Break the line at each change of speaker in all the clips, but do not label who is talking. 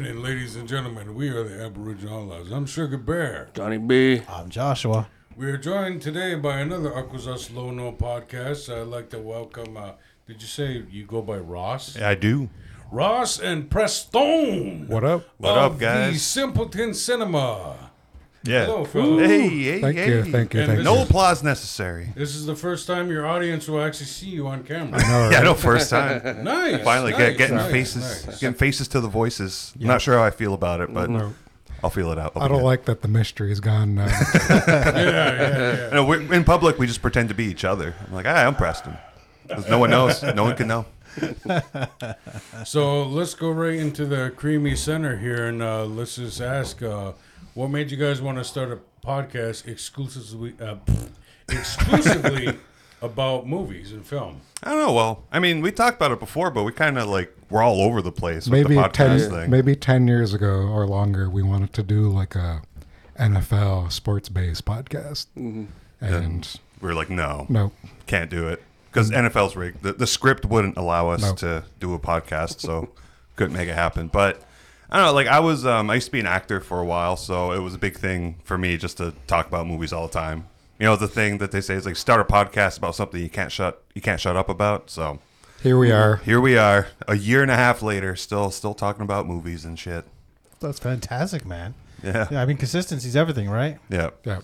and gentlemen, we are the Aboriginal Outlaws. I'm Sugar Bear.
Johnny B.
I'm Joshua.
We are joined today by another Akwesas Low No podcast. I'd like to welcome, uh, did you say you go by Ross?
I do.
Ross and Prestone.
What up?
What up,
of The
guys?
Simpleton Cinema.
Yeah.
Hello, fellas.
Hey, hey,
Thank
hey.
you, thank you,
And
thank you.
this-
No applause necessary.
This is the first time your audience will actually see you on camera.
All right.
Yeah, no, first time.
nice.
Finally, get,
nice,
getting
nice,
faces,
nice.
getting faces to the voices. I'm Not sure how I feel about it, but I'll feel it out.
I don't like that the mystery is gone uh, now.
Yeah, yeah, yeah.
No, we're, in public, we just pretend to be each other. I'm like, ah, I'm Preston. 'Cause no one knows. No one can know.
So let's go right into the creamy center here, and uh, let's just ask, uh, what made you guys want to start a podcast exclusively, uh, exclusively about movies and film?
I don't know. Well, I mean, we talked about it before, but we kind of like we're all over the place
maybe
with the podcast
ten,
thing.
maybe ten years ago or longer, we wanted to do like a NFL sports-based podcast, and
We We're like, no,
no,
can't do it because NFL's rigged. The, the script wouldn't allow us
No.
to do a podcast, so couldn't make it happen. But I don't know. Like I was, um, I used to be an actor for a while, so it was a big thing for me just to talk about movies all the time. You know, the thing that they say is like start a podcast about something you can't shut you can't shut up about. So
here we are.
here we are, a year and a half later, still still talking about movies and shit.
That's fantastic, man.
Yeah,
Yeah, I mean consistency's everything, right?
yeah.
Yeah,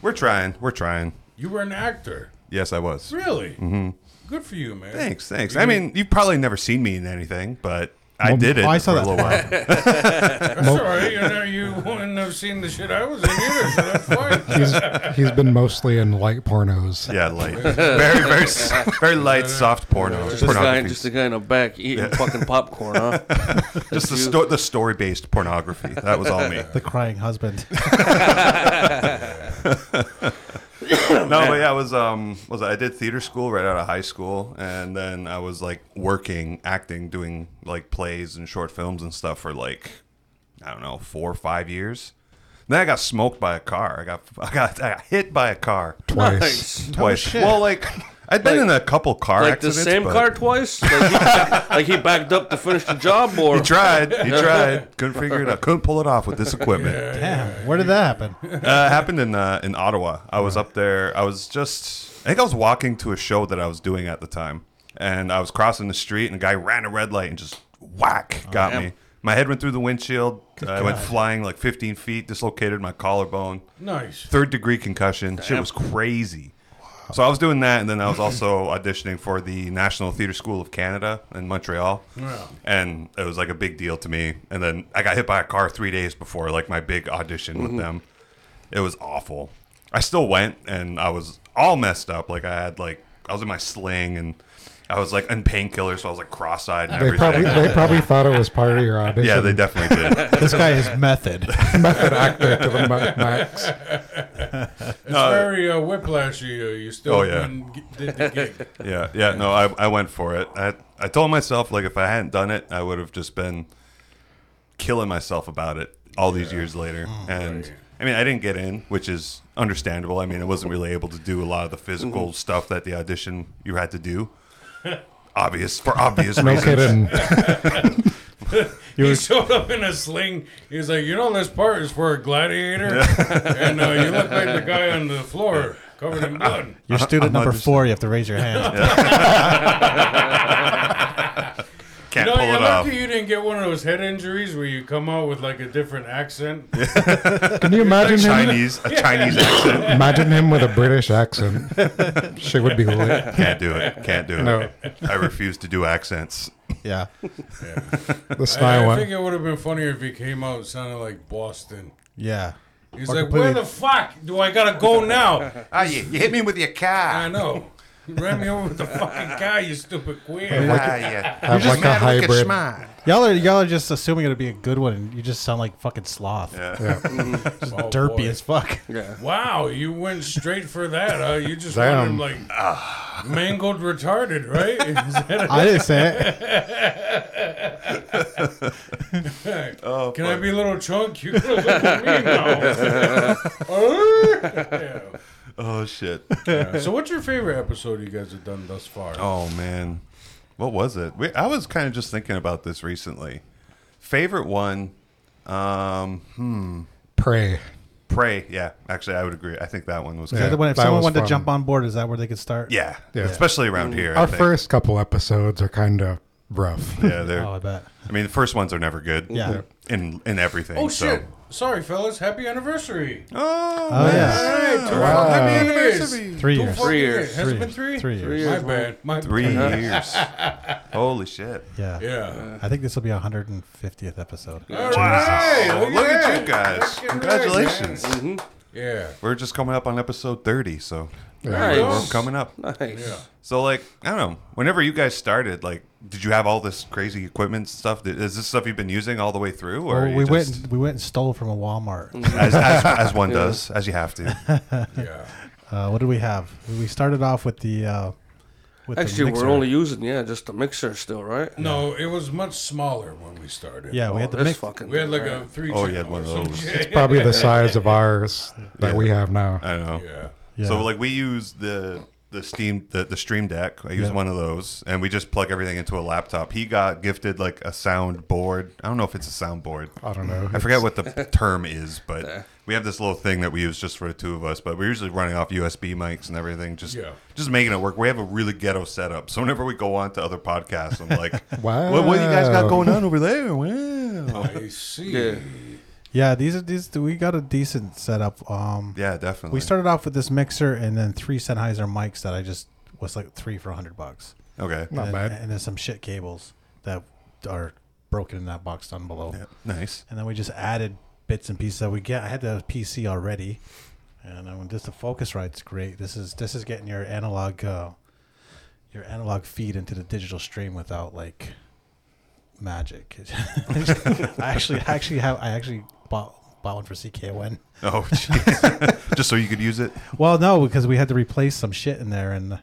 We're trying. We're trying.
You were an actor,
Yes, I was.
really? Mm-hmm. Good for you, man.
Thanks, thanks. I mean, you've probably never seen me in anything, but I
Well,
did it
I saw
for
that.
a little while.
That's all right. You know, you wouldn't have seen the shit I was in either, so that's fine.
he's he's been mostly in light pornos.
Yeah, light. very, very, s- very light, soft porno.
Just
Just
a
Just a guy,
pornography.
just a guy in the back eating fucking popcorn, huh?
Just the, sto- the story based pornography. That was all me.
The crying husband.
no, but yeah, I was um, was I did theater school right out of high school, and then I was like working, acting, doing like plays and short films and stuff for like I don't know four or five years. Then I got smoked by a car. I got I got, I got hit by a car
Twice.
Nice.
twice.
shit.
well, like I'd been
Like-
in a couple car
Like the
accidents.
same
but
car twice? Like he, like he backed up to finish the job, or
He tried. He tried. Couldn't figure it out. Couldn't pull it off with this equipment.
Damn, where did that happen?
uh, it happened in uh, in Ottawa. I was up there. I was just. I think I was walking to a show that I was doing at the time, and I was crossing the street, and a guy ran a red light and just whack got
damn.
me. My head went through the windshield. I went flying like 15 feet, dislocated my collarbone,
Nice.
third degree concussion. Shit was crazy. So I was doing that, and then I was also auditioning for the National Theatre School of Canada in Montreal.
Wow.
And it was like a big deal to me. And then I got hit by a car three days before like my big audition with them. It was awful. I still went, and I was all messed up. Like I had like I was in my sling, and I was like in painkillers, so I was like cross-eyed and
They
everything.
probably they probably thought it was part of your audition.
yeah, they definitely did.
This guy is method.
method actor to the ma- max.
It's very uh, whiplashy. Uh, you still
Oh, yeah.
didn't get- did the gig.
Yeah, yeah. No, I, I went for it. I I told myself like if I hadn't done it, I would have just been killing myself about it all these years later.
Oh,
and I mean, I didn't get in, which is understandable. I mean, I wasn't really able to do a lot of the physical
Mm-hmm.
stuff that the audition you had to do. Obvious for obvious
No
reasons.
kidding.
he showed up in a sling. He's like, you know, this part is for a gladiator, and uh, you look like the guy on the floor covered in blood.
You're student number four, you have to raise your hand.
Can't
No,
pull
you're
it off.
lucky you didn't get one of those head injuries where you come out with like a different accent.
Can you imagine him?
Chinese, a Chinese accent.
Imagine him with a British accent. She would be lit.
Can't do it. Can't do it.
No.
I refuse to do accents.
Yeah.
The
I,
style
I
one.
think it would have been funnier if he came out sounding like Boston.
Yeah.
He's
Or
like, where
completely-
the fuck do I gotta go now?
Ah, you, you hit me with your
I
car.
know. You ran me over with the fucking guy, you stupid queer.
Ah, yeah.
Have like a hybrid.
Y'all are y'all are just assuming it'll be a good one and you just sound like fucking sloth.
Yeah.
Oh,
Derpy
boy.
as fuck.
yeah.
Wow, you went straight for that, huh? You just
Damn.
wanted like mangled retarded, right? Is that
I didn't say it.
it?
Oh,
Can I be a little chunk? You gonna look at me now? Yeah.
Oh shit.
Yeah. So, what's your favorite episode you guys have done thus far?
Oh man, what was it? We, I was kind of just thinking about this recently. Favorite one Um, hmm.
Prey.
Prey. Yeah, actually, I would agree. I think that one was
Is that
good.
the one- if
that
someone
was
wanted
fun.
to jump on board, is that where they could start?
Yeah,
Yeah.
especially
Mm.
around here. I
Our
think.
first couple episodes are kind of rough.
Yeah, they're.
Oh, I bet.
I mean, the first ones are never good.
Yeah. Yeah.
In in everything.
Oh
so.
shit! Sorry, fellas. Happy anniversary.
Oh,
Oh,
man.
yeah.
Hey, two
Wow.
fucking
Happy
years.
anniversary.
Three
Two
years.
fucking
Three years.
Has it
Three
been
years.
three?
Three years.
Three
My
years,
bad. My
Three
bad.
years. Holy shit!
Yeah.
Yeah.
I think this will be a 150th episode.
All right.
Wow,
Look,
look
at
at
that.
you guys! Mm-hmm.
Let's get ready,
Congratulations!
man. Yeah.
We're just coming up on episode thirty, so we're
Oh.
Nice.
coming up.
Nice.
Yeah.
So, like, I don't know. Whenever you guys started, like, did you have all this crazy equipment and stuff? Th- Is this stuff you've been using all the way through, or
Well,
you
we went
just-
and- we went and stole from a Walmart.
Mm.
as, as, as one does, as you have to?
Yeah.
Uh, what did we have? We started off with the. Uh, with the
Actually,
mixer.
we're only using yeah, just the mixer still, right?
No, it was much smaller when we started.
Yeah, we had
Oh,
the
that's
mix.
fucking.
We had like
rad.
a three.
Oh,
channel
you had one of
or some
those.
shit.
Probably the size of ours that we have now.
I don't know.
Yeah.
Yeah.
So like we use the the Steam the, the Stream Deck. I use
Yeah.
one of those, and we just plug everything into a laptop. He got gifted like a sound board. I don't know if it's a sound board.
I don't know.
I forget what the term is, but we have this little thing that we use just for the two of us. But we're usually running off USB mics and everything, just
Yeah.
just making it work. We have a really ghetto setup, so whenever we go on to other podcasts, I'm like,
Wow.
what, what you guys got going on Oh, over there? Wow.
I see.
Yeah.
yeah, these are these. We got a decent setup. Um,
Yeah, definitely.
we started off with this mixer and then three Sennheiser mics that I just was like three for hundred bucks.
Okay.
Not
and,
bad.
And then some shit cables that are broken in that box down below.
Nice.
And then we just added bits and pieces that we get. I had the PC already, and I went just the Focusrite's great. This is this is getting your analog uh, your analog feed into the digital stream without like magic. I actually I actually have I actually bought bought one for CKON.
Oh, jeez. just so you could use it.
Well, no, because we had to replace some shit in there, and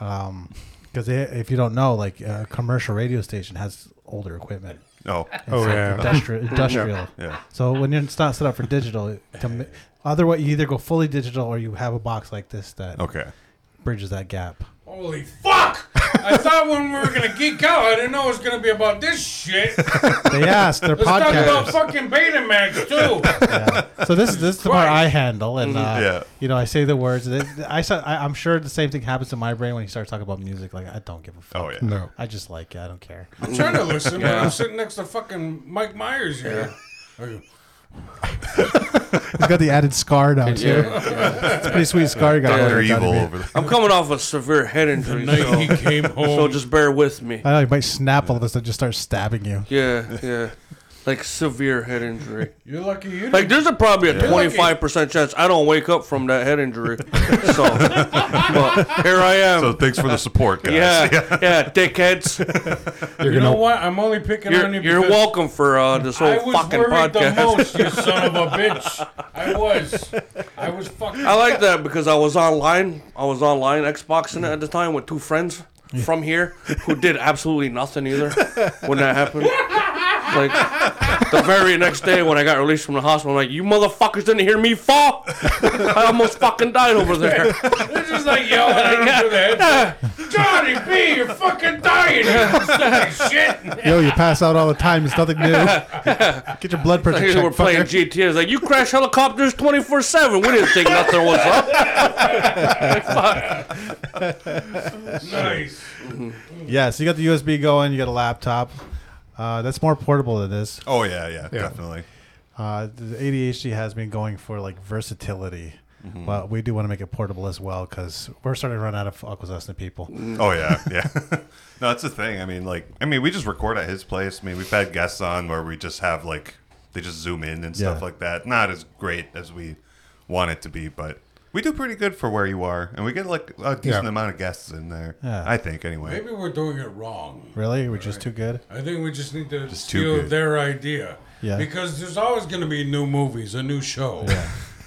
um, because if you don't know, like a commercial radio station has older equipment.
Oh,
It's
Oh,
like
yeah.
industrial. industrial.
yeah.
So when you're- it's not set up for digital, it- to, mi- otherwise you either go fully digital or you have a box like this that
Okay.
bridges that gap.
Holy fuck! I thought when we were gonna geek out, I didn't know it was gonna be about this shit. Let's
They asked their
talk about
podcast.
fucking Betamax too.
So this is this is the part
Christ.
I handle, and uh,
Yeah.
you know I say the words. and it- I, sa- I I'm sure the same thing happens to my brain when he starts talking about music. Like I don't give a fuck.
Oh yeah.
No.
I just like it. I don't care.
I'm trying to listen, but I'm sitting next to fucking Mike Myers here. I go,
He's got the added scar now too.
Yeah.
It's a pretty sweet scar you got.
They're
there,
evil
Johnny B.
over there.
I'm coming off a severe head
The
injury,
night he
so,
came
so
home.
just bear with me.
I know he might snap all of us and just start stabbing you.
Yeah, yeah. Like severe head injury.
you're lucky you didn't.
Like there's a probably a
You're
twenty
lucky.
five percent chance I don't wake up from that head injury. So but here I am.
So thanks for the support, guys.
yeah, yeah, dickheads.
You're
you
gonna
know what? I'm only picking
You're,
on you
you're
because
welcome for uh, this whole
I was
fucking
worried
podcast.
the most, you son of a bitch. I was. I was fucking.
I like that because I was online. I was online Xboxing it at the time with two friends from here who did absolutely nothing either when that happened. Like the very next day when I got released from the hospital, I'm like, "You motherfuckers didn't hear me fall! I almost fucking died over there."
They're just like yelling at him through the headset. Johnny B, you're fucking dying. You stupid shit.
Yo, you pass out all the time. It's nothing new. Get your blood pressure
Like,
checked.
we're playing
fucker.
GTA. It's like you crash helicopters twenty four seven. We didn't think nothing was up.
Nice.
yeah, so you got the USB going. You got a laptop. Uh, that's more portable than this.
Oh yeah, yeah, definitely.
Uh, the ADHD has been going for like versatility,
Mm-hmm.
but we do want to make it portable as well because we're starting to run out of Aquasasna people.
Oh yeah, yeah. no, that's the thing. I mean, like, I mean, we just record at his place. I mean, we've had guests on where we just have like they just zoom in and stuff
Yeah.
like that. Not as great as we want it to be, but we do pretty good for where you are, and we get like a decent
Yeah.
amount of guests in there.
Yeah.
I think anyway.
Maybe we're doing it wrong.
Really, we're just too good.
I think we just need to
Just too
steal
good.
their idea.
Yeah.
Because there's always going to be new movies, a new show.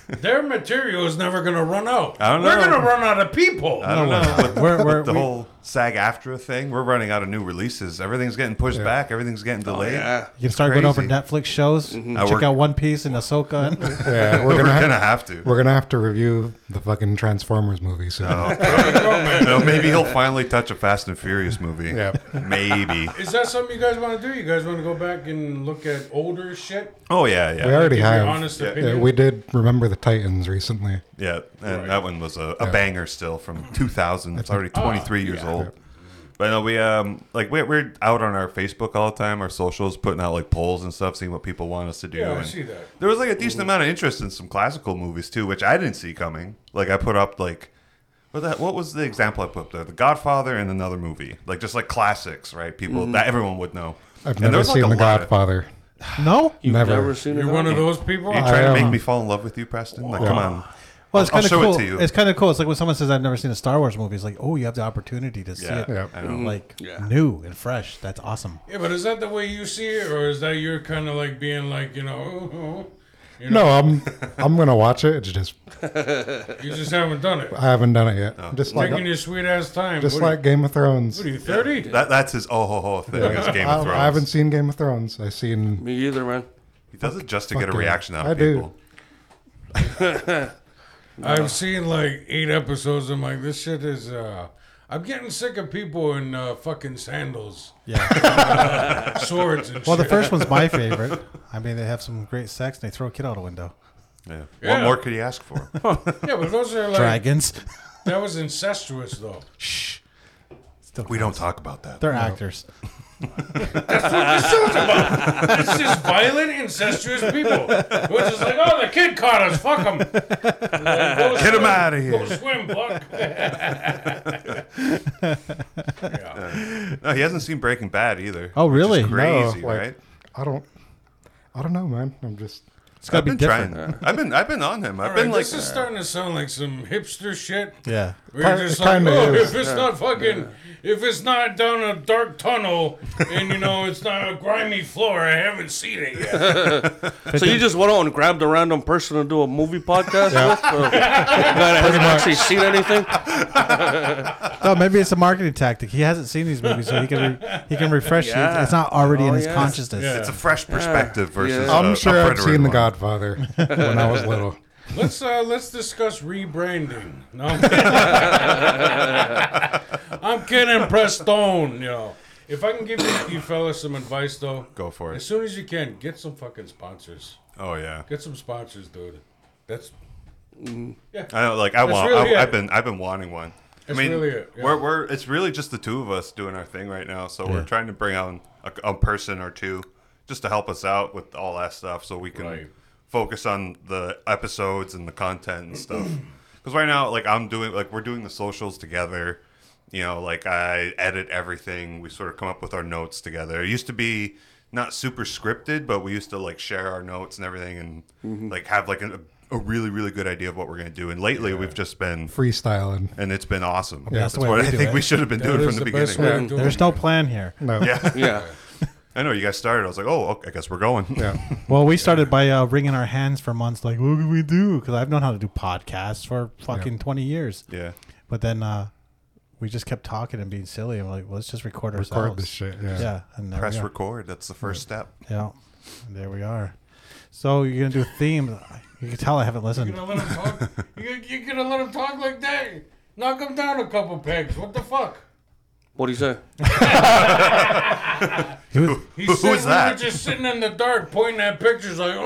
Their material is never going to run out.
I don't
We're
know.
going to run out of people.
I don't know.
We're, we're,
the
we-
whole SAG AFTRA thing. We're running out of new releases. Everything's getting pushed back. Everything's getting delayed.
Yeah.
You can start going over
Crazy. Mm-hmm.
Netflix shows.
I
Check
work-
out One Piece and Ahsoka. And
Yeah,
We're
we're gonna
gonna
have,
have to.
we're gonna have to review the fucking Transformers movie soon.
Oh. No, maybe he'll finally touch a Fast and Furious movie.
Yeah.
Maybe.
Is that something you guys want to do? You guys want to go back and look at older shit?
Oh yeah,
We
yeah,
already
Give your
have.
honest
Yeah.
Yeah,
opinion.
we did remember the Titans recently.
yeah. And that one was a, a
Yeah.
banger still from 2000. It's already 23 years old. But no, we um like we're, we're out on our Facebook all the time, our socials, putting out like polls and stuff, seeing what people want us to do.
Yeah, I
and
see that.
There was like a decent amount of interest in some classical movies too, which I didn't see coming. Like I put up like what the, what was the example I put up there? The Godfather and another movie, like just like classics, right? People that everyone would know.
I've
there
never
was, like,
seen
a
The
lot of-
Godfather.
no,
never.
Never seen it.
You're one of those people.
Are you trying
I,
to
um,
make me fall in love with you, Preston? Like, come on.
well, it's
I'll- I'll
kind of
show it
cool.
to you.
It's kind of cool. It's like when someone says, "I've never seen a Star Wars movie." It's like, "Oh, you have the opportunity to see
Yeah,
it,
Yeah.
I know.
like
Yeah.
new and fresh." That's awesome.
Yeah, but is that the way you see it, or is that you're kind of like being like, you know, you
No,
know,
I'm I'm gonna watch it. It's just
you just haven't done it.
I haven't done it yet.
Oh.
Just like
Taking your sweet ass time.
just
what are
like Game of Thrones.
you, what are you, 30?
That, that's his oh ho ho thing. It's Game of
I,
Thrones.
I haven't seen Game of Thrones. I've seen.
Me either, man.
he does it just to get a
Fucking-
reaction out
I
of
do.
people.
I've seen like eight episodes. I'm like, this shit is. uh I'm getting sick of people in uh, fucking sandals,
Yeah.
swords, and
well, the
shit.
first one's my favorite. I mean, they have some great sex and they throw a kid out a window.
Yeah.
Yeah.
What more could he ask for?
yeah, but those are like
Dragons.
that was incestuous though.
Still,
we don't talk about that.
They're actors.
It's just violent, incestuous people. We're just like, oh, the kid caught us. Fuck him.
Get him out of
Go
here.
swim, fuck.
No, he hasn't seen Breaking Bad either.
Oh,
which is
really? No,
crazy,
like-
right?
I don't. I don't know, man. I'm just.
It's got to
I've been
be different.
trying. I've been I've been on him. I've
All
been
right,
like
this is starting to sound like some hipster shit.
Yeah.
Where
Ki-
you're just
it
like,
kinda
oh,
is.
if it's not fucking, if it's not down a dark tunnel, and you know it's not a grimy floor, I haven't seen it yet.
So you just went out and grabbed a random person to do a movie podcast with? Uh, the guy that hasn't actually seen anything?
No, maybe it's a marketing tactic. He hasn't seen these movies, so he can re- he can refresh
Yeah.
you. It's not already in
Oh,
his
yeah.
consciousn's.
Yeah.
it's a fresh perspective versus.
Yeah.
a-
I'm
a
sure I've
predator
seen The
one.
Godfather when I was little.
let's uh, let's discuss rebranding. No, I'm kidding, Preston. You know, if I can give you, you fellas some advice though,
Go for
as
it.
soon as you can, get some fucking sponsors.
Oh yeah.
Get some sponsors, dude. That's
I know, like I want.
really
I,
it.
I've been I've been wanting one.
It's
I mean,
really it, yeah.
we're we're it's really just the two of us doing our thing right now. So we're
Yeah.
trying to bring on a, a person or two just to help us out with all that stuff, so we can
Right.
focus on the episodes and the content and stuff. Because right now, like I'm doing, like we're doing the socials together. You know, like I edit everything. We sort of come up with our notes together. It used to be not super scripted, but we used to like share our notes and everything, and
Mm-hmm.
like have like a, a really really good idea of what we're gonna do. And lately, we've just been,
Freestyling.
and it's been awesome.
that's the way
what
we
I
do
think
it.
we should have been doing
that
from
is
the,
best
beginning.
way
Yeah.
of doing
There's
it.
no plan here.
No.
Yeah.
I know you guys started. I was like, oh, okay, I guess we're going.
Yeah.
Well, we started by uh, wringing our hands for months, like, what can we do? Because I've known how to do podcasts for fucking 20 years.
yeah.
But then uh, we just kept talking and being silly. And we're like, well, let's just record ourselves.
Record this shit. Yeah.
Yeah. And there
Press
we are.
record. That's the first step.
Yeah. And there we are. So you're going to do a theme. You can tell I haven't
You
listened.
gonna let him talk? you, you gonna let him talk like that? Knock him down a couple pegs. What the fuck?
What do you say?
He was-
He
Who
said
was
we
that?
were just sitting in the dark pointing at pictures like, "Uh,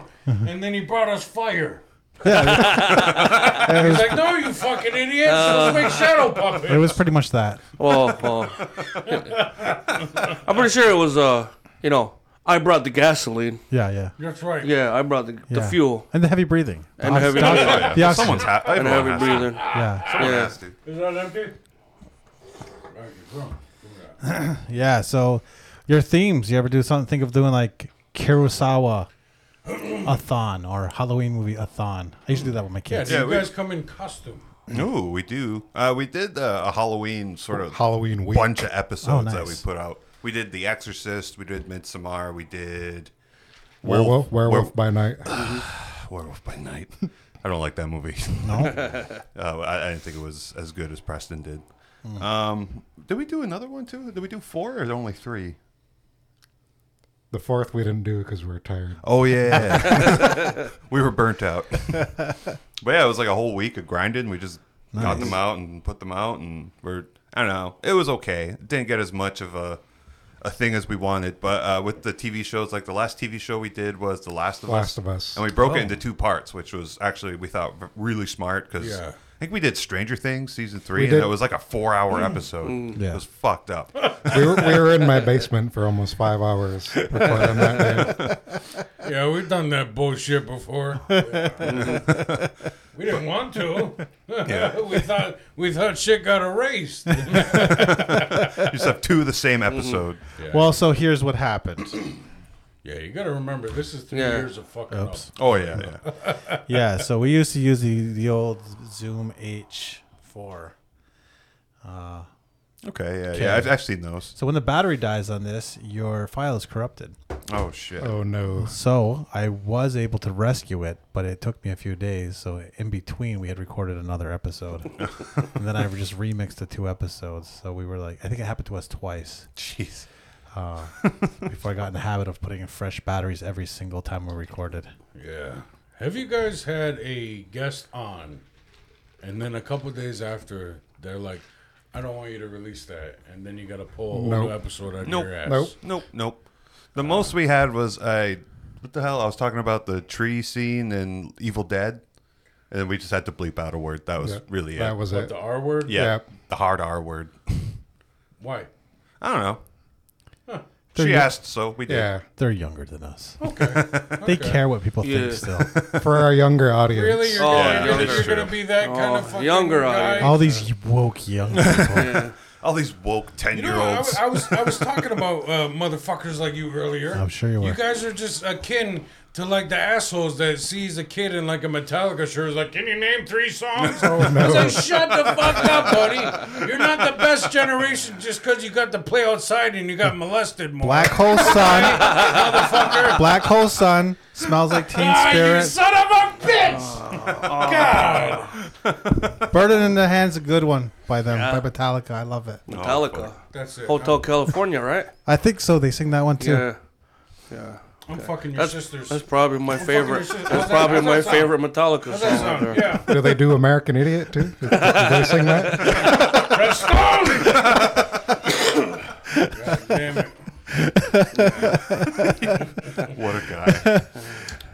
uh," and then he brought us fire. He's like, no, you fucking idiots. Let's make shadow puppets.
Uh, it was pretty much that.
Oh, oh. I'm pretty sure it was, uh, you know, I brought the gasoline.
Yeah, yeah.
That's right.
Yeah, I brought the, the
Yeah.
fuel
And the heavy breathing.
and the heavy,
Oh, yeah.
The oxygen.
Someone's ha-
and
everyone
heavy
has to.
breathing.
Yeah.
Someone
Yeah.
has to.
Is that empty? All right, you're drunk.
Yeah. So your themes, you ever do something, think of doing like Kurosawa a thon or Halloween movie a thon? I used to do that with my
Yeah,
kids.
do
Yeah,
you
we-
guys come in costume?
No, we do. Uh, we did uh, a Halloween sort of
Halloween week.
bunch of episodes
Oh, nice.
that we put out. We did The Exorcist. We did Midsommar. We did
Werewolf. Werewolf
Werewolf,
by night.
Werewolf by Night. I don't like that movie.
No?
uh, I, I didn't think it was as good as Preston did.
Hmm.
Um, did we do another one too? Did we do four or only three?
The fourth we didn't do because we were tired.
Oh yeah, we were burnt out. but yeah, it was like a whole week of grinding. We just got them out and put them out, and we're I don't know. It was okay. It didn't get as much of a a thing as we wanted, but uh, with the TV shows, like the last TV show we did was The Last of Us.
Last of Us.
and we broke it into two parts, which was actually we thought v- really smart because
Yeah.
I think we did Stranger Things season three,
did.
and it was like a four-hour episode.
Yeah.
It was fucked up.
we, were, we were in my basement for almost five hours recording that day.
Yeah, we've done that bullshit before. we didn't want to.
Yeah.
we thought we thought shit got erased.
you just have two of the same episode.
Well, so here's what happened.
Yeah, you got to remember this is three
Yeah.
years of fucking
Oops.
up.
Oh yeah, yeah.
yeah, so we used to use the, the old Zoom H4.
Okay, yeah, yeah. I've, I've seen those.
So when the battery dies on this, your file is corrupted.
Oh shit.
Oh no.
So I was able to rescue it, but it took me a few days. So in between, we had recorded another episode, and then I just remixed the two episodes. So we were like, I think it happened to us twice
Jeez.
uh, before I got in the habit of putting in fresh batteries every single time we recorded.
Yeah. Have you guys had a guest on, and then a couple days after they're like, "I don't want you to release that," and then you got to pull a whole new
Nope.
episode out
Nope.
of your ass.
Nope.
Nope. Nope. The most we had was I. What the hell? I was talking about the tree scene and Evil Dead, and then we just had to bleep out a word. That was
Yeah,
really it.
That was
What
it.
the R word?
yeah,
yeah.
the hard R word.
Why?
I don't know.
They're
She
yo-
asked, so we did.
Yeah.
They're younger than us. Okay. they care what people
Yeah.
think still.
For our younger audience.
Really? You're,
Oh,
gonna,
yeah,
really
that's
you're
true.
gonna be that kind of
Oh,
fucking
younger
guy?
audience.
All these woke young people.
Yeah.
All these woke ten
You
year
know, I,
olds.
was- I was I was talking about uh, motherfuckers like you earlier.
I'm sure you were.
You guys are just akin to like the assholes that sees a kid in like a Metallica shirt is like, can you name three songs?
Oh,
I was like, shut the fuck up, buddy. You're not the best generation just because you got to play outside and you got molested more.
Black hole sun.
motherfucker.
Black hole sun smells like teen
Ah, you
spirit.
son of a bitch! God,
Burden in the hands, a good one by them by Metallica. I love it.
Metallica.
that's it.
Hotel California, right?
I think so. They sing that one too.
Yeah. Yeah.
I'm, I'm fucking your
That's,
sisters.
that's probably my
fucking your
favorite.
sis-
That's
how's that-
probably
how's
my
that sound?
favorite Metallica
How's
song.
that
right
sound?
there.
Yeah.
Do they do American Idiot too? Do they sing that?
Stone! God damn it.
what a guy.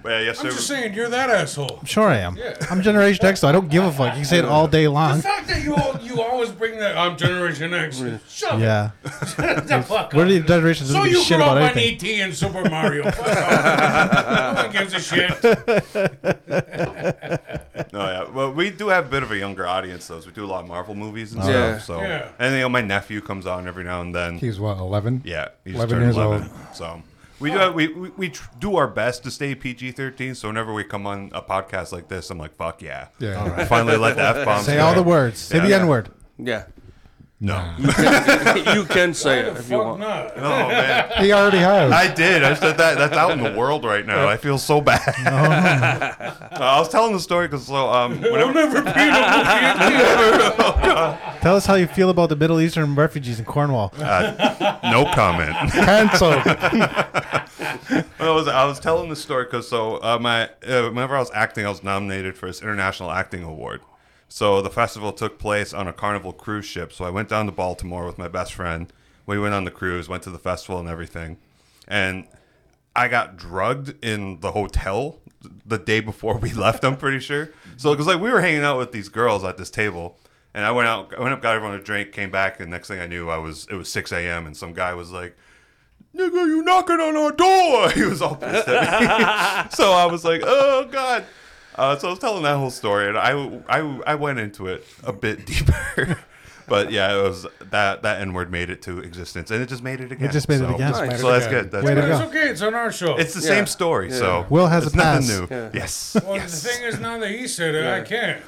but yeah,
I'm just
yesterday.
saying, you're that asshole.
Sure I am.
Yeah.
I'm Generation X, so I don't give a fuck. You can say it all day
The
long.
fact that you all, you always bring that I'm Generation X. Shut
Yeah.
the fuck
We're
up.
the generation that
so
doesn't give
you
a shit
grew
about
up on
anything.
ET and Super Mario. Fuck off. no one gives a shit.
No, oh, yeah. Well, we do have a bit of a younger audience, though. so we do a lot of Marvel movies and
Yeah.
stuff. So,
Yeah.
and you know, my nephew comes on every now and then.
He's what, 11?
Yeah, he's
11
turned
years
11. So we do we we, we tr- do our best to stay PG thirteen. So whenever we come on a podcast like this, I'm like, fuck yeah,
Yeah. All
Finally, let the f bombs.
Say all the words. Say the
Yeah.
N word.
Yeah.
No,
you can say
The
it if you
fuck
want.
not.
oh man,
He already has.
I did. I said that. That's out in the world right now. I feel so bad. I was telling the story because so um
I'll
whenever
never be a movie.
Tell us how you feel about the Middle Eastern refugees in Cornwall.
no comment.
Cancel.
I was I was telling the story because so uh, my uh, whenever I was acting, I was nominated for this international acting award. So the festival took place on a Carnival cruise ship. So I went down to Baltimore with my best friend. We went on the cruise, went to the festival and everything, and I got drugged in the hotel the day before we left. I'm pretty sure. So because like we were hanging out with these girls at this table, and I went out, I went up, got everyone a drink, came back, and next thing I knew, I was it was 6 a.m. and some guy was like nigga, you knocking on our door. He was all pissed at me. so I was like, oh, God. Uh, so I was telling that whole story, and I, I, I went into it a bit deeper. but yeah, it was that that N word made it to existence, and it just made it again.
just made it
so,
again. Nice.
So that's good. That's
Way to
good.
But
go.
it's okay. It's on our show.
It's the
Yeah.
same story. So
Will has
it's
a pass.
nothing new.
Yeah.
Yes.
well,
yes.
the thing is, now that he said it, I can't.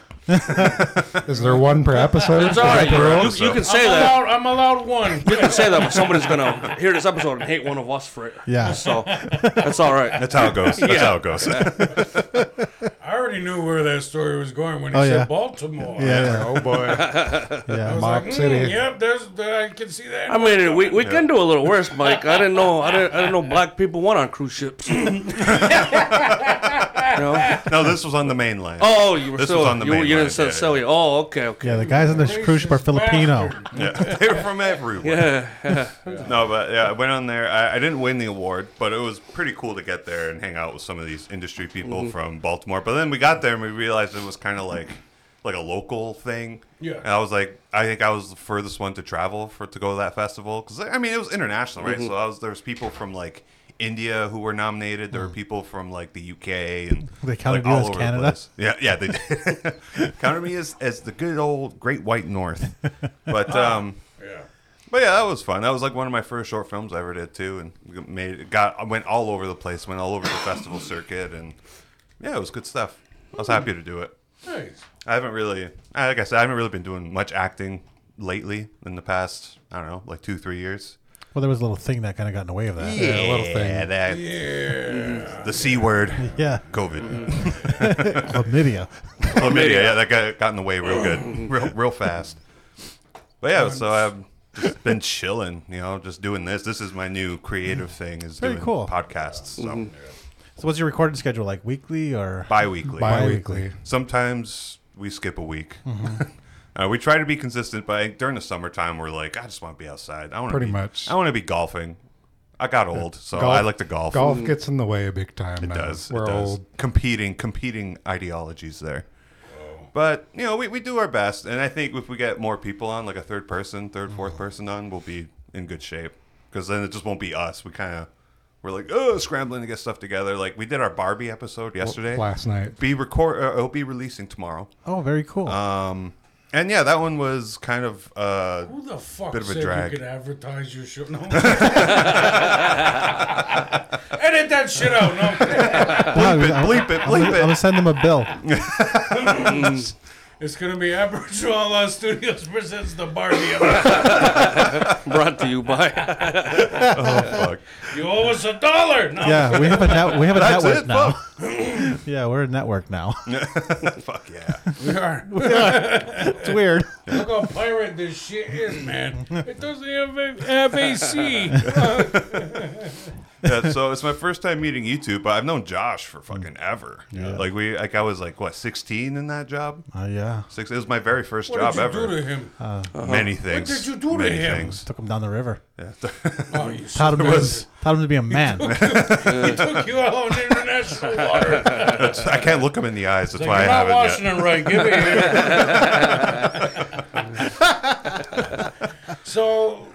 Is there one per episode?
It's all right.
Gross,
You, you can
though.
I'm
say that.
allowed, I'm allowed one.
You can say that, but somebody's gonna hear this episode and hate one of us for it.
Yeah.
So that's all right.
That's how it goes. That's how it goes.
I already knew where that story was going when he
Oh,
said
yeah.
Baltimore.
Yeah,
Oh boy.
I
yeah.
was
Mop
like,
City.
"Mm, yep, there's, there, I can see that.
I mean, we, we can do a little worse, Mike. I didn't know I didn't, I didn't know black people went on cruise ships. you know?
No, this was on the main line.
Oh, you were
This
still
was on the
you,
main
you didn't
line,
sell,
yeah,
sell you. Oh, okay, okay.
Yeah, the guys on the cruise ship are
Racist
Filipino.
bastard.
Yeah, they were from everywhere.
Yeah, yeah.
No, but yeah, I went on there. I, I didn't win the award, but it was pretty cool to get there and hang out with some of these industry people from Baltimore. But then we got there and we realized it was kind of like like a local thing.
Yeah.
And I was like, I think I was the furthest one to travel for to go to that festival because I mean it was international, right? So I was there was people from like. India who were nominated. There were people from like the UK and
They counted
like,
you
all
as
over the
Canada?
place. Yeah, yeah, they did. counted me as, as the good old Great White North. But um,
Yeah.
but yeah, that was fun. That was like one of my first short films I ever did too, and we made got went all over the place, went all over the festival circuit, and yeah, it was good stuff. I was happy to do it.
Nice.
I haven't really, I- like I said, I haven't really been doing much acting lately in the past. I don't know, like two three years.
Well, there was a little thing that kind of got in the way of that.
Yeah, a little thing.
Yeah, that
Yeah.
the c word,
Yeah,
COVID,
chlamydia.
chlamydia. Yeah, that got got in the way real good, real real fast. But yeah, so I've just been chilling, you know, just doing this. This is my new creative thing is
Very
doing
cool.
podcasts. So.
So, what's your recording schedule like? Weekly or?
bi-weekly.
Bi-weekly.
Sometimes we skip a week.
Mm-hmm.
uh, we try to be consistent, but during the summertime, we're like, I just want to be outside. I want
Pretty
be,
much.
I want to be golfing. I got old, so
Golf-
I like to golf.
Golf gets in the way big time.
It
now.
does.
We're
it does.
old.
Competing, competing ideologies there. But you know, we, we do our best, and I think if we get more people on, like a third person, third,
Mm-hmm.
fourth person on, we'll be in good shape. Because then it just won't be us. We kind of we're like oh scrambling to get stuff together. Like we did our Barbie episode yesterday
Last night.
be record uh, it'll be releasing tomorrow
Oh, very cool.
um and yeah that one was kind of uh
Who the fuck
Bit of a
said
drag.
you could advertise your show? No. Edit that shit out. No.
bleep
it, bleep it, bleep
I'm
it.
gonna send them a bill.
It's gonna be Aboriginal Outlaw Studios presents the Barbie. episode.
Brought to you by.
fuck.
you owe us a dollar. No.
Yeah, we have a net, we have a
That's
network
it,
now. yeah, we're a network now.
fuck yeah
We are.
it's weird.
Look how pirate this shit is, man. It doesn't have, have AC. Uh,
Yeah, so it's my first time meeting you two but i've known josh for fucking ever like we like i was like what 16 in that job
Uh, yeah,
six it was my very first
what
job
did you
ever
do to him?
many things
did you do to
many
him?
things.
took him down the river.
Yeah.
Oh, you
Taught him, to,
was-
taught him to be a man.
took you out on international water.
i can't look him in the eyes that's
Like,
why i
you're not
haven't
washing
yet
it right. Give it here. so,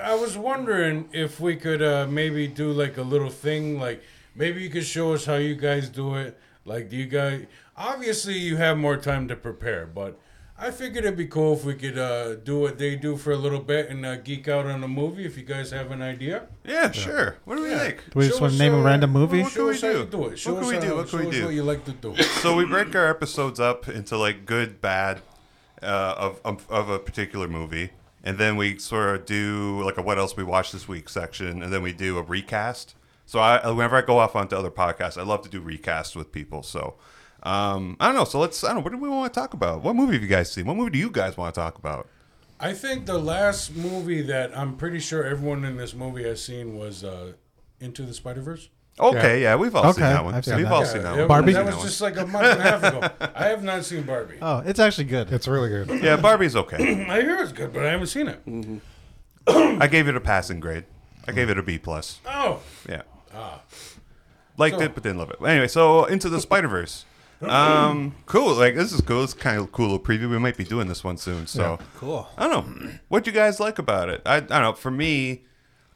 I was wondering if we could uh, maybe do like a little thing. Like, maybe you could show us how you guys do it. Like, do you guys? Obviously, you have more time to prepare, but I figured it'd be cool if we could uh, do what they do for a little bit and uh, geek out on a movie. If you guys have an idea.
yeah sure what do we think
Do we just
Show
want
us,
to name
uh,
a random movie?
what-
Show
can we
us how
do?
you do it. Show
What can
us
we do?
how-
What
show
can we
us
do?
What you like to do.
so we break our episodes up into like good, bad uh, of, of of a particular movie, and then we sort of do like a what else we watched this week section, and then we do a recast. So I whenever I go off onto other podcasts, I love to do recasts with people. So um, I don't know. So let's I don't know. What do we want to talk about? What movie have you guys seen? What movie do you guys want to talk about?
I think the last movie that I'm pretty sure everyone in this movie has seen was uh, Into the Spider Verse.
Okay, yeah, we've all seen
Okay,
that one.
I've seen
we've
that.
all
Yeah,
seen that
that was-
one.
Barbie?
That
We've
was
seen
just like a month and a half ago. I have not seen Barbie.
Oh, it's actually good.
It's really good.
Yeah, Barbie's okay.
I hear it's good, but I haven't seen it.
Mm. I gave it a passing grade. I gave it a B plus.
Oh,
Yeah. Liked it, but didn't love it. Anyway, so into the Spider Verse. Um, cool. Like this is cool. It's kind of cool little preview. We might be doing this one soon. So
Cool.
I don't know. What do you guys like about it? I, I don't know. For me,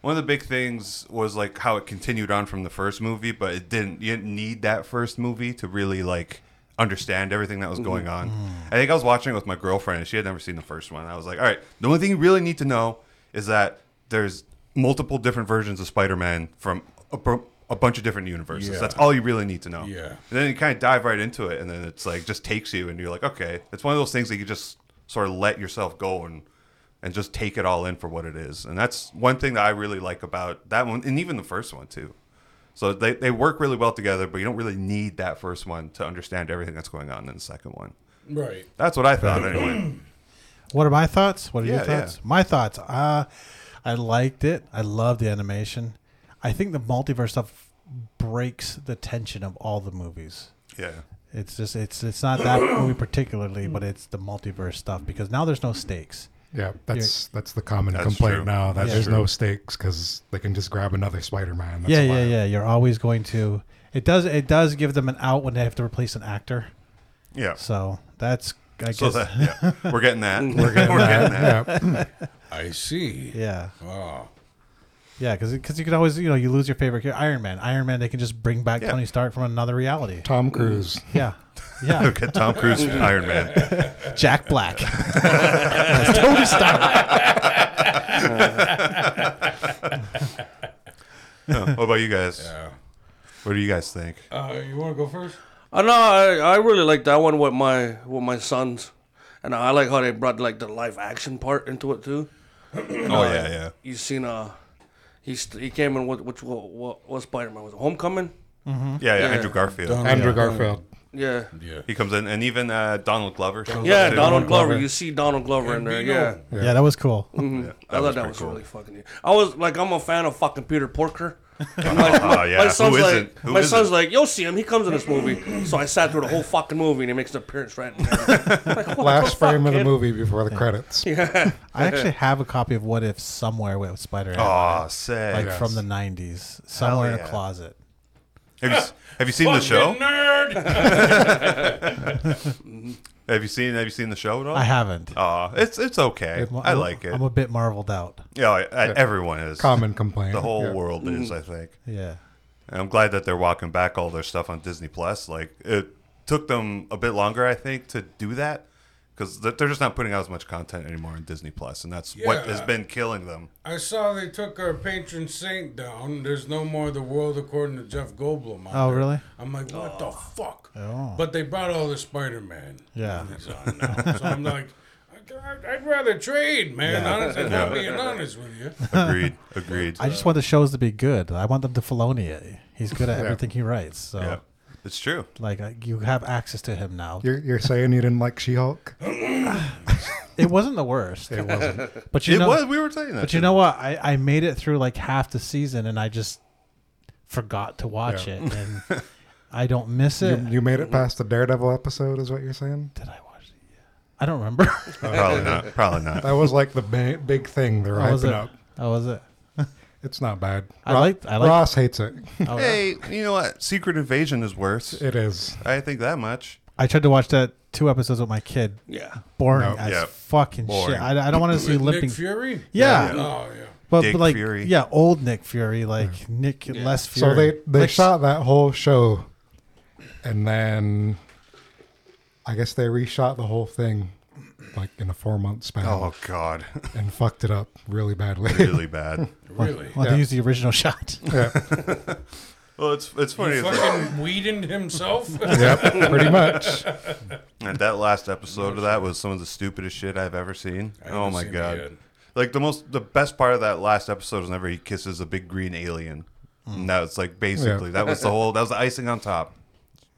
one of the big things was like how it continued on from the first movie, but it didn't. You didn't need that first movie to really like understand everything that was going on.
Mm.
I think I was watching it with my girlfriend, and she had never seen the first one. I was like, all right, the only thing you really need to know is that there's multiple different versions of Spider-Man from a, bu- a bunch of different universes.
Yeah.
That's all you really need to know.
Yeah.
And then you kind of dive right into it, and then it's like just takes you, and you're like, okay, it's one of those things that you just sort of let yourself go and and just take it all in for what it is. And that's one thing that I really like about that one, and even the first one too. So they, they work really well together, but you don't really need that first one to understand everything that's going on in the second one.
Right.
That's what I thought anyway.
What are my thoughts? What are your
Yeah, yeah.
thoughts? My thoughts. Uh, I liked it. I love the animation. I think the multiverse stuff breaks the tension of all the movies.
Yeah.
It's just it's it's not that movie particularly, but it's the multiverse stuff because now there's no stakes.
Yeah, that's that's the common
That's
complaint
true.
now. That
That's
there's
true.
no stakes because they can just grab another Spider-Man. That's
yeah,
why.
yeah, yeah. You're always going to. It does it does give them an out when they have to replace an actor.
Yeah.
So that's I
So
guess
that, yeah. we're getting that. We're
Getting
getting,
that,
that.
uh, yeah.
I see. Ah,
yeah.
Wow.
Yeah, because you can always you know you lose your favorite character, Iron Man. Iron Man, they can just bring back
Yeah.
Tony Stark from another reality.
Tom Cruise.
Yeah, yeah.
Get Tom Cruise from Iron Man.
Jack Black, As Tony Stark.
Yeah. What about you guys?
Yeah.
What do you guys think?
Uh, you want to go first?
I know. I, I really like that one with my with my sons, and I like how they brought like the live action part into it too.
Oh yeah, yeah.
You seen uh, he st- he came in with which what what, what Spider Man was it? Homecoming?
Yeah, yeah,
Yeah.
Andrew Garfield.
Oh,
Andrew Garfield.
Yeah.
Yeah.
He comes in, and even uh, Donald Glover. shows
Yeah,
up, too.
Donald Glover.
Glover.
You see Donald Glover in there.
Gambino.
Yeah.
Yeah. that was cool.
Mm-hmm.
Mhm. I
that
thought
was
that
pretty
was
cool.
really fucking. I was like, I'm a fan of fucking Peter Porker.
Oh yeah,
my son's
who isn't?
like,
Who
my
isn't?
son's like, you'll see him. He comes in this movie. So I sat through the whole fucking movie, and he makes an appearance right. In there. Like, what
Last
fuck,
frame of the
kid?
movie before the credits.
I actually have a copy of What If somewhere with Spider Man,
oh, sick.
like
Have
from the '90s, somewhere in
yeah.
a closet.
you have you seen the show?
Fucking nerd.
Have you seen Have you seen the show at all?
I haven't.
Aw, it's it's okay.
I'm-
Oh, I
I'm-
like it.
I'm a bit marveled out.
yeah, I- I- everyone is.
Common complaint.
The whole
Yeah.
world is, I
Mm-hmm.
think.
Yeah,
And I'm glad that they're walking back all their stuff on Disney Plus. Like it took them a bit longer, I think, to do that because they're just not putting out as much content anymore on Disney Plus, and that's what
Yeah.
has been killing them.
I saw they took our patron saint down. There's no more the world according to Jeff Goldblum. out
Oh,
there.
really?
I'm like, what the fuck?
Oh.
But they brought all the Spider Man.
Yeah.
So I'm like, I- I'd rather trade, man. Honestly, if I'm being honest with you.
Agreed. Agreed.
I just want the shows to be good. I want them to Filoni it. He's good at everything he writes. So.
yeah, it's true.
Like I- you have access to him now.
You're, you're saying you didn't like She-Hulk?
It wasn't the worst,
It wasn't.
but you
it
know,
was. We were saying that.
But you
shit.
know what? I, I made it through like half the season and I just forgot to watch
Yeah.
it and I don't miss it.
you, you made it past the Daredevil episode, is what you're saying?
Did I watch it? Yeah. I don't remember.
Probably not. Probably not.
That was like the ba- big thing they're
How was
hyping
it?
up.
How was it?
It's not bad.
I liked- I liked-
Ross hates it.
Oh, yeah.
Hey, you know what? Secret Invasion is worse.
It is.
I think that much.
I tried to watch that two episodes with my kid.
Yeah.
Boring
No.
as
Yeah.
fucking
Boring.
shit. I, I don't want to see limping.
Nick Fury?
Yeah.
Oh, yeah.
But,
Dick
but like
Fury.
yeah, old Nick Fury, like Nick less Fury.
So they, they
Like,
shot that whole show, and then I guess they reshot the whole thing like in a four month span
Oh God,
and fucked it up really badly.
really bad.
Really?
Well,
Yeah.
they used the original shot.
Well, it's it's funny.
He
It's like,
fucking weeded himself?
yep, pretty much.
and that last episode of that was some of the stupidest shit I've ever seen.
I
Oh
haven't
my
seen it yet.
God. Like the most, the best part of that last episode is whenever he kisses a big green alien.
Hmm.
And that was like basically
Yeah.
that was the whole that was the icing on top.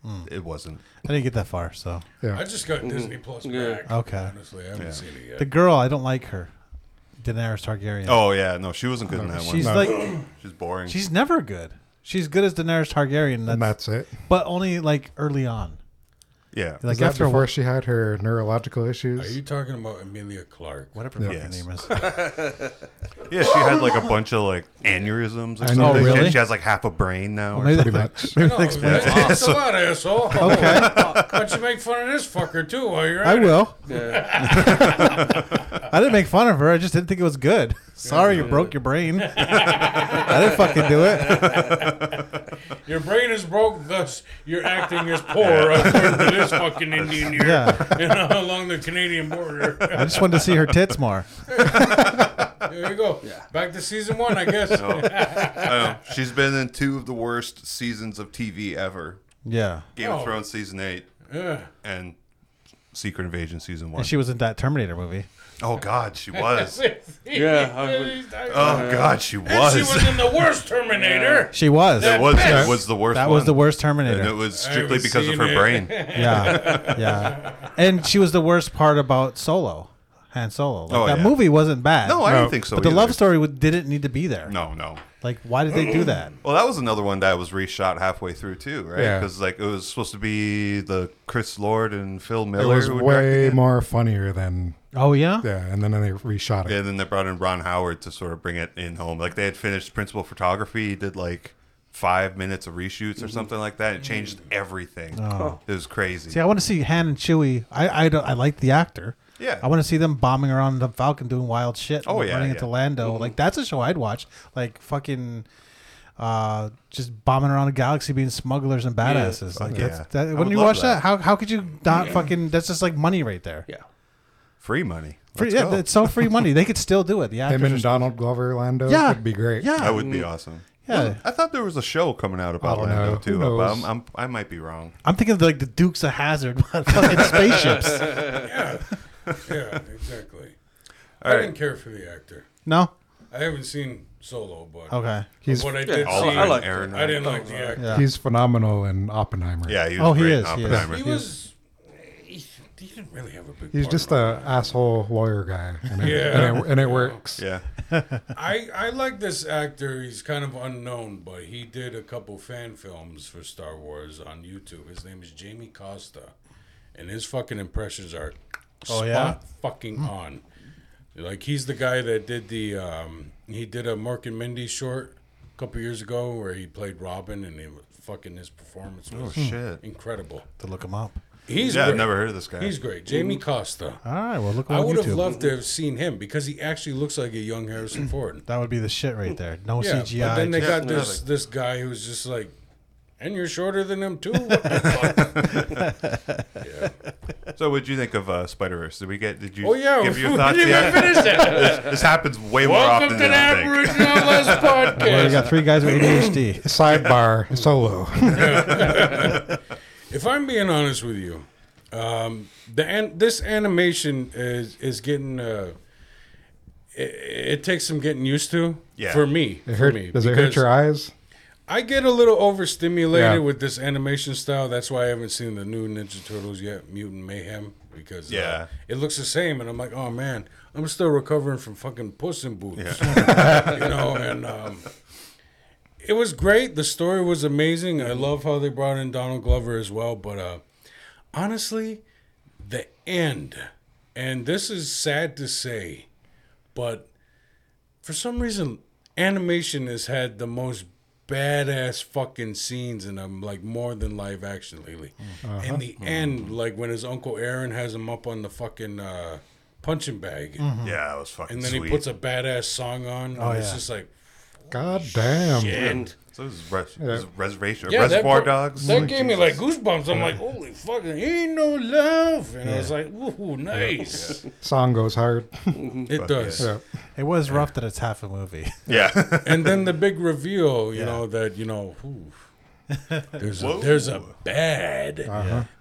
Hmm.
It wasn't.
I didn't get that far, so
I just got Disney Plus
Yeah.
back.
Okay.
Honestly, I haven't seen it yet.
the girl, I don't like her. Daenerys Targaryen.
Oh yeah, no, she wasn't good in that
she's
one.
like
she's boring.
She's never good. She's good as Daenerys Targaryen, that's,
And that's it.
but only like early on.
yeah,
Like
Is that
after a
before
while-
she had her neurological
Are
issues?
you talking about Amelia Clark?
whatever her
Yes.
name is.
yeah. She had like a bunch of like aneurysms or
I know,
something. She-
really?
She has like half a brain now. or
Maybe
Pretty
that-
much.
maybe
No,
that explains it.
that's a lot, asshole.
Okay.
Why don't you make fun of this fucker too while you're
I
at it?
will.
Yeah.
I didn't make fun of her. I just didn't think it was good. Sorry, you broke your brain. I didn't fucking do it.
Your brain is broke, thus your acting is poor according to this fucking Indian here
Yeah,
you know, along the Canadian border.
I just wanted to see her tits more.
There you go. Back to season one, I guess.
I
Oh.
know. She's been in two of the worst seasons of TV ever.
Yeah,
Game
Oh.
of Thrones season eight
Yeah.
and Secret Invasion season one.
And she was in that Terminator movie.
oh God, she was. oh
Yeah, I would-
He's talking about-
God, she
And
was.
she was in the worst Terminator.
She was.
it was
Yes.
it was the worst.
that was
one.
the worst
And it
Terminator.
was
I
strictly
haven't
because of
seen
her
it.
brain.
yeah, yeah. And she was the worst part about Solo, Han Solo. Like,
Oh,
that
yeah.
movie wasn't bad.
No, I don't think so.
But the
either.
love story would, didn't need to be there.
No, no.
Like, why did they do that?
Well, that was another one that was reshot halfway through too, right?
Yeah.
Because like it was supposed to be the Chris Lord and Phil
It
Miller.
was
who
way
directed it.
more funnier than
Oh yeah.
yeah, and then they reshot it.
Yeah, then they brought in Ron Howard to sort of bring it in home. Like they had finished principal photography, he did like five minutes of reshoots or something like that. It changed everything. It was crazy.
See, I want to see Han and Chewie. I I, don't- I like the actor.
Yeah.
I want to see them bombing around the Falcon doing wild shit.
Oh,
and
yeah,
running into
yeah.
Lando. Like that's a show I'd watch. Like fucking, uh, just bombing around the galaxy being smugglers and badasses. like
yeah.
that's,
I
that.
would
Wouldn't you
love
watch that?
that.
How how could you not fucking? That's just like money right there.
yeah.
Free monee.
Free,
Let's
yeah,
go.
it's so free money. They could still do it. The
Him
actors.
and Donald Glover Lando
Yeah.
would be great.
yeah.
that would be awesome.
Yeah.
I thought there was a show coming out about
I don't
Lando
know.
too.
Who
but
knows?
I'm, I'm, I might be wrong.
I'm thinking of like the Dukes of Hazard fucking spaceships.
Yeah, exactly. I
All right.
didn't care for the actor.
No.
I haven't seen Solo, but
Okay.
He's
what I did
I-
see,
I liked
Aaron.
I didn't like the actor.
Yeah.
he's phenomenal in Oppenheimer.
Yeah, he was
Oh, he
great in
is, he is.
Oppenheimer.
He was. He, he didn't really have a big.
He's
part
just
in
a asshole lawyer guy, and it,
Yeah.
and it, and it works.
Yeah.
it. I I like this actor. He's kind of unknown, but he did a couple fan films for Star Wars on YouTube. His name is Jamie Costa, and his fucking impressions are
Oh,
spot
yeah?
fucking on. Like he's the guy that did the um, he did a Mark and Mindy short a couple years ago where he played Robin, and it was fucking his performance
Oh
was
shit.
incredible.
To look them up.
He's
Yeah,
great.
I've never heard of this guy.
He's great, Jamie Costa.
All right. Well, look 'em
I
on
would have
YouTube.
loved to have seen him because he actually looks like a young Harrison Ford.
That would be the shit right there. No
Yeah,
CGI.
but then they
just-
got
Yeah,
this this guy who's just like, and you're shorter than him too. What the fuck? yeah.
So, what'd you think of uh, Spider Verse? Did we get? Did you?
Oh yeah,
Give your
we
thoughts
didn't even
yet?
finish that.
this, this happens way more
Welcome
often
to
than
the
you think.
Aboriginal
we
Podcast.
got three guys with ADHD.
Sidebar solo.
If I'm being honest with you, um, the an- this animation is is getting. Uh, it, it takes some getting used to.
Yeah.
For me.
It
for
hurt,
me,
does it hurt
because-
your eyes?
I get a little overstimulated
Yeah.
with this animation style. That's why I haven't seen the new Ninja Turtles yet, Mutant Mayhem, because uh,
Yeah.
it looks the same, and I'm like, oh man, I'm still recovering from fucking Puss in Boots, you know. And um, it was great. The story was amazing. I love how they brought in Donald Glover as well. But uh, honestly, the end, and this is sad to say, but for some reason animation has had the most badass fucking scenes and i'm like more than live action lately
Mm-hmm.
and the
Uh-huh.
end like when his uncle aaron has him up on the fucking uh punching bag
Mm-hmm.
Yeah, it was
Hmm.
fucking
and then
sweet.
he puts a badass song on and it's
yeah.
just like
God Oh, damn.
And
so this is, res-
Yeah.
this is reservation.
yeah, that
Reservoir
put-
Dogs.
that gave me like goosebumps i'm like holy fucking ain't no love and i was like woohoo nice
Song goes hard.
it does
yeah.
It was rough that it's half a movie.
Yeah.
and then the big reveal, you
Yeah.
know, that you know, ooh, there's a,
Whoa.
there's a bad,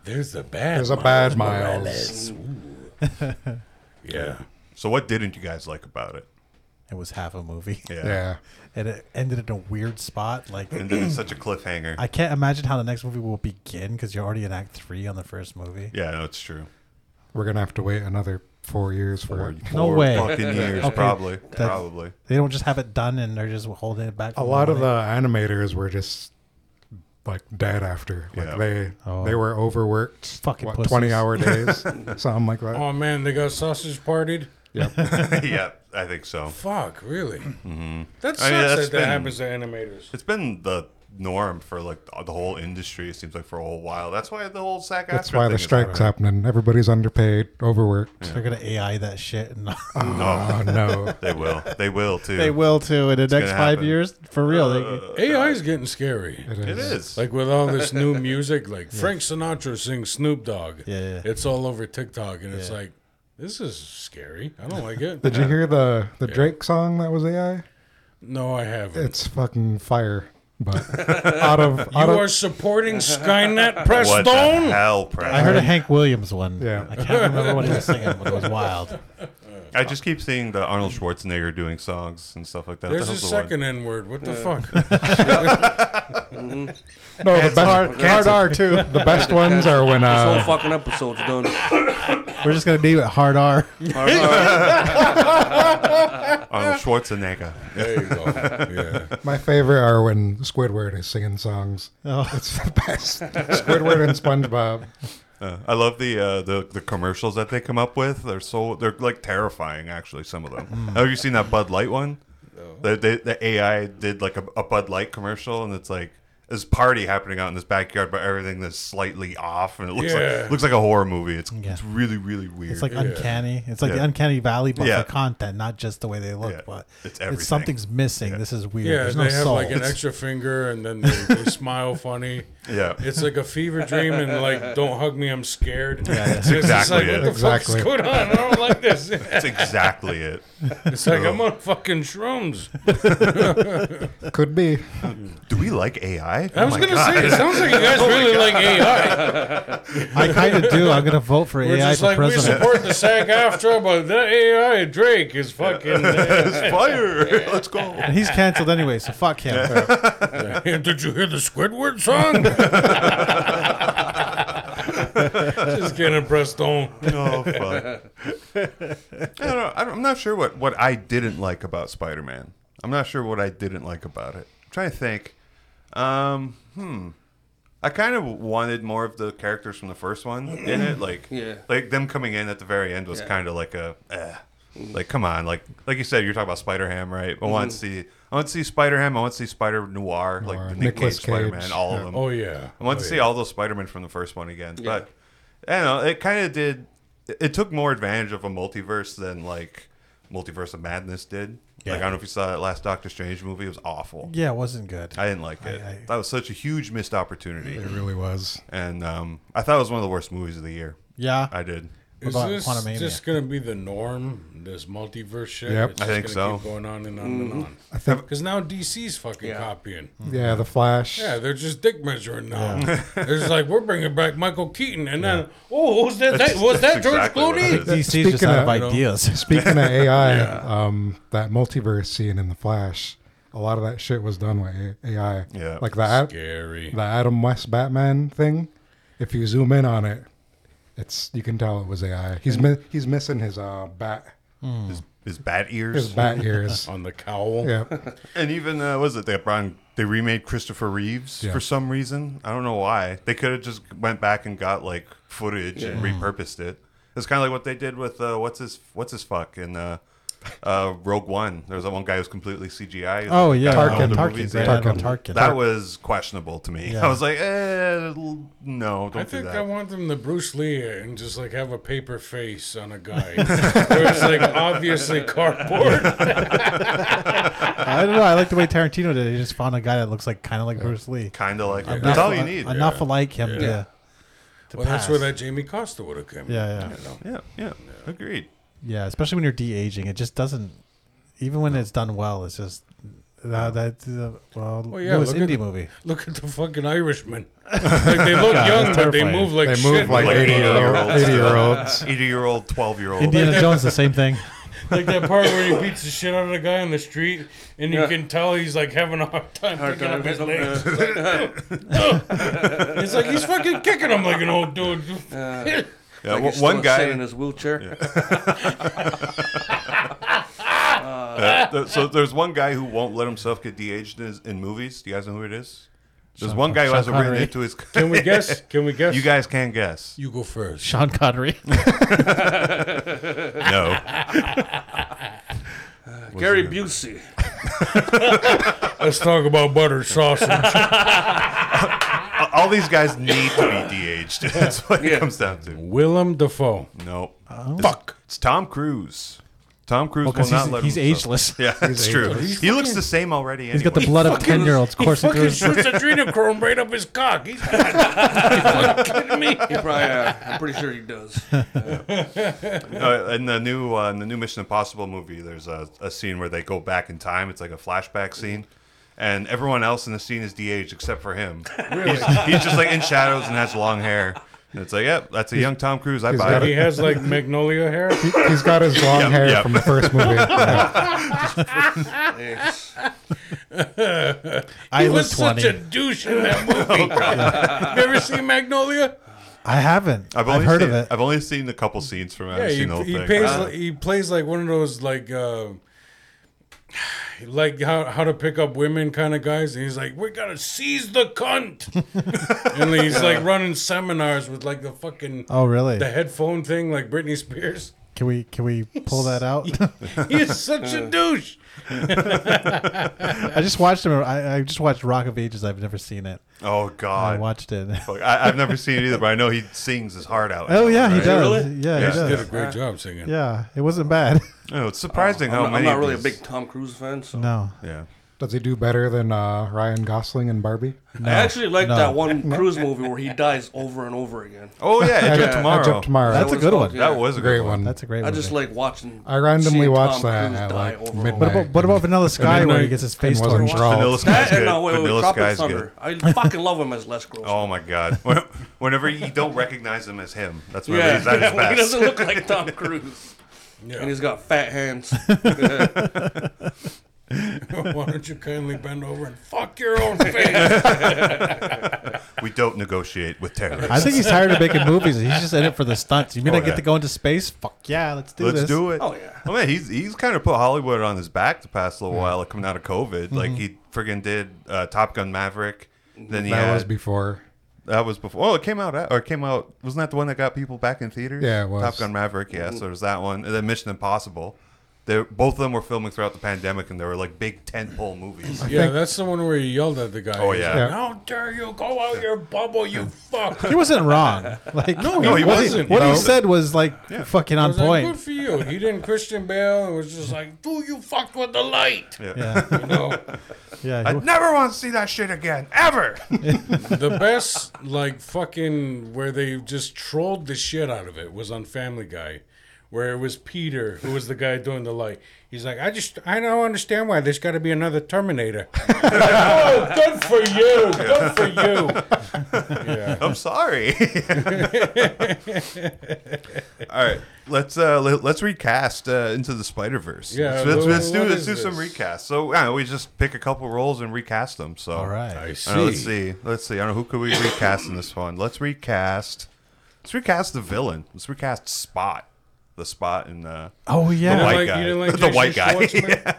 there's a bad,
There's a bad
Morales. Ooh. yeah,
so what didn't you guys like about it?
It was half a movie.
Yeah.
Yeah.
And it ended in a weird spot. Like,
And then it's such a cliffhanger.
I can't imagine how the next movie will begin because you're already in Act Three on the first movie.
yeah, no, it's true.
We're going to have to wait another four years for it.
No
Four
way.
Fucking years,
Okay,
probably.
that-
Probably.
They don't just have it done and they're just holding it back.
A
for
lot of the
money.
animators were just like dead after. Like
Yeah.
they
Oh.
they were overworked.
Fucking
what,
pussies.
20 hour days. something like that.
oh man, they got sausage partied.
yeah, I think so.
Fuck, really? That sucks
I mean, that's
that that
been-
happens to animators.
It's been the norm for like the whole industry. It seems like for a whole while. That's why the whole SAC.
That's why the strike's happening. Everybody's underpaid, overworked.
They're gonna AI that shit and
Uh-huh.
Oh, no.
They will. They will too.
they will too in the
gonna
next five
happen.
years for real. They-
AI is getting scary.
It is.
It is.
Like with all this new music, like Frank Sinatra sings Snoop Dogg.
Yeah, yeah.
It's all over TikTok, and it's like, this is scary. I don't like it.
Did you hear the, the Drake song that was AI?
No, I haven't.
It's fucking fire. But out of out
You
of,
are supporting Skynet Press
What the
Stone?
hell,
I heard a
Preston?
Hank Williams one.
Yeah.
I can't remember what he was singing, but it was wild.
I just keep seeing the Arnold Schwarzenegger doing songs and stuff like that. What
There's
the
a
hell's the one?
second N word. What the fuck?
no the best hard, R too. The best ones are when
This whole
uh,
fucking episode's done.
We're just gonna name it Hard R.
Arnold Schwarzenegger.
There you go. Yeah.
my favorite are when Squidward is singing songs.
Oh.
It's the best. Squidward and SpongeBob.
Uh, I love the, uh, the the commercials that they come up with. They're so they're like terrifying. Actually, some of them.
Mm.
Have you seen that Bud Light one? The, the, the AI did like a, a Bud Light commercial, and it's like this party happening out in this backyard, but everything is slightly off, and it looks
Yeah.
like looks like a horror movie. It's
Yeah.
it's really really weird.
It's like uncanny. It's like the
Yeah.
uncanny valley, but
Yeah.
for content, not just the way they look,
Yeah.
but
It's everything.
something's missing. This is weird.
Yeah,
There's
they
no
have
soul.
like an extra finger and then they, they smile funny.
yeah,
It's like a fever dream and like, don't hug me, I'm scared. Yeah,
that's
exactly
like,
it.
what the
Exactly.
fuck's going on? I don't like this.
that's exactly it.
It's like I'm on fucking shrooms.
Could be.
Do we like Oh AI?
I was gonna say, it sounds like you guys really like AI.
I kind of do. I'm gonna vote for
We're
AI
just
for
like we
president.
support the SAG AFTRA, but that AI Drake is fucking. uh,
it's fire. Let's go.
and he's canceled anyway, so fuck him.
Did you hear the Squidward song? just kidding, Preston.
Oh fuck! I don't know. I don't- I'm not sure what what I didn't like about Spider Man. I'm not sure what I didn't like about it. I'm trying to think. Um, hmm. I kind of wanted more of the characters from the first one in it, like
Yeah.
like them coming in at the very end was
Yeah. Mm.
kind of like a, eh. like come on, like like you said, you're talking about Spider Ham, right? I want to
Mm-hmm.
see, I want to see Spider Ham, I want to see Spider Noir, like
Noir.
the Nick Cage
Nicolas Cage.
Spider Man, all of
Yeah.
them.
Oh yeah.
I want
Oh,
to
yeah.
see all those Spider-Man from the first one again, but I don't know. It kind of did. it- It took more advantage of a multiverse than like Multiverse of Madness did.
Yeah.
Like I don't know if you saw that last Doctor Strange movie. It was awful.
yeah, it wasn't good.
I didn't like it.
I- I-
that was such a huge missed opportunity,
It really was.
and um, I thought it was one of the worst movies of the year.
yeah,
I did.
Is
about
this
Quantumania?
just gonna be the norm? This multiverse shit.
Yep.
It's
I
just
think
gonna
so. Mm-hmm.
Keep going on and on and on.
I think.
Because now DC's fucking
Yeah.
copying.
Yeah, the Flash.
Yeah, they're just dick measuring now. it's like we're bringing back Michael Keaton, and then oh, who's that?
That's-
that was that
that's
George
exactly what
Clooney?
it is.
DC's just
Speaking
out
of-
of ideas.
Speaking of AI, um, that multiverse scene in the Flash, a lot of that shit was done with A- AI.
Yeah.
like that.
Scary.
the Adam West Batman thing, if you zoom in on it, it's you can tell it was AI. He's mi- he's missing his uh bat
His, his bat
his
ears,
bat ears.
On the cowl.
yeah,
and even uh, was it they brought they remade Christopher Reeves
Yeah.
for some reason. I don't know why. They could have just went back and got like footage and
Mm-hmm.
repurposed it. It's kind of like what they did with uh, what's his what's his fuck in uh, uh, Rogue One. There was that one guy who was completely CGI.
Oh yeah,
Got all
Tarkin,
the
Tarkin,
movies,
Grand
yeah.
Admiral
Tarkin.
Tarkin.
That was questionable to me.
Yeah.
I was like, eh, l- no, don't
I
do
think
that.
I want them to Bruce Lee it and just like have a paper face on a guy. Where it's like obviously cardboard.
I don't know. I like the way Tarantino did. it. He just found a guy that looks like kind of like Bruce Lee.
kind of like that's all you need.
Enough like him. Yeah. to
Well, that's where
pass.
that Jamie Costa would have come. in,
Yeah, yeah.
you know.
Yeah, yeah, agreed.
Yeah, especially when you're de aging, it just doesn't. Even when it's done well, it's just uh, that. Uh, well,
Well, yeah,
Lewis
look at
indie
the-
movie.
Look at the fucking Irishman. Like they look young,
that's
but they
terrifying.
move like
they move
shit.
like
Like
eighty year old
80-year-olds.
eighty year olds.
Eighty year old, twelve year old.
Indiana Jones, the same thing.
Like that part where he beats the shit out of the guy on the street, and you
Yeah.
can tell he's like having a hard time picking up his legs. It's like he's fucking kicking him like an old dude.
Yeah, one- one guy
in his wheelchair.
Uh, th- so there's one guy who won't let himself get de-aged in, his, in movies. Do you guys know who it is? There's one guy who
Sean
has it written
Connery.
into his.
Can we guess? Can we guess?
you guys can guess.
You go first.
Sean Connery.
No,
Gary Busey.
Let's talk about butter sausage.
all these guys need to be de-aged. That's what it comes down to.
Willem Dafoe.
No,
Oh.
fuck. It's Tom Cruise. Tom Cruise will
Because
not
Oh, he's,
let
he's
himself.
ageless.
Yeah, it's true. He looks the same already.
He's got the blood of ten year olds coursing through
Fucking
his.
shoots adrenochrome right up his cock. He's not kidding me.
He probably, uh, I'm pretty sure he does.
Uh, in the new uh, in the new Mission Impossible movie, there's a, a scene where they go back in time. It's like a flashback scene, and everyone else in the scene is de-aged except for him. He's, he's just like in shadows and has long hair. And it's like, yep, that's a young Tom Cruise. I
he's
buy
got
He
it.
has like magnolia hair.
He- He's got his long hair
yep.
from the first movie. Yeah.
I
he
live
was
twenty.
such a douche in that
Oh,
movie. you ever seen Magnolia?
I haven't. I've,
I've only
heard
seen,
of it.
I've only seen a couple scenes from it. I
Yeah,
haven't
he,
seen the whole
he
thing.
plays
Uh,
like, he plays like one of those like uh, like how how to pick up women kind of guys, and he's like, "We gotta seize the cunt," and he's like running seminars with like the fucking
oh really?
the headphone thing, like Britney Spears.
Can we can we pull that out?
He's such a douche.
I just watched him. I, I just watched Rock of Ages. I've never seen it.
oh
I
God,
watched it.
Fuck, I, I've never seen it either, but I know he sings his heart out.
Oh yeah, he
Right?
does.
Really?
Yeah,
Yeah.
he
Did a
does.
great job singing.
Yeah, it wasn't bad.
Oh, it's surprising
I'm
how
not, I'm
many.
not really a
of
big
these-
Tom Cruise fan, so
No,
Yeah.
Does he do better than uh, Ryan Gosling and Barbie?
I actually like
no.
that one Cruise movie where he dies over and over again.
Oh yeah, Edge of
Edge
Tomorrow.
of Tomorrow.
That's
what
a
it's
good
called?
one.
Yeah.
That was a
great
good
one.
that's a great.
I
movie.
just like watching.
I randomly
seeing
watched
Tom
that
Cruise
at
die
like
over and
midnight.
What about what about Vanilla Sky where he
Midnight
gets his face
and wasn't
torched?
drawn.
Vanilla
That
Sky's
and
good.
no, wait, wait,
Vanilla
Tropic
Sky's
Thunder.
good.
I fucking love him as Les Grossman.
Oh my God. When- Whenever you don't recognize him as him, that's when
yeah,
he's at his
when he
best.
doesn't look like Tom Cruise, and
Yeah.
he's got fat hands. Yeah.
"Oh, Why don't you kindly bend over and fuck your own face?
We don't negotiate with terrorists.
I think he's tired of making movies. He's just in it for the stunts. You mean
Oh,
I get
yeah.
to go into space? Fuck yeah, let's do
Let's
this.
do it.
Oh, yeah.
I mean, he's he's kind of put Hollywood on his back the past little while, like coming out of COVID. Like he friggin' did uh, Top Gun Maverick. Then he
That
had,
was before.
that was before. Oh, it came out at- or it came out. Wasn't that the one that got people back in theaters?
Yeah, it was.
Top Gun Maverick. Yeah, so there's that one. And then Mission Impossible. They both of them were filming throughout the pandemic, and they were like big tentpole movies.
yeah,
think-
that's the one where he yelled at the guy.
Oh,
He's
yeah.
like,
Yeah.
How dare you go out your bubble, you fuck.
He wasn't wrong. Like no,
he
what
wasn't.
He, what
No.
he said was like fucking
I
on
was like,
point.
good for you. He didn't Christian Bale and was just like, dude, you fucked with the light.
Yeah,
You know,
yeah.
I
he-
never want to see that shit again, ever.
the best, like, fucking, where they just trolled the shit out of it was on Family Guy, where it was Peter who was the guy doing the light. He's like, I just, I don't understand why there's got to be another Terminator. oh, good for you. Good for you. Yeah.
I'm sorry. All right, let's uh, let, us recast uh, into the Spider Verse.
Yeah,
let's, let's,
wh-
let's do
what
let's
is
do some
this?
recasts. So yeah, we just pick a couple roles and recast them. So
All right.
I
I
see.
don't know, let's see. Let's see. I don't know who could we recast in this one. Let's recast. Let's recast the villain. Let's recast Spot. The Spot in uh,
Oh
the
yeah.
white
like-
guy.
you didn't like
the
Jason
white guy.
Schwartzman?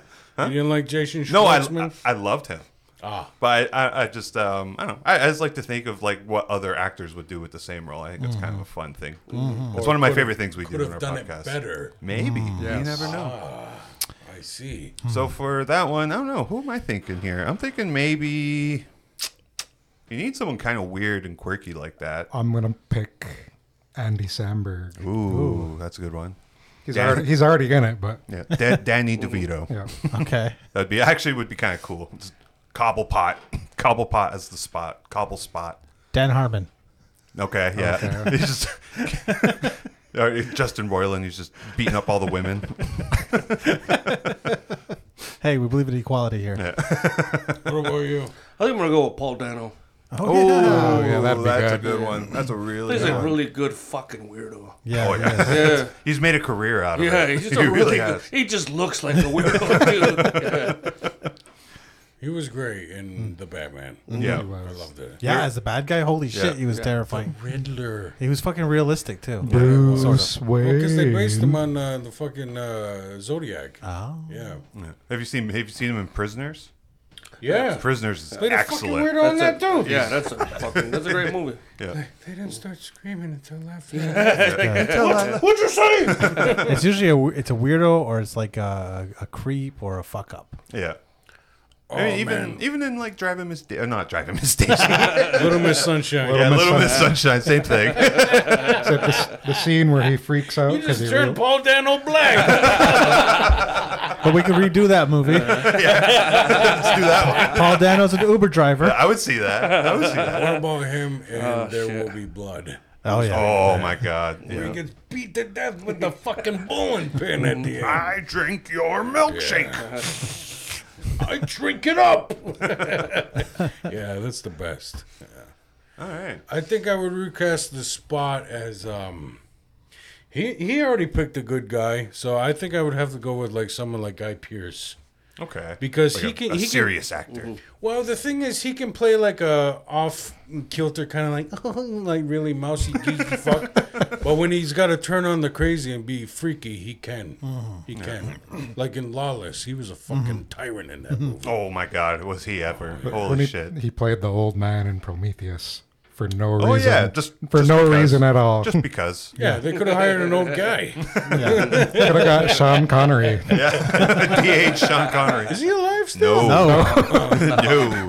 You didn't like Jason
No, I,
Schwartzman?
I I loved him.
Ah.
But I, I, I just um I don't know. I, I just like to think of like what other actors would do with the same role. I think it's kind of a fun thing. It's one of my favorite things we do
could have
in our
done
podcast.
it better. Ah.
Maybe you never know.
I see.
So for that one, I don't know. Who am I thinking here? I'm thinking maybe you need someone kind of weird and quirky like that.
I'm gonna pick Andy Samberg.
Ooh, that's a good one.
He's
Dan-
already he's already in it, but
Yeah, Da- Danny DeVito.
yeah,
Okay.
That'd be actually would be kind of cool. Just Cobblepot, Cobblepot as the spot. Cobble spot.
Dan Harmon.
Okay, yeah. he's just Or Justin Roiland. He's just beating up all the women.
Hey, we believe in equality here.
What about you?
I think I'm gonna go with Paul Dano.
Oh yeah.
Oh, yeah, that'd be
that's
good.
a good one. That's a really
He's
good
a
one.
really good fucking weirdo.
Yeah.
Oh,
yeah.
yeah.
Yeah.
he's made a career out of
Yeah,
it.
he's just
He
a really good.
has.
He just looks like a weirdo, dude. Yeah.
He was great in the Batman.
Mm. Mm-hmm. Yeah.
I loved it.
Yeah, as a bad guy, holy shit, he was terrifying.
Riddler.
He was fucking realistic too.
Bruce
Well, because they
Wayne.
based him on uh, the fucking uh, Zodiac.
Oh.
yeah.
Yeah. Have you seen Have you seen him in Prisoners?
Yeah.
Prisoners is
Played a fucking
excellent.
weirdo in that,
That's a-
too.
Yeah, that's a fucking. That's a great movie.
Yeah.
They didn't start screaming until after that.
What'd you say?
It's usually a it's a weirdo or it's like a, a creep or a fuck up.
Yeah. I mean,
Oh,
even
man.
even in like Driving Miss, Da- uh, not Driving Miss Daisy,
Little Miss Sunshine.
yeah,
Miss
Little Miss Sunshine, same thing.
Except the, the scene where he freaks out
You
because
just
he
turned
real-
Paul Dano black.
But we could redo that movie.
Let's do that one.
Paul Dano's an Uber driver.
I would see that. I would see that.
what about him and There Will Be Blood?
Oh yeah.
Oh my god!
Where he
Yeah.
gets beat to death
Mm-hmm.
with the fucking bowling pin at the end.
I drink your milkshake.
I drink it up. yeah, that's the best.
All right.
I think I would recast the spot as um he he already picked a good guy, so I think I would have to go with like someone like Guy Pierce.
Okay.
Because
Like
he
a-
can-
a
he can-
serious actor.
Well, the thing is he can play like a off kilter kind of like like really mousy geeky fuck. But when he's got to turn on the crazy and be freaky, he can. He can. Like in Lawless, he was a fucking tyrant in that movie.
Oh my God, was he ever? Holy
When he,
shit!
he played the old man in Prometheus for no reason.
oh yeah, just
uh, for
just
no
because.
reason at all.
Just because.
Yeah, they could have hired an old guy.
Could have got Sean Connery.
Yeah. DH Sean Connery.
Is he alive still?
No.
No,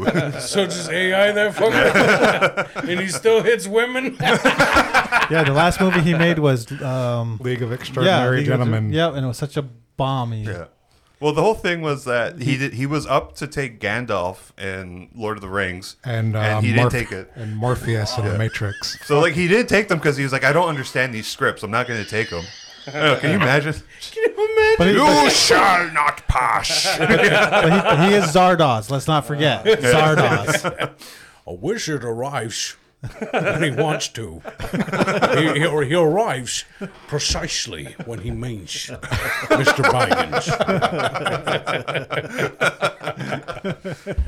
no.
So just AI that fucker, and he still hits women.
yeah. The last movie he made was um,
League of
yeah,
Extraordinary
League of-
Gentlemen.
Yeah, and it was such a bomb. He,
Yeah. Well, the whole thing was that he did, he was up to take Gandalf in Lord of the Rings,
And, uh,
he didn't
Morph-
take it.
And Morpheus in The Matrix.
So like he didn't take them because he was like, I don't understand these scripts. I'm not going to take them. Oh, can you imagine?
But, he,
you shall not pass.
but he, but he is Zardoz. Let's not forget Zardoz.
A wizard arrives when he wants to, he, he, or he arrives precisely when he means, Mister Bidens.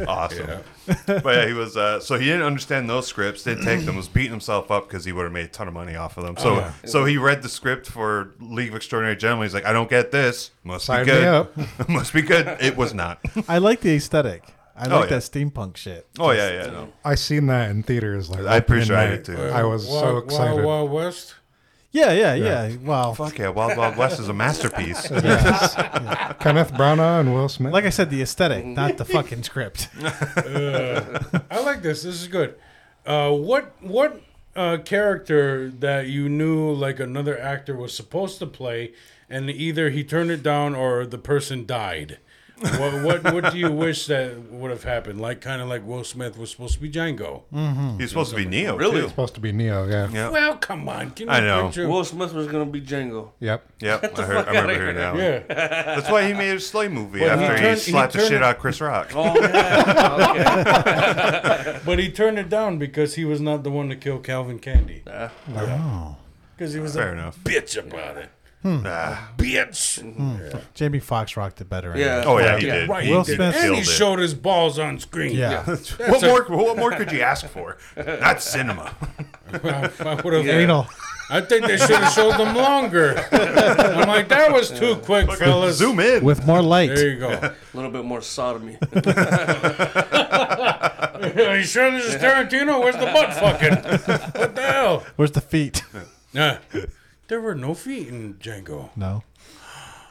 awesome. But yeah, he was. Uh, so he didn't understand those scripts. Didn't take them. Was beating himself up because he would have made a ton of money off of
Oh,
them. So so he read the script for League of Extraordinary Gentlemen. He's like, I don't get this. Must
Sign
be
me
good.
up.
Must be good. It was not.
I like the aesthetic. I like
Oh, yeah.
that steampunk shit.
Oh yeah, yeah. No.
I seen that in theaters. Like
I appreciate
opening
it,
night.
too.
I was so
Wild-
excited.
Wild, Wild West.
Yeah, yeah, yeah. Wow.
Fuck yeah, Wild Wild West is a masterpiece.
Kenneth Branagh and Will Smith.
Like I said, the aesthetic, not the fucking script.
I like this. This is good. Uh, what what uh, character that you knew like another actor was supposed to play, and either he turned it down or the person died. what, what what do you wish that would have happened? Like kind of like Will Smith was supposed to be Django.
Mm.
He's supposed to be Neo.
Really?
Too.
supposed to be Neo. Yeah.
Yeah.
Well, come on, can you
I know.
Picture?
Will Smith was gonna be Django.
Yep.
Yep. I, heard, I remember hearing that. one.
yeah,
That's why he made a Slay movie
Well, he
after he,
turned- he
slapped the
turned
shit
it-
out of Chris Rock.
Oh yeah.
but he turned it down because he was not the one to kill Calvin Candy.
Uh,
Oh.
Because he was
Fair
a
enough.
bitch about it.
Hmm.
Ah.
Bitch.
Jamie Fox rocked it better.
Yeah.
Oh yeah, he
Yeah.
did.
Right.
He
Will
did.
Smith-
Killed
And he
it.
showed his balls on screen.
Yeah.
What more? What more could you ask for? Not cinema.
I, I would have.
Anal.
I think they should have showed them longer. I'm like, that was too quick, fellas.
Zoom in.
With more
There
light.
you go.
A little bit more sodomy.
Are you sure this is Tarantino? Where's the butt fucking? What the hell?
Where's the feet?
Nah. There were no feet in Django.
No.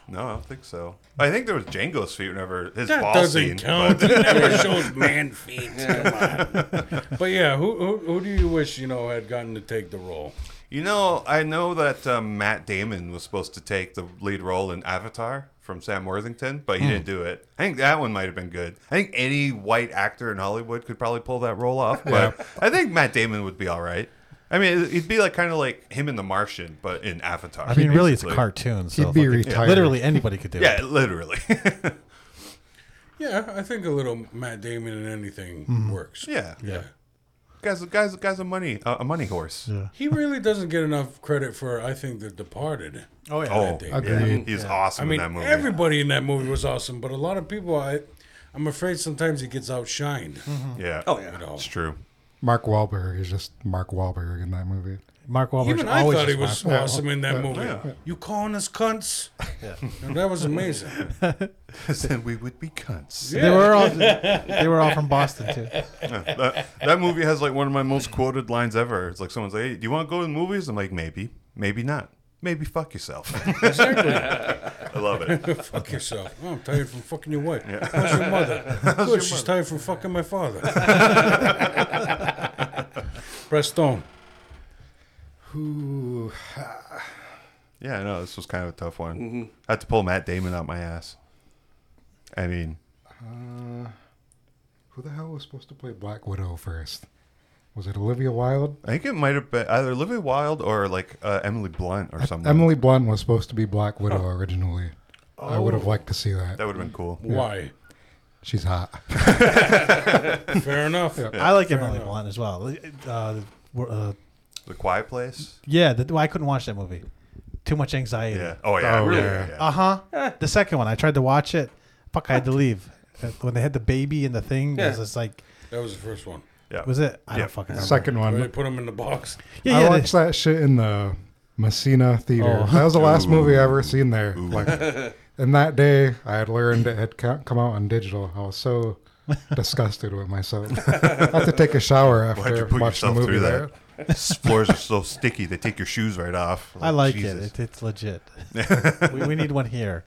No, I don't think so. I think there was Django's feet whenever his
That
ball
doesn't
scene.
count. It never shows man feet. Come on. But yeah, who, who who do you wish you know had gotten to take the role?
You know, I know that uh, Matt Damon was supposed to take the lead role in Avatar from Sam Worthington, but
Hmm.
he didn't do it. I think that one might have been good. I think any white actor in Hollywood could probably pull that role off, but I think Matt Damon would be all right. I mean, he'd be like kind of like him in The Martian, but in Avatar.
I mean, really, it's a
basically.
cartoon. So
He'd be
fucking-
retired.
Literally anybody could do
Yeah,
it.
literally.
Yeah, I think a little Matt Damon in anything
Mm-hmm.
works.
yeah, guys, guys, guys, a money, uh, a money horse.
He really doesn't get enough credit for I think The Departed.
Oh, yeah.
Oh, yeah.
Agreed.
he's awesome
I mean,
in that movie.
everybody in that movie was awesome, but a lot of people, I, I'm afraid sometimes he gets outshined.
yeah,
Oh yeah.
know.
Mm-hmm. it's true.
Mark Wahlberg is just Mark Wahlberg in that movie.
Mark Wahlberg's
Even I
always
thought he
just
was
Mark-
awesome in that movie. You calling us cunts? And that was amazing.
then we would be cunts.
They were all they were all from Boston too.
that, that movie has like one of my most quoted lines ever. It's like someone's like, "Hey, do you want to go to the movies?" I'm like, "Maybe, maybe not. Maybe fuck yourself." I love it.
Fuck yourself. Oh, I'm tired from fucking your wife. How's your mother? Good. She's tired from fucking my father. Prestone.
Yeah, I know this was kind of a tough one. I had to pull Matt Damon out my ass. I mean,
Who the hell was supposed to play Black Widow first? Was it Olivia Wilde?
I think it might have been either Olivia Wilde or like uh, Emily Blunt or something.
Emily Blunt was
Oh.
supposed to be Black Widow originally. I would have liked to see that.
that would have been cool.
Why?
She's hot.
Fair enough.
I like Emily Blunt as well. Uh, we're- uh,
The Quiet Place.
yeah, the, well, I couldn't watch that movie. Too much anxiety.
Yeah. Oh yeah.
Oh,
really,
yeah.
yeah.
Uh huh. The second one, I tried to watch it. Fuck, I had to leave. When they had the baby and the thing, it was
Yeah.
just like,
That was the first one.
Yeah.
was it? I
Yeah.
don't fucking remember.
Second
Where they
one.
put him in the box.
Yeah,
I
yeah.
watched
they-
that shit in the Messina Theater.
Oh.
That was the last movie I ever seen there. Like, and that day, I had learned it had co- come out on digital. I was so disgusted with myself. I had to take a shower
Why'd you
after
put yourself
watching the movie
through
there.
that? Floors are so sticky; they take your shoes right off.
I like it.
Jesus.
it. It's legit. we, we need one here.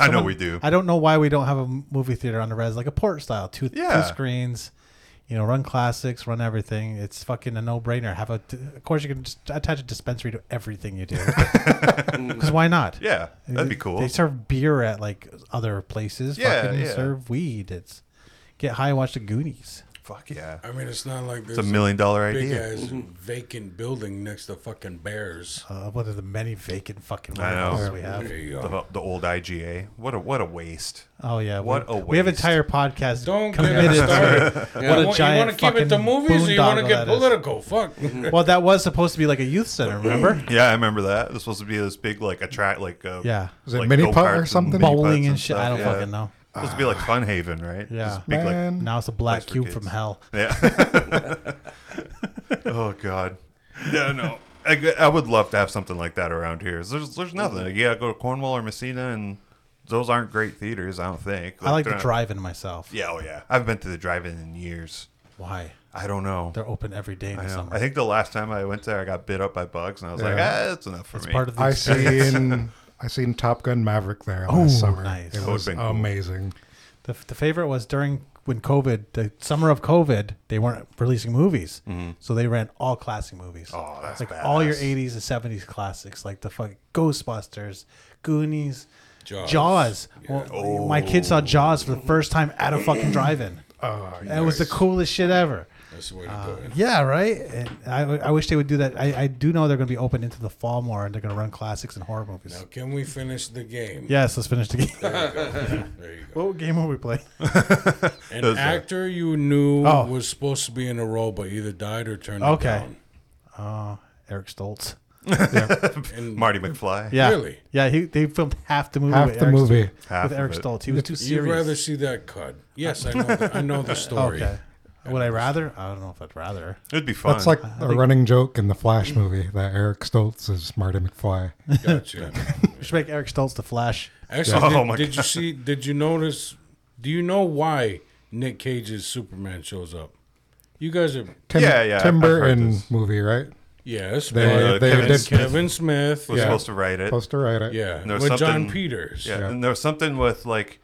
I know
someone-
we do.
I don't know why we don't have a m- movie theater on the res, like a port style, two,
Yeah.
two screens. You know, run classics, run everything. It's fucking a no-brainer. Have a, of course, you can just attach a dispensary to everything you do. Because why not?
Yeah, that'd be
They-
cool.
They serve beer at like other places.
Yeah,
fucking
yeah.
serve weed. It's get high, watch the Goonies.
Fuck yeah!
I mean, it's not like there's
It's a million dollar
big
idea.
ass
Mm-hmm.
vacant building next to fucking bears.
Uh, one of the many vacant fucking
I know.
warehouses we have.
There you go.
The, the old IGA. What a what a waste.
Oh yeah,
What
we,
a
we have
waste.
entire podcast
Don't get
committed.
it
to-
started.
What a
You want-
giant
you want to keep it to
fucking
movies or you want to
boondoggle
get
that is. Mm-hmm.
political? Fuck.
well, that was supposed to be like a youth center, remember?
Yeah, I remember that. It was supposed to be this big like attract like uh,
yeah,
Is it mini
go-karts
putt or
and
something?
mini putts
bowling and shit. I
stuff,
don't
yeah.
fucking know.
It's supposed to be like Fun Haven, right?
Yeah.
Just big, like,
Man.
Now it's a black
Place for
cube
kids.
from hell.
yeah. oh God. Yeah, no. Mm-hmm. I, g- I would love to have something like that around here. There's there's nothing. Like, yeah, go to Cornwall or Messina, and those aren't great theaters. I don't think.
I like
they're
to
not-
drive in myself.
uh, Yeah, oh yeah. I've been to the drive-in in years.
Why?
I don't know.
They're open every day in
I,
the
know.
summer.
I think the last time I went there, I got bit up by bugs, and I was like,
Yeah.
ah, that's enough for
it's
me.
part of the
I
experience.
seen I seen Top Gun Maverick there
Oh,
last summer.
nice.
It
That
would've
was
been cool.
amazing.
The, the favorite was during when COVID, the summer of COVID, they weren't releasing movies, so they ran all classic movies.
Mm-hmm. Oh, that's
like all your
badass.
'80s and '70s classics, like the fucking Ghostbusters, Goonies,
Jaws.
Jaws. Well, my
Oh.
kid saw Jaws for the first time at a fucking drive-in.
Oh,
and it was the coolest shit ever.
That's the way to do
Ah.
it.
Yeah, right. And I, I wish they would do that. I, I do know they're going to be open into the fall more, and they're going to run classics and horror movies.
Now, can we finish the game?
Yes, let's finish the game.
There you go. There you go.
what game are we playing?
An
uh,
actor you knew
Oh.
was supposed to be in a role, but either died or turned
Okay.
it down.
Eric Stoltz.
And
Marty McFly.
Yeah.
Really?
Yeah, he, they filmed half the movie.
Half
with
the
Eric
movie.
Stoltz,
Half
with
of
Eric
it.
Stoltz. He was too
You'd
serious.
rather see that cut. Yes, I know. The, I know the story.
okay. Would I rather? I don't know if I'd rather.
It'd be fun.
That's like a running joke in the Flash movie that Eric Stoltz is Marty McFly.
Gotcha.
We should make Eric Stoltz the Flash.
Actually,
Oh,
did,
my
did you see? Did you notice? Do you know why Nick Cage's Superman shows up? You guys are
Tim,
Yeah, yeah,
Tim
I've heard
Burton
this.
movie, right?
yes,
They,
but
they
Kevin
did
Smith.
Kevin Smith.
was
Yeah,
supposed to write it.
supposed to write it.
yeah,
There was
with John
something-
Peters
yeah.
Yeah.
And there was something with like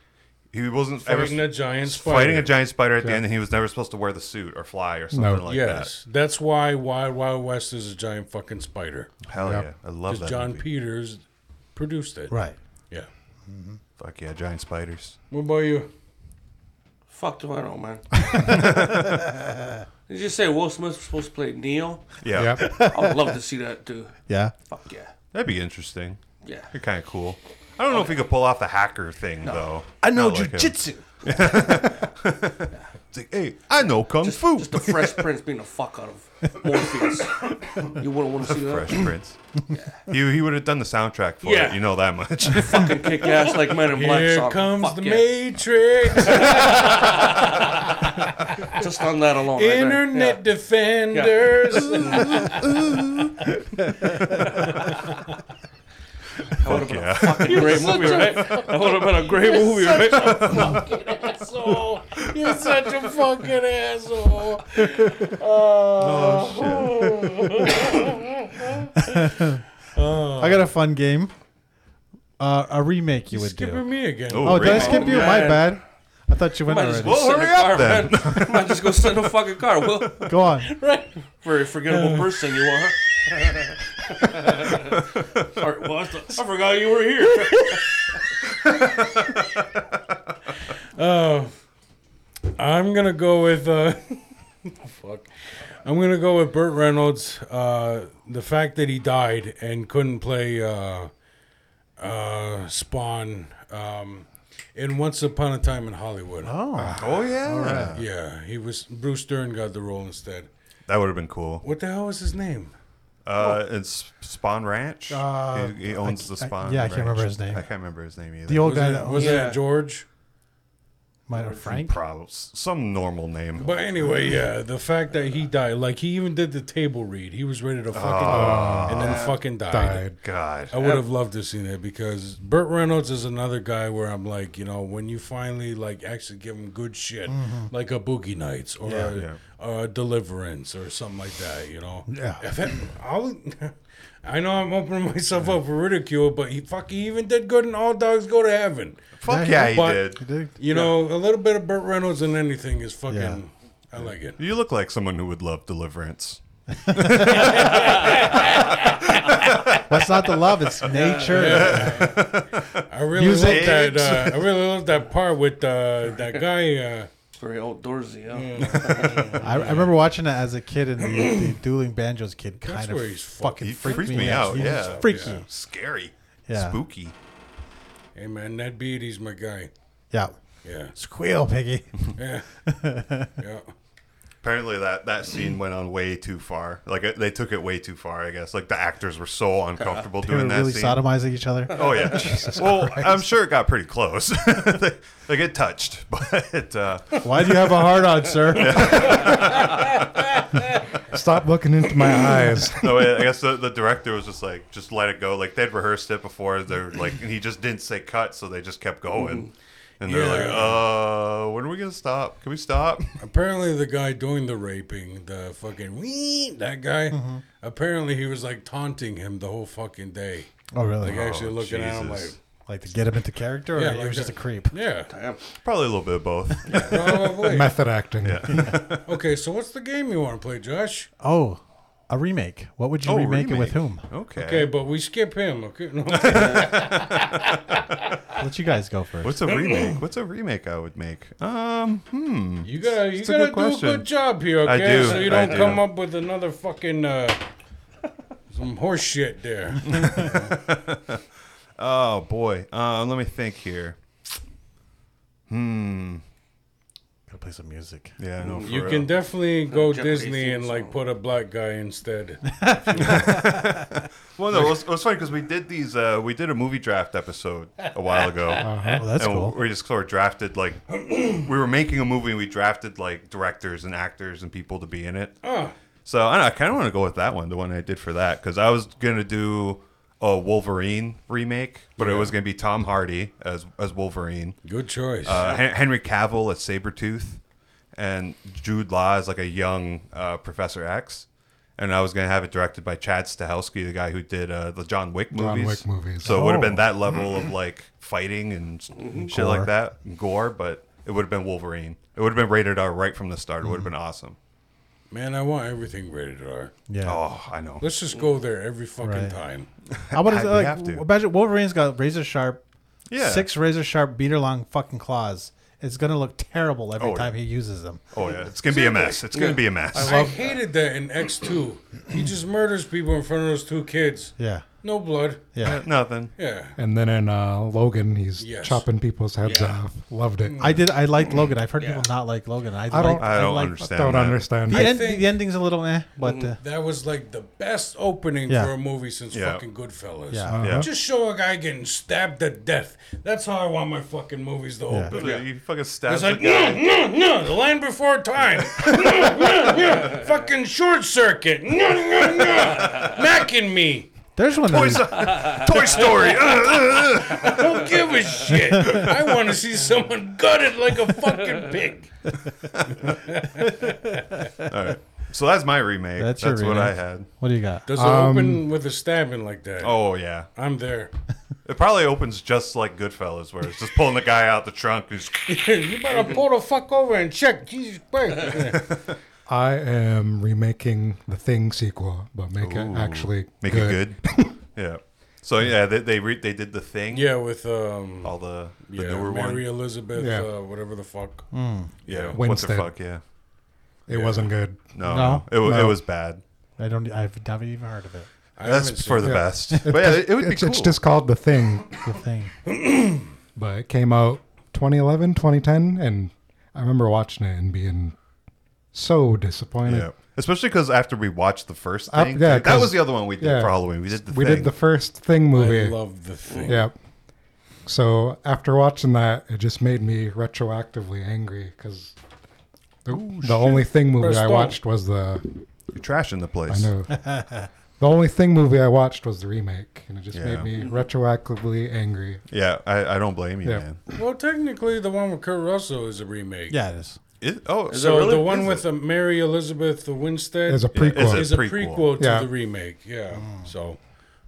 he wasn't ever
fighting a giant spider.
fighting a giant spider at the end, and he was never supposed to wear the suit or fly or something like
yes, that's why Wild Wild West is a giant fucking spider.
that. Hell
Yep.
yeah, I love
Because
that.
John
movie.
Peters produced it.
Right.
Yeah.
Fuck yeah, giant spiders.
What about you?
Fuck do I know, man. Did you say Will Smith was supposed to play Neo?
Yeah,
Yep.
I would love to see that too.
Yeah.
Fuck yeah,
that'd be interesting.
yeah.
You're kind of cool. I don't know if he could pull off the hacker thing though. Not like him. It's like, hey, I know kung
Just,
fu.
just the Fresh Prince being a fuck out of Morpheus. You wouldn't want to see that.
Fresh Prince. He, he would have done the soundtrack for
Yeah.
it. You know that much.
Fucking kick ass like Men in Black.
Here
son.
comes
Fuck
the
yeah.
Matrix,
Just on that alone. right there.
Internet
Yeah.
Defenders.
That would have been a fucking great movie, right? That would have been a great movie, right?
asshole. You're such a fucking asshole.
oh shit.
I got a fun game. Uh, a remake you
You're
would do.
skipping me again.
Oh, did I skip you? My
Yeah.
bad. I thought you went
Might
already.
just go
Well,
sit in
hurry
a car,
up then.
man. Might just go sit in a fucking car. Well,
Go on.
very forgettable person you are. Sorry, well, I thought- I forgot you were here.
Uh, I'm gonna go with uh, fuck. I'm gonna go with Burt Reynolds. Uh, the fact that he died and couldn't play uh, uh, Spawn. Um, in Once Upon a Time in Hollywood.
Oh,
Oh yeah,
Yeah, he was Bruce Stern got the role instead.
that would have been cool.
What the hell was his name?
Uh, it's Spawn Ranch. he, he owns the
Uh, I-
Spawn.
yeah, I can't remember
Ranch.
his name.
I can't remember his name either.
the old
Was
guy
that,
that
was
was
Yeah.
that George?
my Frank.
Prob- some normal name.
But anyway, yeah, the fact that he died, like he even did the table read. He was ready to fucking go and then fucking died.
Died.
God,
Oh,
I would have loved to seen it because Burt Reynolds is another guy where I'm like, you know, when you finally like actually give him good shit, like a Boogie Nights or a,
Yeah.
or a Deliverance or something like that, you know.
Yeah.
If it- I'll, I know I'm opening myself up for ridicule, but he fuck, he even did good in All Dogs Go to Heaven.
fuck yeah,
Yeah, he-
he
but-
did.
You know, a little bit of Burt Reynolds in anything is fucking.
Yeah.
I like it.
You look like someone who would love Deliverance.
That's not the love; it's nature.
I really love
Music.
that. Uh, I really love that part with uh, that guy. Uh,
Very outdoorsy, yeah.
I, I remember watching that as a kid, and the, the dueling banjos kid kind of
where he's fu-
fucking
He
freaked,
freaked
me,
me out,
He was
yeah.
freaky.
Yeah.
Scary,
Yeah.
spooky.
hey man, that Beatty's my guy.
Yeah.
Yeah,
squeal, piggy.
yeah, yeah.
Apparently, that that scene went on way too far. Like it, they took it way too far. I guess. Like the actors were so uncomfortable
They were
doing that
really
scene.
sodomizing each other.
Oh yeah. well, I'm sure it got pretty close. they, they get touched, but uh,
Why do you have a hard on, sir?
Stop looking into my eyes.
no, I I guess the, the director was just like, just let it go. Like they'd rehearsed it before. They're like, and he just didn't say cut, so they just kept going.
Mm-hmm.
And they're like, uh, when are we gonna stop? Can we stop?
Apparently, the guy doing the raping, the fucking wee, that guy.
Mm-hmm.
Apparently, he was like taunting him the whole fucking day.
Oh, really?
Like actually looking at him like,
Jesus.
Like to get him into character, or
Yeah,
he
like
was just a
that.
creep?
yeah,
Damn.
Probably a little bit of both.
probably.
Method acting.
okay, so what's the game you want to play, Josh?
Oh, a remake. What would
Oh,
you remake, it with whom?
Okay.
Okay, but we skip him. Okay, no.
Let you guys go first.
What's a remake? What's a remake I would make? Um, hmm.
You gotta, you
It's a
gotta do
good question.
a good job here,
I
okay?
do,
So you
I
don't
do.
come up with another fucking uh, some horse shit there.
Oh boy. Uh, let me think here.
Gotta play some music.
Yeah, no. For
Mm, you
real.
can definitely go
Jeopardy
Disney
theme
and like
song.
put a black guy instead.
Well, no, it was, it was funny because we did these. Uh, we did a movie draft episode a while ago.
Oh, that's
and
cool.
we just sort of drafted like we were making a movie and we drafted like directors and actors and people to be in it. So I, don't know, I kind of want to go with that one, the one I did for that, because I was gonna do a Wolverine remake, but it was gonna be Tom Hardy as as Wolverine,
Good choice.
uh, Hen- Henry Cavill as Sabretooth, and Jude Law as like a young uh, Professor X. And I was gonna have it directed by Chad Stahelski, the guy who did uh, the John Wick movies.
John Wick movies.
So it would have been
Oh.
that level of like fighting and s-
Mm-hmm.
shit
Gore.
like that, and gore. But it would have been Wolverine. It would have been rated R right from the start. It would have
Mm-hmm.
been awesome.
Man, I want everything rated R.
Yeah.
Oh, I know.
Let's just go there every fucking
Right.
time.
How about
I-
his,
we
like,
have to.
imagine Wolverine's got razor sharp,
Yeah.
six razor sharp beater long fucking claws. It's gonna look terrible every
Oh,
time he uses them.
Oh yeah, it's gonna be a mess. It's gonna be a mess.
I hated that in X two. he just murders people in front of those two kids.
Yeah,
No blood.
yeah.
Nothing.
Yeah.
And then in uh, Logan, he's
Yes.
chopping people's heads
Yeah.
off. Loved
Mm.
it.
I did. I liked Logan. I've heard
Yeah.
people not like Logan. I,
I don't-
like-
I don't
like-
understand.
don't
that.
understand.
The,
I-
end,
think-
the ending's a little eh, but uh,
That was like the best opening
Yeah.
for a movie since
Yeah.
fucking Goodfellas.
Yeah.
Uh-huh.
Yeah.
Just show a guy getting stabbed to death. That's how I want my fucking movies to
Yeah.
open.
You fucking stab
It's
the
like,
guy.
no, no, no, the land before time. No, no, no, fucking short circuit. No, no, no. Macking me.
there's one.
Toy,
That
Story- Toy Story. Uh, uh, uh.
Don't give a shit. I want to see someone gutted like a fucking pig.
So that's my remake.
That's
That's,
your
what I
remake.
had.
what do you got?
Does it open with a stabbing like that?
Oh yeah,
I'm there.
it probably opens just like Goodfellas, where it's just pulling the guy out the trunk. And just,
you better pull the fuck over and check. Jesus Christ.
I am remaking the Thing sequel, but make it
Ooh.
actually
make
good.
it good. yeah. So yeah, they they, re- they did the thing.
yeah, with um,
All the, Oh, the
yeah,
newer
Mary
one.
Elizabeth,
Yeah.
uh, whatever the fuck.
Yeah. What the
Winstead.
fuck? Yeah.
It wasn't good.
No.
No?
no. It, wa- it
No.
was bad.
I don't. I've never even heard of it.
I haven't
That's
seen
for the
Yeah.
best. But yeah, it, it would be
it's,
cool.
it's just called the Thing.
The thing.
But it came out 2011, 2010, and I remember watching it and being so disappointed.
Yeah. Especially because after we watched the first
Uh,
thing,
yeah,
that
'cause-
was the other one we did
yeah.
for Halloween. We did the
we
thing.
did the first thing
I
movie.
love the thing.
Yep. So after watching that, it just made me retroactively angry because the, the only thing movie
Press
I
stop.
watched was the
You're trashing the
I
place.
know the only thing movie I watched was the remake, and it just
Yeah.
made me retroactively angry.
Yeah, I, I don't blame you,
Yeah.
man.
Well, technically, the one with Kurt Russell is a remake.
Yeah, it is.
It, oh,
Is
So
it really?
the one
Is
with uh, Mary Elizabeth Winstead
As a
Yeah,
prequel,
is a prequel, to
Yeah.
the remake. Yeah. So,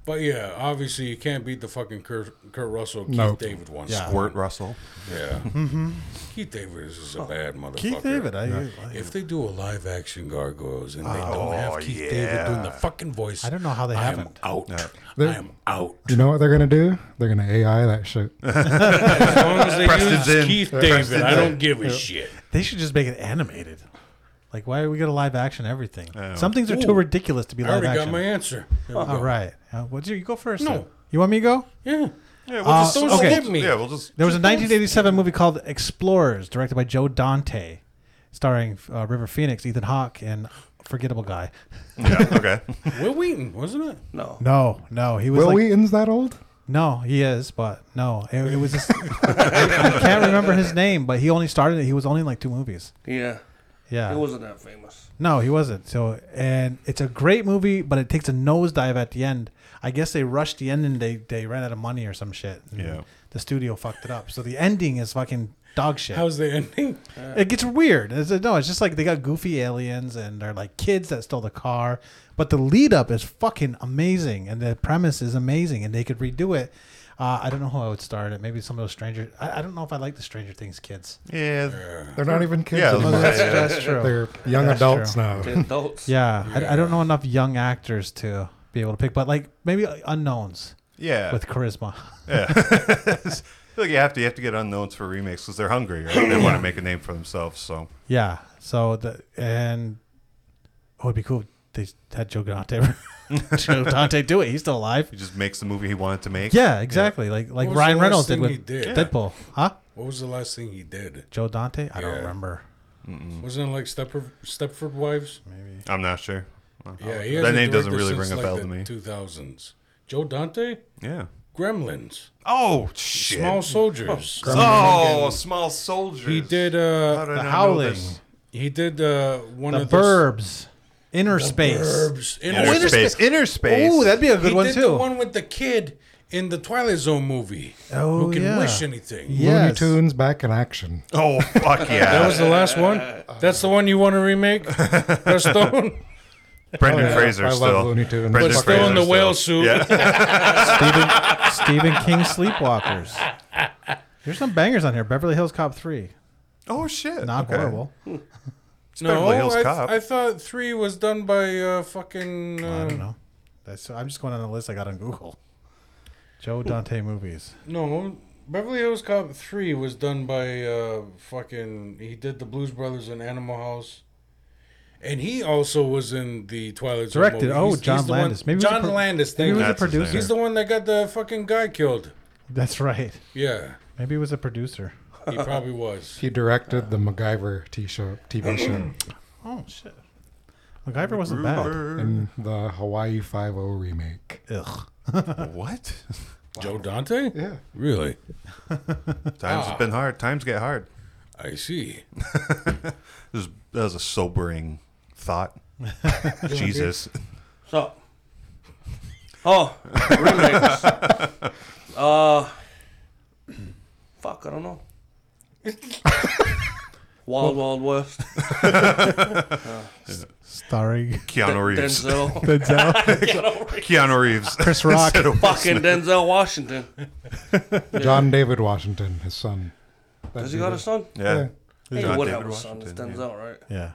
but yeah, obviously you can't beat the fucking Kurt, Kurt Russell Keith
No.
David one.
Yeah.
Squirt Russell.
Yeah. Keith David is just a bad motherfucker.
Mm-hmm. Keith David. I, I,
If they do a live action gargoyles and they don't have Keith David doing the fucking voice,
I don't know how they
I am
haven't.
out.
They-
I am out.
You know what they're gonna do? They're gonna AI that shit.
As long as they
Preston's
use
in.
Keith
Preston's
David, I
in.
don't give a shit.
They should just make it animated. Like, why are we going to live action everything? Some things are too
Ooh.
ridiculous to be
I
live
already
action.
got my answer. There we
All
go.
right. Uh, what, you go first.
No.
then. You want me to go?
Yeah.
Yeah, we'll
Uh,
just,
Don't
Okay.
skip me.
yeah, we'll just.
There was a 1987 movie called Explorers, directed by Joe Dante, starring uh, River Phoenix, Ethan Hawke, and forgettable guy.
Yeah, okay.
Will Wheaton, wasn't it?
No.
No, no, he was
Will
like,
Wheaton's that old?
no, he is, but no, it, it was. Just, I can't remember his name, but he only started. it. He was only in like two movies.
Yeah.
Yeah,
It wasn't that famous.
No, he wasn't. So, and it's a great movie, but it takes a nosedive at the end. I guess they rushed the end and they, they ran out of money or some shit. And
Yeah.
The studio fucked it up. So the ending is fucking dog shit.
How's the ending?
it gets weird. It's, no, it's just like they got goofy aliens and they're like kids that stole the car. But the lead up is fucking amazing and the premise is amazing and they could redo it. Uh, I don't know who I would start it. Maybe some of those Stranger. I, I don't know if I like the Stranger Things kids.
Yeah.
They're not even kids
Yeah, I was
Oh,
anymore.
that's, that's true.
They're young
That's
adults
true.
now.
The adults.
Yeah, I, I don't know enough young actors to be able to pick, but like maybe unknowns
Yeah.
with charisma.
I feel like you have to you have to get unknowns for remakes because they're hungry, right? They want to make a name for themselves. So
Yeah. So the and oh, it'd be cool. If they had Joe Dante. Joe Dante do it. He's still alive.
he just makes the movie he wanted to make.
Yeah, exactly. Like like
was the
Ryan
last
Reynolds
thing
did
he
with
did?
Deadpool, huh?
What was the last thing he did?
Joe Dante. I don't
Yeah.
remember.
Mm-hmm.
Wasn't it like Stepford, Stepford Wives?
I'm not sure. Uh-huh.
Yeah, he
Oh, That
hasn't
name
directed
doesn't really
since,
ring a
like,
bell
the
to me.
2000s. Joe Dante,
Yeah.
Gremlins,
Oh shit.
Small Soldiers.
oh, small soldiers.
He did.
How did
Uh,
I not know
Howling.
this?
he did uh, one
The
of the s-
Burbs, Inner Space.
Burbs. In
Inner
Inner
space. Inner space.
Oh, that'd be a good
he
one
did
too.
the one with the kid in the Twilight Zone movie.
Oh,
who can
yeah.
wish anything?
Looney
Yes.
Tunes back in action.
Oh fuck
That
yeah.
was the last one.
uh,
That's the one you want to remake, Preston.
Brendan
Oh, yeah.
Fraser
I love
still.
Looney
Brendan
Tunes.
but
Just
still in the
Fraser
whale
still.
suit.
Yeah.
Stephen, Stephen King Sleepwalkers. There's some bangers on here. Beverly Hills Cop 3.
Oh shit.
Not
Okay.
horrible.
No,
Beverly Hills
I,
Cop.
I thought three was done by uh, fucking. Uh,
I don't know. That's, I'm just going on the list I got on Google. Joe Dante movies.
No, Beverly Hills Cop three was done by uh, fucking. He did the Blues Brothers and Animal House, and he also was in the Twilight Zone.
Directed.
movie.
Oh,
He's-
John
he's the
Landis.
One,
Maybe it was
John
a pro-
Landis. Thank
Maybe it was
you.
a
That's his name.
producer.
He's the one that got the fucking guy killed.
That's right.
Yeah,
Maybe it was a producer.
he probably was.
He directed the MacGyver t show, TV show
Oh, shit. MacGyver wasn't bad.
and the Hawaii Five O remake.
Ugh.
What?
Joe Dante?
Yeah.
Really?
Times have been hard. Times get hard.
I see.
This is- that was a sobering thought. Jesus.
So. Oh, remakes. uh, fuck, I don't know. Wild Wild West.
Starring
Keanu Reeves.
Denzel.
Denzel.
Keanu Reeves.
Keanu Reeves.
Chris Rock.
Fucking Denzel Washington.
John David Washington, his son.
Does he got a son?
Yeah.
He
John
would
David
have a son. It's
Washington, yeah.
Denzel, right?
yeah.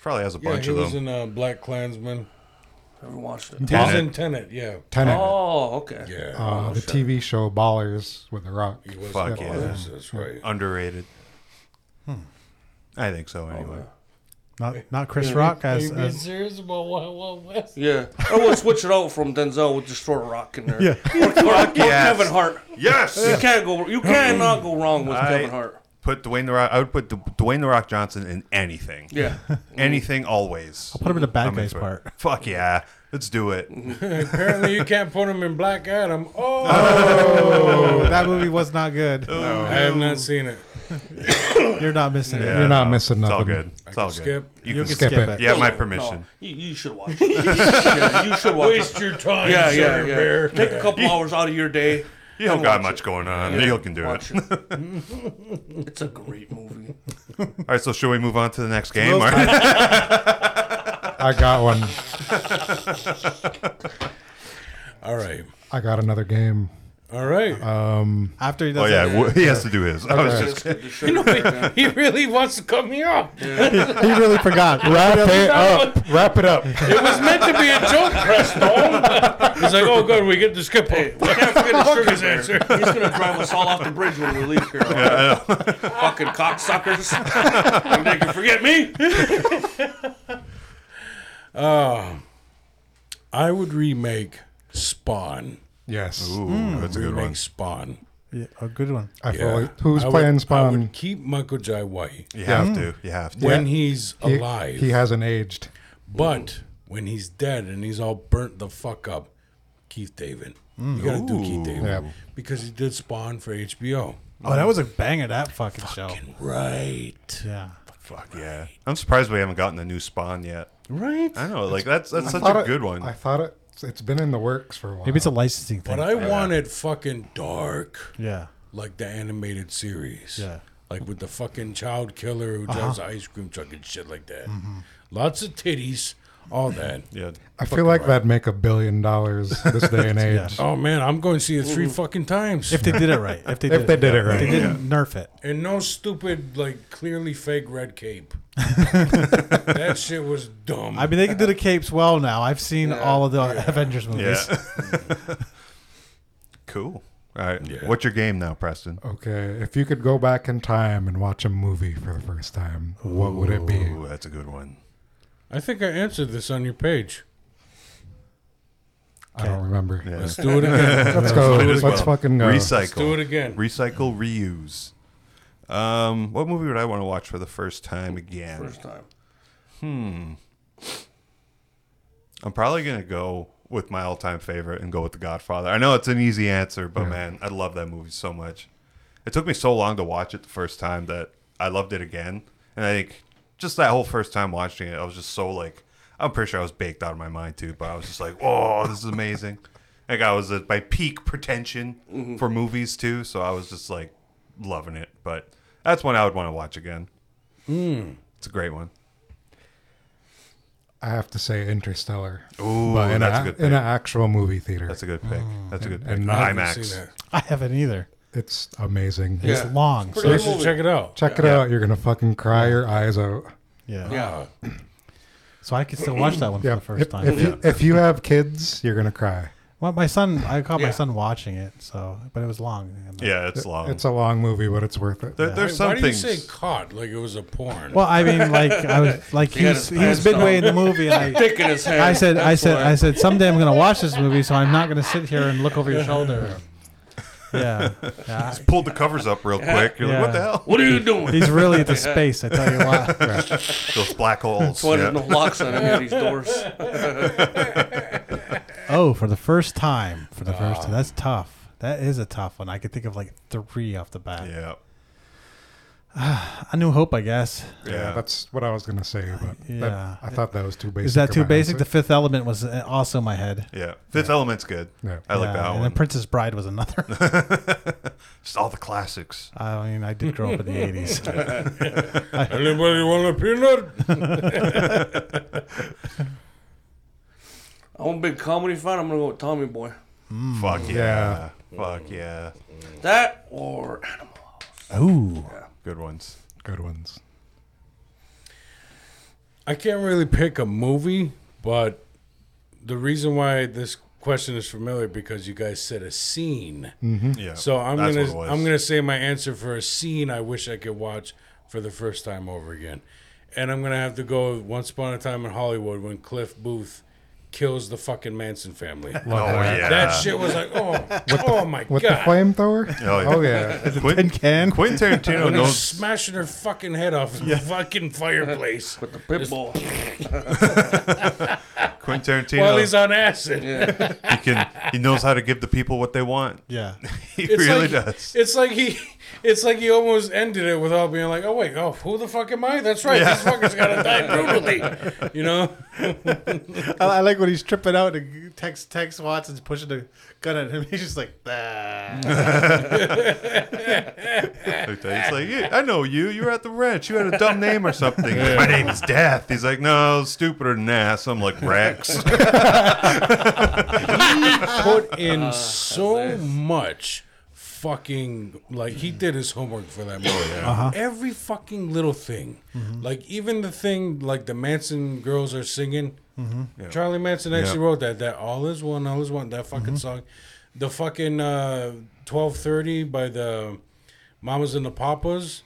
Probably has a
Yeah,
bunch
he
of
was
them.
in uh, Black Klansman.
Haven't watched it.
He was
Tenet.
in Tenet. Yeah.
Tenet,
Oh, okay.
Yeah.
uh, the TV show Ballers with The Rock.
he was.
Fuck
in
yeah. uh,
Ballers, That's right.
Underrated. I think so anyway.
Not not Chris Rock as,
Are you being
as
serious about Wild Wild West?
Yeah, I would switch it out from Denzel with just throw a rock in there.
Yeah.
or, or, or
Yes.
Kevin Hart.
Yes.
You can't go. You cannot go wrong with
I-
Kevin Hart.
Put Dwayne the Rock. I would put Du- Dwayne the Rock Johnson in anything.
Yeah,
Anything, always. I'll
put him in the bad guys part.
Fuck yeah, let's do it.
Apparently, you can't put him in Black Adam. Oh,
Oh, that movie was not good.
Oh.
I have not seen it.
You're not missing it.
You're not missing
It's all
nothing.
good. It's all good.
skip.
You
You
can
can
skip.
skip,
skip it.
it.
You have my
No,
permission.
you, you should watch. it. yeah, you should watch. it.
Waste your time,
Yeah, yeah,
Senator
yeah.
Bear.
Take a couple hours out of your day.
You don't
and
got
watch
much going on.
Yeah,
You can do
watch
it.
it. It's a great movie.
All right, so should we move on to the next game? All right.
I got one.
All right,
I got another game.
all right.
After he
Oh
does
yeah,
it,
w- he has to do his. I was just
Just get the shirt back, man.
he really wants to cut me off.
he really forgot.
Wrap it up. Wrap it up.
It was meant to be a joke, Crestone. He's like, oh, good, we get to skip
Hey,
it.
we can't forget the sugar
his answer.
bear. He's gonna drive us all off the bridge when we leave here. Fucking cocksuckers! Think they can forget me?
I would remake Spawn.
Yes.
Ooh, that's a good
Remake
one.
Spawn.
Yeah, a good one.
I feel
Yeah.
like who's
I would-
playing
I
Spawn?
would keep Michael Jai White
You have to. You have to.
when he's
He-
alive,
He hasn't aged.
but when he's dead and he's all burnt the fuck up, Keith David. You gotta do Keith David
Yeah.
because he did Spawn for HBO.
Oh, that was a banger. That fucking, show.
Right.
Yeah.
Fuck yeah. I'm surprised we haven't gotten a new spawn yet.
Right.
I know, like that's that's such
Thought
a
it-
good one.
I thought it. It's been in the works for a while.
Maybe it's a licensing thing.
But I wanted fucking dark.
yeah.
like the animated series.
Yeah.
Like with the fucking child killer who drives the ice cream truck and shit like that. Lots of titties, all that.
yeah.
I feel like that'd make a billion dollars this day and
Yeah.
age.
Oh man, I'm going to see it three fucking times.
If they did it right. If they did,
If they did it
If
right.
they didn't nerf it.
and no stupid, like clearly fake red cape. that shit was dumb.
I mean, they can do the capes well now. I've seen all of the Avengers movies.
Yeah. cool. All right.
Yeah.
What's your game now, Preston?
Okay, if you could go back in time and watch a movie for the first time, what would it be?
Ooh, that's a good one.
I think I answered this on your page.
I don't remember.
Yeah.
Let's do it again.
Let's go.
Might as
Let's
well.
fucking uh, go.
Recycle.
Let's do it again.
Recycle, reuse. Um, what movie would I want to watch for the first time again?
First time.
I'm probably gonna go with my all-time favorite and go with The Godfather. I know it's an easy answer, but man, I love that movie so much. It took me so long to watch it the first time that I loved it again, and I think just that whole first time watching it, I was just so like, I'm pretty sure I was baked out of my mind too, but I was just like, oh, this is amazing. Like I was at my peak pretension for movies too, so I was just like loving it. But that's one I would want to watch again. It's a great one.
I have to say Interstellar.
Ooh,
But in,
that's
a,
a good
in an
pick.
actual movie theater.
That's a good pick. That's a good pick.
and
And
not-
Oh, I haven't
IMAX.
seen that.
I haven't either.
it's amazing.
Yeah.
It's long.
So
So,
you should check it out.
Check it out. You're gonna fucking cry your eyes out.
yeah.
Yeah.
Ah.
So I could still watch that one for
Yeah.
the first
if,
time.
If, you, if you have kids, you're gonna cry.
Well, my son, I caught
Yeah.
my son watching it. So, but it was long. And, uh,
Yeah, it's long.
It's a long movie, but it's worth it.
there, there's
Wait,
some
why do you
things.
say caught like it was a porn?
Well, I mean, like I was like he
had
was,
his
he was
pants
midway in
on.
the movie, and I,
Dick in his hand.
I said, I
That's
said,
why.
I said, someday I'm gonna watch this movie, so I'm not gonna sit here and look over your shoulder. Yeah, yeah. I-
Pulled the covers up real quick. You're like, what the
Yeah.
hell?
What are you doing?
He's really into space. I tell you what.
Those black holes.
That's why
yeah.
there's no locks on any of these doors.
Oh, for the first time, for the
Ah.
first time. That's tough. That is a tough one. I could think of like three off the bat.
yeah.
A New Hope, I guess.
Yeah.
yeah, that's what I was gonna say, but
Yeah.
that, I thought that was too basic.
Is that
of
too
an
basic? The
answer.
Fifth Element was uh, also in my head.
Yeah. Fifth Element's good.
Yeah.
I like
Yeah,
that
and
one.
then Princess Bride was another.
Just all the classics.
I mean, I did grow up in the '80s.
Anybody want a peanut?
I'm a big comedy fan. I'm gonna go with Tommy Boy.
Hmm.
Fuck yeah.
Yeah.
Fuck yeah.
That or Animal.
Ooh,
Good ones.
Good ones.
I can't really pick a movie, but the reason why this question is familiar because you guys said a scene.
Yeah.
So I'm
that's
gonna
what it was.
I'm gonna say my answer for a scene I wish I could watch for the first time over again, and I'm gonna have to go with Once Upon a Time in Hollywood when Cliff Booth kills the fucking Manson family.
Oh yeah.
That shit was like, oh, oh my
With
god!
the flamethrower?
Oh, yeah.
Oh, yeah.
Quentin,
Tin can.
Quentin Tarantino
And they're
knows
smashing her fucking head off in the fucking fireplace
With the pit bull.
Quentin Tarantino.
while he's on acid.
he can he knows how to give the people what they want.
Yeah.
He
It's
really
like,
does.
It's like he, it's like he almost ended it without being like, oh wait, oh who the fuck am I? That's right, this fucker's gotta die brutally. You know,
I, I like when he's tripping out and text text Watson's pushing a gun at him. He's just like, "Ah."
Like that. He's like, yeah, I know you. You were at the ranch. You had a dumb name or something. My name is Death. He's like, no, stupider than that. So I'm like Rex.
put in so much fucking like he did his homework for that movie. Every fucking little thing, like even the thing like the Manson girls are singing. Charlie Manson actually wrote that. That all is one, all is one. That fucking
Mm-hmm.
song, the fucking uh, twelve thirty by the Mamas and the Papas.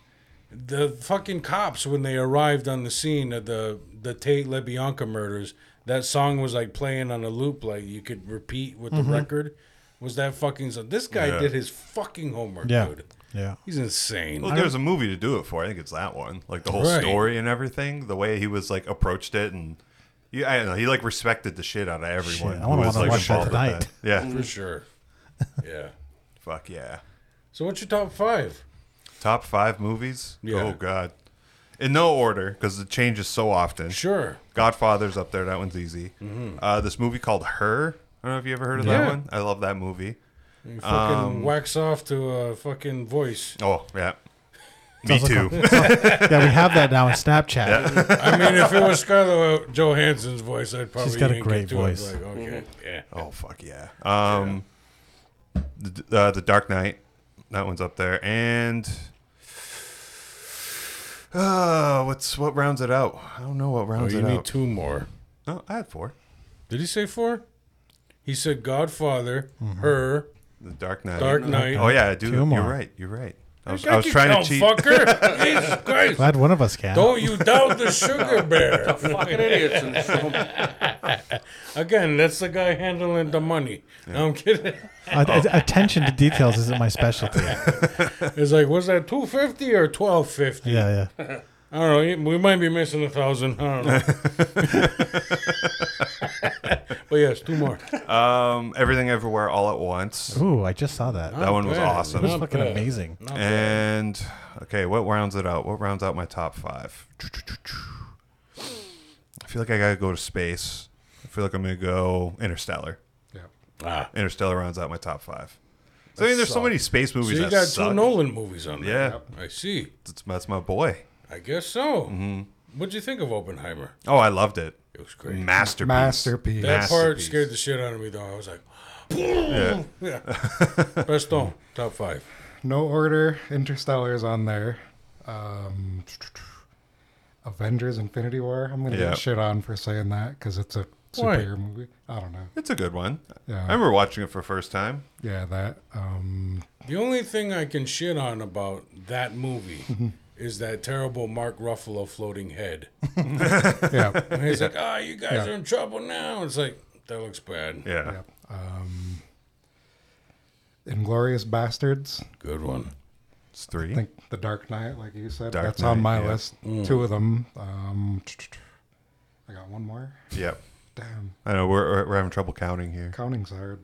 The fucking cops when they arrived on the scene of the the Tate LeBianca murders, that song was like playing on a loop, like you could repeat with the record. Was that fucking so? This guy
Mm-hmm. Yeah.
did his fucking homework, dude.
Yeah.
He's insane.
Well, there's a movie to do it for. I think it's that one. Like the whole
Right.
story and everything. The way he was like approached it and. Yeah, I don't know. He like respected the shit out of everyone.
I
who
wanna-
was,
wanna watch that
involved with Yeah,
for sure. yeah.
fuck yeah.
So what's your top five?
Top five movies.
Yeah.
Oh god, in no order because it changes so often.
Sure.
Godfather's up there. That one's easy. Uh, this movie called Her. I don't know if you ever heard of
Yeah.
that one. I love that movie.
You fucking
Um,
wax off to a fucking voice.
Oh yeah, me
Sounds
too.
like Yeah, we have that now in Snapchat.
I mean, if it was Scarlett Johansson's voice, I'd probably.
got a
yank
great
it to it,
voice.
Like, okay, yeah.
oh fuck yeah. Um, The, uh, the Dark Knight. That one's up there. And uh, what's what rounds it out? I don't know what
Oh,
rounds
you
it
need
out.
two more.
oh, I had four.
Did he say four? He said Godfather,
Mm-hmm.
her,
The Dark Knight.
Dark Knight.
Oh yeah, I do.
Two
You're
more.
right. You're right. I was, I was
oh,
trying to cheat.
Fucker. Jesus Christ.
Glad one of us can.
Don't you doubt the sugar bear.
Fucking idiots. in this room.
Again, that's the guy handling the money. No, I'm kidding.
Uh, th- Attention to details isn't my specialty. Yeah,
It's like, was that 250 or 1250?
yeah.
I don't know. We might be missing a thousand. I don't know. but yes, two more.
Um, everything everywhere all at once.
Ooh, I just saw Oh, that. That
That one was
bad.
awesome.
was
not
fucking
bad.
amazing.
And okay, what rounds it out? What rounds out my top five? I feel like I gotta go to space. I feel like I'm gonna go Interstellar.
yeah.
Ah.
Interstellar rounds out my top five. So I mean, there's so many space
So
movies
you
that
got
suck.
two Nolan movies on there.
yeah,
I see.
that's, that's my boy.
I guess so.
Mm-hmm.
What'd you think of Oppenheimer?
Oh, I loved it.
It was great.
Masterpiece.
Masterpiece.
That part
Mm-hmm. Masterpiece.
scared the shit out of me, though. I was like, yeah. Best on
Mm-hmm.
top five.
No order. Interstellar's on there. Um, Avengers Infinity War. I'm going to
Yeah.
get shit on for saying that because it's a
Why?
superhero movie. I don't know.
It's a good one.
Yeah.
I remember watching it for the first time.
Yeah, that. Um,
The only thing I can shit on about that
Mm-hmm.
movie is that terrible Mark Ruffalo floating head.
yeah.
And he's like, ah, you guys
Yeah.
are in trouble now. It's like, that looks bad.
Yeah.
Yep. Um, Inglorious Bastards.
Good one.
It's three.
I think The Dark Knight, like you said,
Dark
that's on
Knight,
my
yeah. Mm.
list. Two of them. Um, I got one more.
Yep.
Damn,
I know we're, we're- we're having trouble counting here.
counting's hard.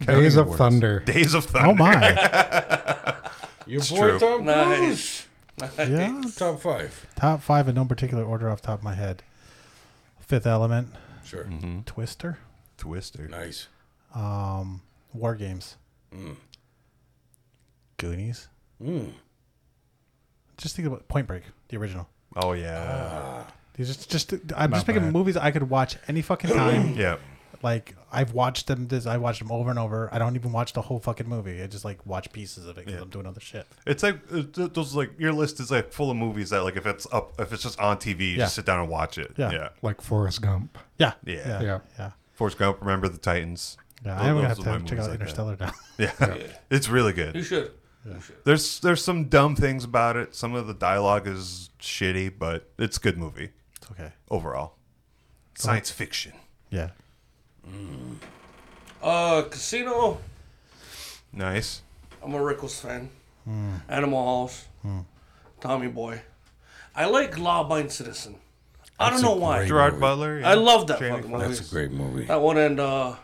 Counting
Days of
words.
Thunder.
Days of Thunder.
Oh my.
Your
It's
boy
true.
Tom Cruise.
Nice.
Yeah.
Top five.
Top five in no particular order off the top of my head. Fifth Element,
Sure.
Mm-hmm.
Twister,
Twister.
Nice.
um, War Games,
Mm.
Goonies. Just think about Point Break, the original.
Oh yeah.
These are just, just I'm just picking
bad.
movies I could watch any fucking time.
yeah.
Like I've watched them. This I watched them over and over. I don't even watch the whole fucking movie. I just like watch pieces of it because
Yeah.
I'm doing other shit.
It's like uh, th- those like your list is like full of movies that like if it's up if it's just on TV, you
Yeah.
just sit down and watch it.
Yeah.
yeah.
Like Forrest Gump.
Yeah.
Yeah.
Yeah.
Yeah.
Yeah. Yeah.
Forrest Gump, Remember the Titans.
yeah.
Those-
I'm gonna
those
have
are my
to check
movies
out
like that.
Interstellar now.
Yeah. it's really
You
good.
should.
There's there's some dumb things about it. Some of the dialogue is shitty, but it's a good movie
It's okay.
overall. Science fiction.
Yeah.
Uh, Casino.
Nice.
I'm a Rickles fan.
Hmm.
Animal House. Tommy Boy. I like Law-Abiding Citizen. I don't
That's a
know why.
great-
Gerard Butler. yeah.
I love that
Jamie
fucking
Foxx.
movie.
That's a great movie.
That one and uh,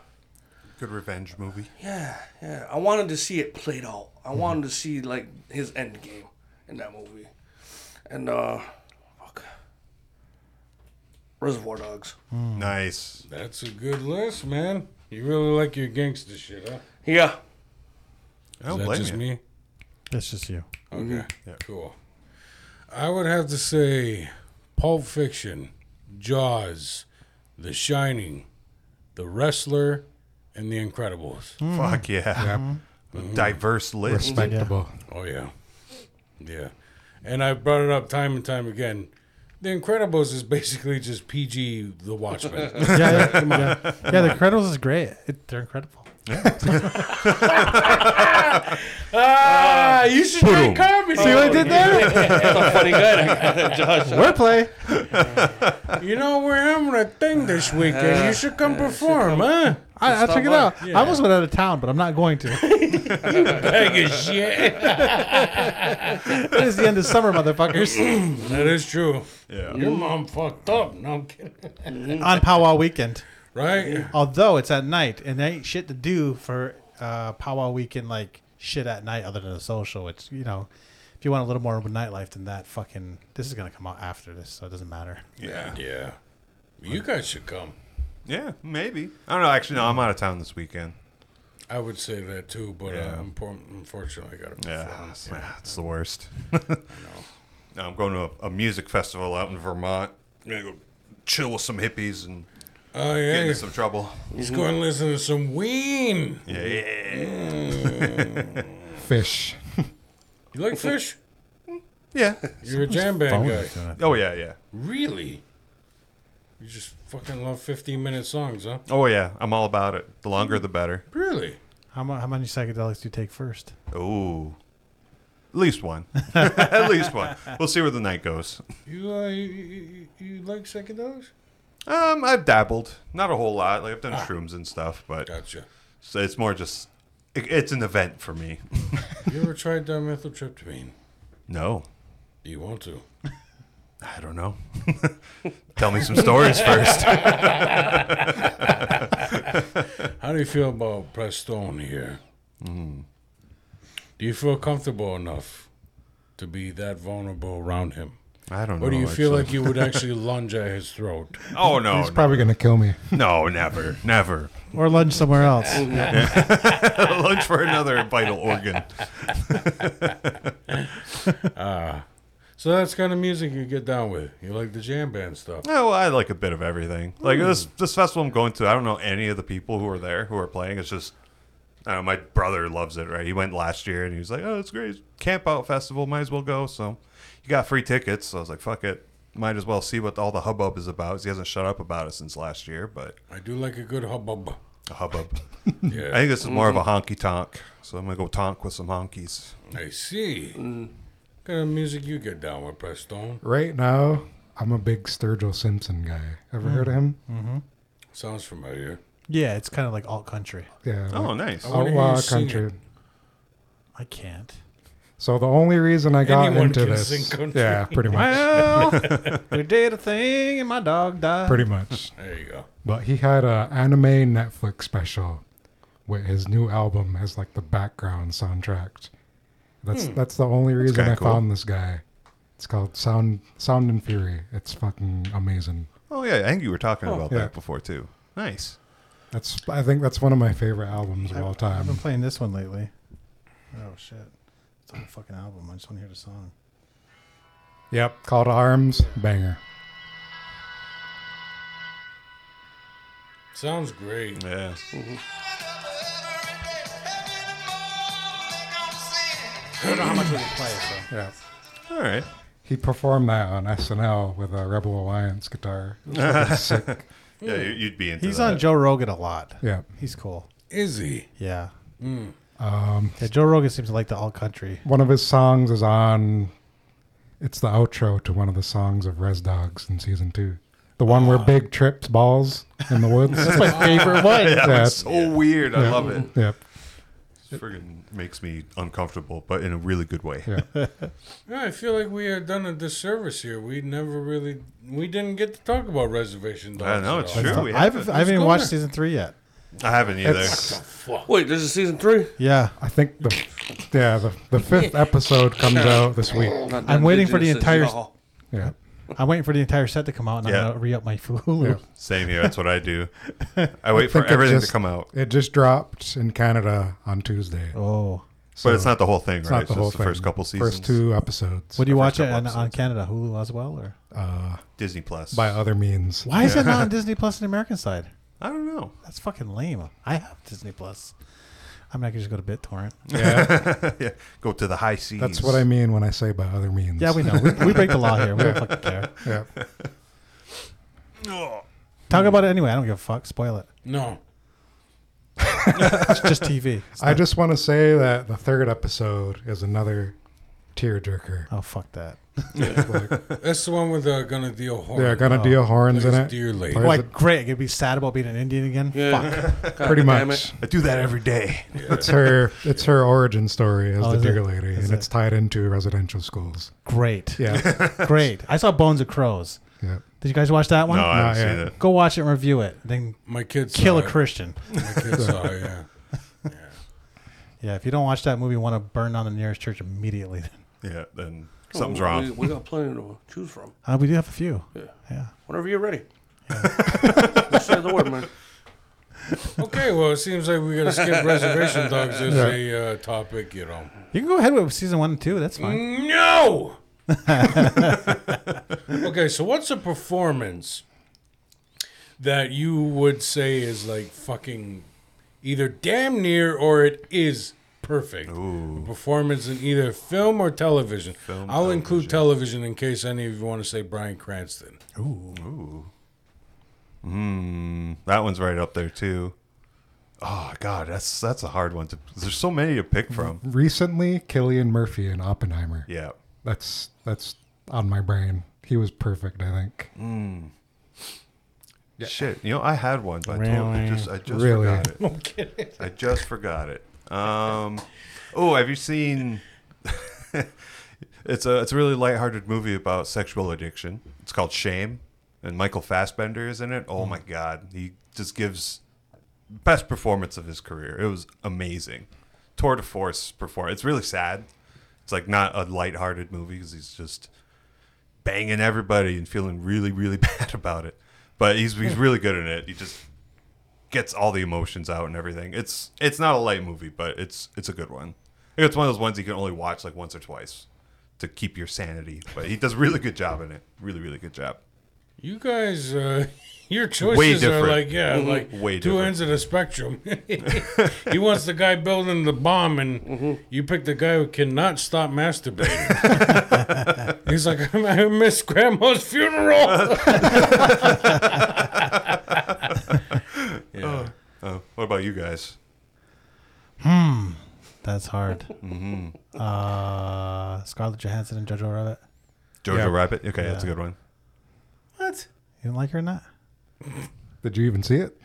Good revenge movie.
yeah, yeah. I wanted to see it played out. I wanted to see like his end game in that movie. And uh, fuck. Reservoir Dogs.
Hmm.
Nice.
That's a good list, man. You really like your gangster shit, huh?
Yeah.
I
Is
don't
that
blame
just
you.
me?
That's just you.
Okay.
Yeah.
Cool. I would have to say Pulp Fiction, Jaws, The Shining, The Wrestler, and The Incredibles.
Fuck
Hmm.
yeah. Diverse list.
Respectable.
Oh yeah, yeah. And I brought it up time and time again. The Incredibles is basically just PG The Watchmen.
Yeah, yeah, yeah. yeah. The Incredibles is great. It, they're incredible.
ah, you should
Boom.
make comedy.
See what I did there?
Oh, That's a funny guy, Josh.
Wordplay.
You know we're having a thing this weekend. You should come perform, huh?
I, I'll check it
by.
out. I almost went out of town, but I'm not going to.
Bag of shit.
it is the end of summer, motherfuckers.
That is true.
Yeah.
Your mom fucked up. No, I'm kidding.
On powwow weekend.
Right?
Although it's at night, and there ain't shit to do for uh, powwow weekend, like shit at night other than a social. It's, you know, if you want a little more of a nightlife than that, fucking, this is going to come out after this, so it doesn't matter.
Yeah.
Yeah. You guys should come.
Yeah, maybe. I don't know. Actually, no, I'm out of town this weekend.
I would say that too, but
Yeah.
uh, unfor- unfortunately, I got to
Yeah,
perform.
it's, yeah, it's the worst. No, I'm going to a, a music festival out in Vermont. I'm gonna go chill with some hippies and
Oh,
get
yeah.
into some trouble.
Let's go and listen to some Ween.
Yeah,
Fish.
You like fish?
yeah.
You're a jam band guy.
Oh yeah, yeah.
Really? You just fucking love 15 minute songs, huh?
Oh yeah. I'm all about it. The longer, the better.
Really?
How, mu- how many psychedelics do you take first?
Ooh. At least one. At least one. We'll see where the night goes.
You uh, you, you, you you like psychedelics?
Um, I've dabbled, not a whole lot. Like I've done shrooms and stuff, but
Gotcha.
so it's more just it, it's an event for me.
You ever tried dimethyltryptamine?
No,
Do you want to?
I don't know. Tell me some stories first.
How do you feel about Prestone here? Do you feel comfortable enough to be that vulnerable around him?
I don't know.
Or do you feel
actually.
like you would actually lunge at his throat?
Oh no,
He's probably going to kill me.
no, never, never.
Or lunch somewhere else.
Mm-hmm.
Lunch for another vital organ.
So that's kind of music you get down with. You like the jam band stuff.
No, I like a bit of everything. Like this, this festival I'm going to, I don't know any of the people who are there who are playing. It's just, I don't know, my brother loves it. Right, he went last year and he was like, "Oh, it's great, camp out festival. Might as well go." So, you got free tickets. So I was like, "Fuck it, might as well see what all the hubbub is about." 'Cause He hasn't shut up about it since last year, but
I do like a good hubbub.
a hubbub. I
Yeah,
think this is more of a honky tonk. So I'm gonna go tonk with some honkies.
I see. What kind of music you get down with, Prestone?
Right now, I'm a big Sturgill Simpson guy. Ever heard
Hmm.
of him?
Oh. Sounds familiar.
Yeah, it's kind of like alt country.
Yeah.
Oh,
like
nice.
wanna hear you
Outlaw
sing it.
country.
I can't.
So the only reason I got
Anyone
into
can
this,
sing country.
yeah, pretty much,
we did a thing and my dog died.
pretty much.
There you go.
But he had a anime Netflix special with his new album as like the background soundtrack. That's
Hmm.
that's the only reason
kinda
I
cool.
found this guy. It's called Sound Sound and Fury. It's fucking amazing.
Oh yeah, I think you were talking about
Yeah.
that before too. Nice.
That's I think that's one of my favorite albums of all
I've been
time.
playing this one lately. Oh shit! It's a whole fucking album. I just want to hear the song.
Yep, Call to Arms, banger.
Sounds great.
Yeah.
Yeah.
All right.
He performed that on SNL with a Rebel Alliance guitar. It was fucking sick.
Yeah, you- you'd be into
He's
that.
on Joe Rogan a lot.
Yeah.
He's cool.
Is he?
Yeah. Um, Yeah, Joe Rogan seems to like the all country.
One of his songs is on. It's the outro to one of the songs of Res Dogs in season two. The one
Ah.
where Big trips balls in the woods.
That's my favorite one.
Yeah.
It's so weird. I love it.
Yep. Mm-hmm.
It friggin' makes me uncomfortable, but in a really good way.
Yeah.
Yeah, I feel like we are done a disservice here. We never really, we didn't get to talk about reservation dogs.
I know,
at
it's
all.
true.
So
we
I
have
haven't,
to-
I haven't even
go
watched
there.
season three yet.
I haven't either.
It's,
Wait, this is season three.
Yeah,
I think the yeah the, the fifth episode comes out this week.
Not
I'm waiting for the
indigenous
entire-
y'all.
Yeah.
I'm waiting for the entire set to come out, and
Yeah.
I'm gonna re up my Hulu.
Same here. That's what I do. I wait for
think it
everything
just-
to come out,
It just dropped in Canada on Tuesday.
Oh,
but it's not the whole thing,
It's
right?
not the
it's
whole
just
thing.
the first couple seasons.
First two episodes.
what do you watch it
couple
on, on
episodes.
Canada Hulu as well, or
Disney Plus.
by other means.
why is it not on Disney Plus on the American side?
I don't know.
That's fucking lame. I have Disney Plus. I mean, I can just go to BitTorrent.
Yeah,
yeah, go to the high seas.
that's what I mean when I say by other means.
Yeah, we know. We, we break the law here. We don't fucking care.
Yeah.
Talk about it anyway. I don't give a fuck. Spoil it.
No.
It's just TV. It's
I
not-
just want to say that the third episode is another tearjerker.
oh fuck that.
That's the one with uh, Gonna Deal Horn.
They're
oh,
gonna deal horns in
Plays
it.
Dear Lady.
Plays
Like
it
Greg, it'd be sad about being an Indian again.
Yeah.
Fuck.
God
pretty
damn
much.
it.
I do that every day.
It's her. It's her origin story as
Oh,
the
is it?
dear lady,
Is
and
it?
it's tied into residential schools.
Great.
Yeah,
Great. I saw Bones of Crows.
yeah.
Did you guys watch that
No,
one?
I haven't
yet.
seen it.
Go watch it and review it. Then
My kids
kill a
saw it.
Christian.
My kids saw it, yeah.
Yeah, if you don't watch that movie, you want to burn down the nearest church immediately.
Yeah, then something's
We-
wrong.
We, we got plenty to choose from.
Uh, we do have a few. Yeah.
Whenever you're ready. Just say the word, man.
Okay, well, it seems like we gotta skip reservation dogs as a uh, topic, you know.
You can go ahead with season one and two. That's fine.
No! okay, so what's a performance that you would say is like fucking either damn near or it is perfect? A performance in either film or television. I'll include television in case any of you want to say Brian Cranston.
Mm, that one's right up there too. Oh God, that's that's a hard one. To, there's so many to pick from.
Recently, Killian Murphy in Oppenheimer.
Yeah,
That's that's on my brain. He was perfect. I think.
Mm.
shit. You know, I had one, but I, totally
Really?
just I just
Really?
forgot it. I just forgot it. Um, oh, have you seen? it's a it's a really lighthearted movie about sexual addiction. It's called Shame, and Michael Fassbender is in it. Oh my God, he just gives best performance of his career. It was amazing, tour de force performance. It's really sad. It's like not a lighthearted movie because he's just banging everybody and feeling really really bad about it. But he's he's really good in it. He just gets all the emotions out and everything. It's it's not a light movie, but it's it's a good one. It's one of those ones you can only watch like once or twice to keep your sanity. But he does a really good job in it. Really, really good job.
You guys, uh, your choices
different. Mm-hmm.
are like, yeah, like
Way
two
different.
ends of the spectrum. he wants the guy building the bomb, and you pick the guy who cannot stop masturbating. He's like, I miss grandma's funeral. yeah.
Uh, what about you guys?
That's hard.
Mm-hmm.
Uh, Scarlett Johansson and Jojo Rabbit.
Jojo
Yeah.
Rabbit. Okay, that's a good one.
What?
You didn't like her or not?
Did you even see it?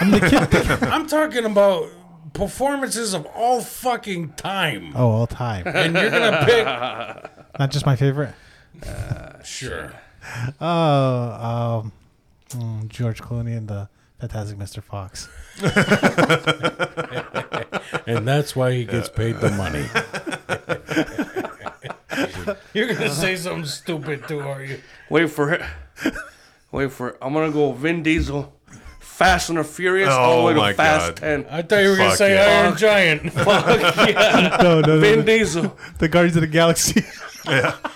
I'm talking about performances of all fucking time.
Oh, all time.
And you're going to
not just my favorite.
pick. sure.
Oh, um, mm, George Clooney and the Fantastic Mr. Fox.
And that's why he gets paid the money. You're gonna say something stupid too, are you?
Wait for it. Wait for it. I'm gonna go Vin Diesel, Fast and the Furious, all the
Oh
way to
my
Fast
God.
Ten.
I thought you were gonna
Fuck
say
yeah.
Iron Giant.
Fuck yeah,
No, no,
Vin Diesel.
The Guardians of the Galaxy.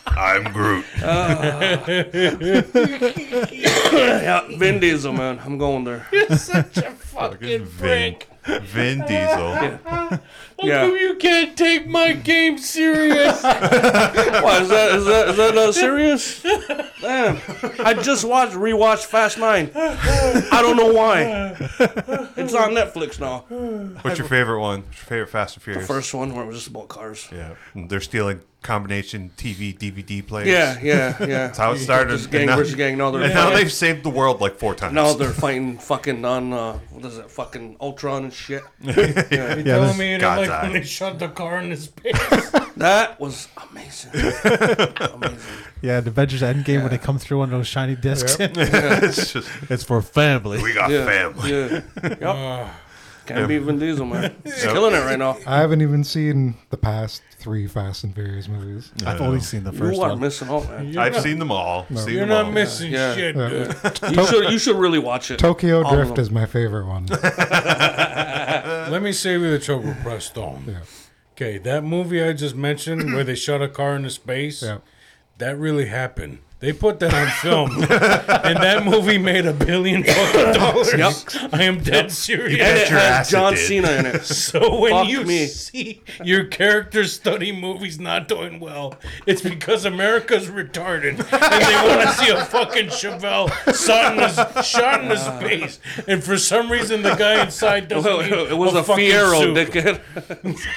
I'm Groot.
yeah, Vin Diesel, man. I'm going there.
Such a fucking
Vin.
prick.
Vin Diesel.
Yeah.
Come, you can't take my game serious.
Why is that? Is that is that uh, serious? Damn! I just watched rewatched Fast Nine. I don't know why. It's on Netflix now.
What's your favorite one? What's your favorite Fast and Furious?
First one where it was just about cars.
Yeah. They're stealing combination TV, DVD players.
Yeah, yeah, yeah.
That's how it started.
This gang
and now,
versus gang. No, they're
and now they've saved the world like four times.
now they're fighting fucking on uh, what is it? Fucking Ultron and shit.
You
Yeah,
telling
this-
me you didn't
God's
like when
eye.
they shot the car in his face?
That was amazing. amazing.
Yeah, the Avengers Endgame when they come through on those shiny discs.
it's just,
it's for family.
we got
Yeah,
family.
yeah. Yep. Can't be Vin Diesel, man. He's killing it right now.
I haven't even seen the past three Fast and Furious movies.
I've only seen the first
You are
one.
missing out, man.
I've seen them all. Seen
You're
them
not
all.
missing
Yeah.
shit, dude.
You should you should really watch it.
Tokyo
All of
Drift
them.
is my favorite one.
Let me save you the trouble, Preston. Okay, that movie I just mentioned where they shot a car into space,
Yeah.
that really happened. They put that on film, and that movie made a billion fucking dollars. I am dead serious.
And it
your
has
ass it
John
did.
Cena in it.
So when
Fuck
you
me.
see your character study movies not doing well, it's because America's retarded and they want to see a fucking Chevelle shot in his, shot in his face, and for some reason the guy inside doesn't.
Well,
need
it was a,
fucking
Fiero,
suit.
dickhead.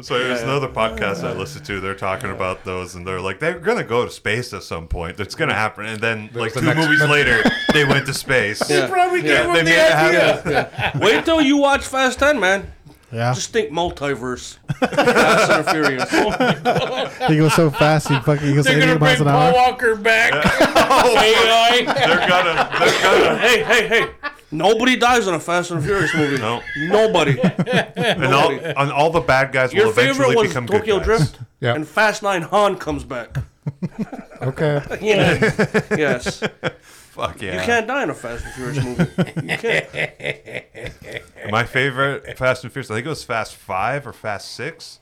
So there's another podcast I listen to. They're talking about those, and they're like, they're gonna go to space at some point. It's gonna happen, and then like
the
two
next-
movies later, they went to space.
Probably
Yeah,
gave
they
him
made it
the idea.
happen.
Wait till you watch Fast 10, man.
Yeah,
Just think multiverse. Fast and Furious.
he goes so fast. He fucking goes
They're
80
gonna bring
miles an
Paul
hour.
Walker back.
Oh,
AI.
they're gonna, they're gonna.
hey, hey, hey. Nobody dies in a Fast and Furious movie.
No,
Nobody.
and all, and all the bad guys
Your
will eventually
favorite was
become
Tokyo
good guys.
Drift,
Yeah.
and Fast 9 Han comes back.
Okay.
Yeah. yes.
Fuck yeah!
You can't die in a Fast and Furious movie. You can't.
My favorite Fast and Furious, I think it was Fast Five or Fast Six.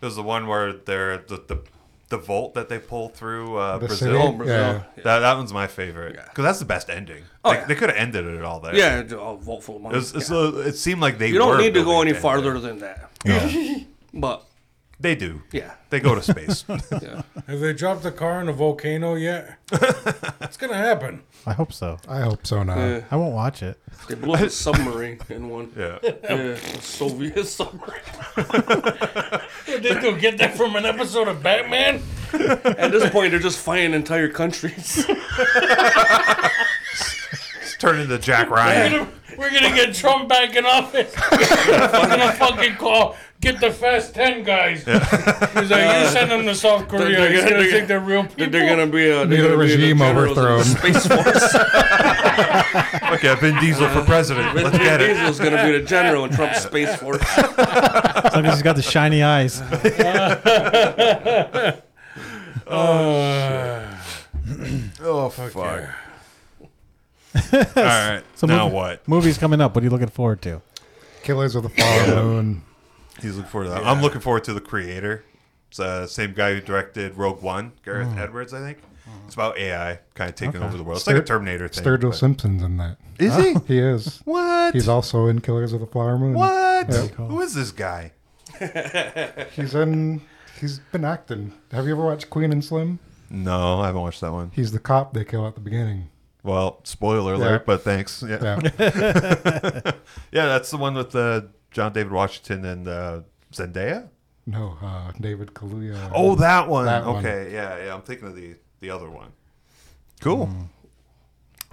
It was the one where they're the the, the vault that they pull through uh,
The
Brazil.
Oh,
city.
Brazil.
Yeah.
That, that one's my favorite because that's the best ending.
Oh,
Like,
yeah.
They could have ended it all there.
Yeah, I'll vote for
It,
money.
was, it's a- it seemed like they
You don't
were
need to go
building
any
it.
farther than that. But,
They do.
yeah.
They go to space.
yeah.
Have they dropped the car in a volcano yet? it's gonna happen.
I hope so.
I hope so now.
Yeah.
I won't watch it.
They blew up a submarine in one.
yeah.
Yeah, a Soviet submarine.
Did they go get that from an episode of Batman?
At this point, they're just fighting entire countries.
It's turned into Jack Ryan.
We're gonna get Trump back in office. I'm gonna fucking call. Get the Fast Ten guys. He's like, you send them to South Korea.
they're
He's
gonna-
gonna
they're
think they're real
they're
people.
gonna be uh,
Need
they're
a
gonna be the
regime
generals of the
overthrown.
Space Force.
Okay, Vin Diesel for president. Let's get it.
Diesel's gonna be the general in Trump's Space Force.
As long as he's got the shiny eyes.
Uh,
Oh, fuck. All right. now
movie-
what?
Movies coming up. What are you looking forward to?
Killers of the Fallen Moon.
He's looking forward to that. I'm looking forward to the creator. It's uh, same guy who directed Rogue One, Gareth
Mm.
Edwards, I think. It's about AI kind of taking over the world. It's like a
Stur-
Terminator thing.
Sturgill
but-
Simpson's in that.
Is he?
He is.
What?
He's also in Killers of the Flower Moon.
what?
Yeah.
Who is this guy?
He's in. He's been acting. Have you ever watched Queen and Slim?
No, I haven't watched that one.
He's the cop they kill at the beginning.
Well, spoiler
Yeah.
alert, but thanks. Yeah. yeah,
Yeah.
that's the one with uh, John David Washington and uh, Zendaya.
no, uh, David Kaluuya.
Oh, that one.
That one.
okay, yeah, yeah. I'm thinking of the the other one. Cool.
Mm.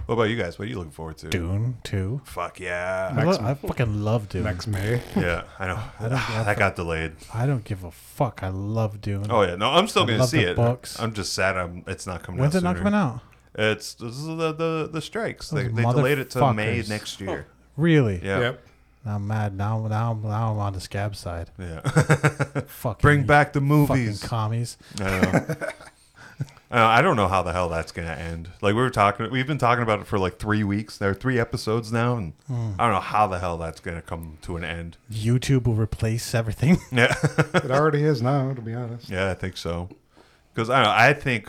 What about you guys? What are you looking forward to?
Dune two.
Fuck yeah.
I, lo- I fucking love Dune.
next May.
Yeah, I know. that got delayed.
I don't give a fuck. I love Dune.
Oh yeah, no, I'm still
I
gonna
love
see
the
it.
books.
I'm just sad. I'm. It's not coming.
When's
out
it not
sooner.
coming out?
It's this is the the, the strikes. They,
Those
they delayed it to May
motherfuckers. Oh.
next year.
Really?
Yeah,
I'm mad now. Now, I'm- now I'm on the scab side.
yeah.
Fucking
Bring back the
fucking
movies.
commies.
I know. I know, I don't know how the hell that's gonna end. Like we were talking, we've been talking about it for like three weeks. There are three episodes now, and
Hmm.
I don't know how the hell that's gonna come to an end.
YouTube will replace everything.
Yeah,
It already is now, to be honest.
yeah, I think so. Because I don't know, I think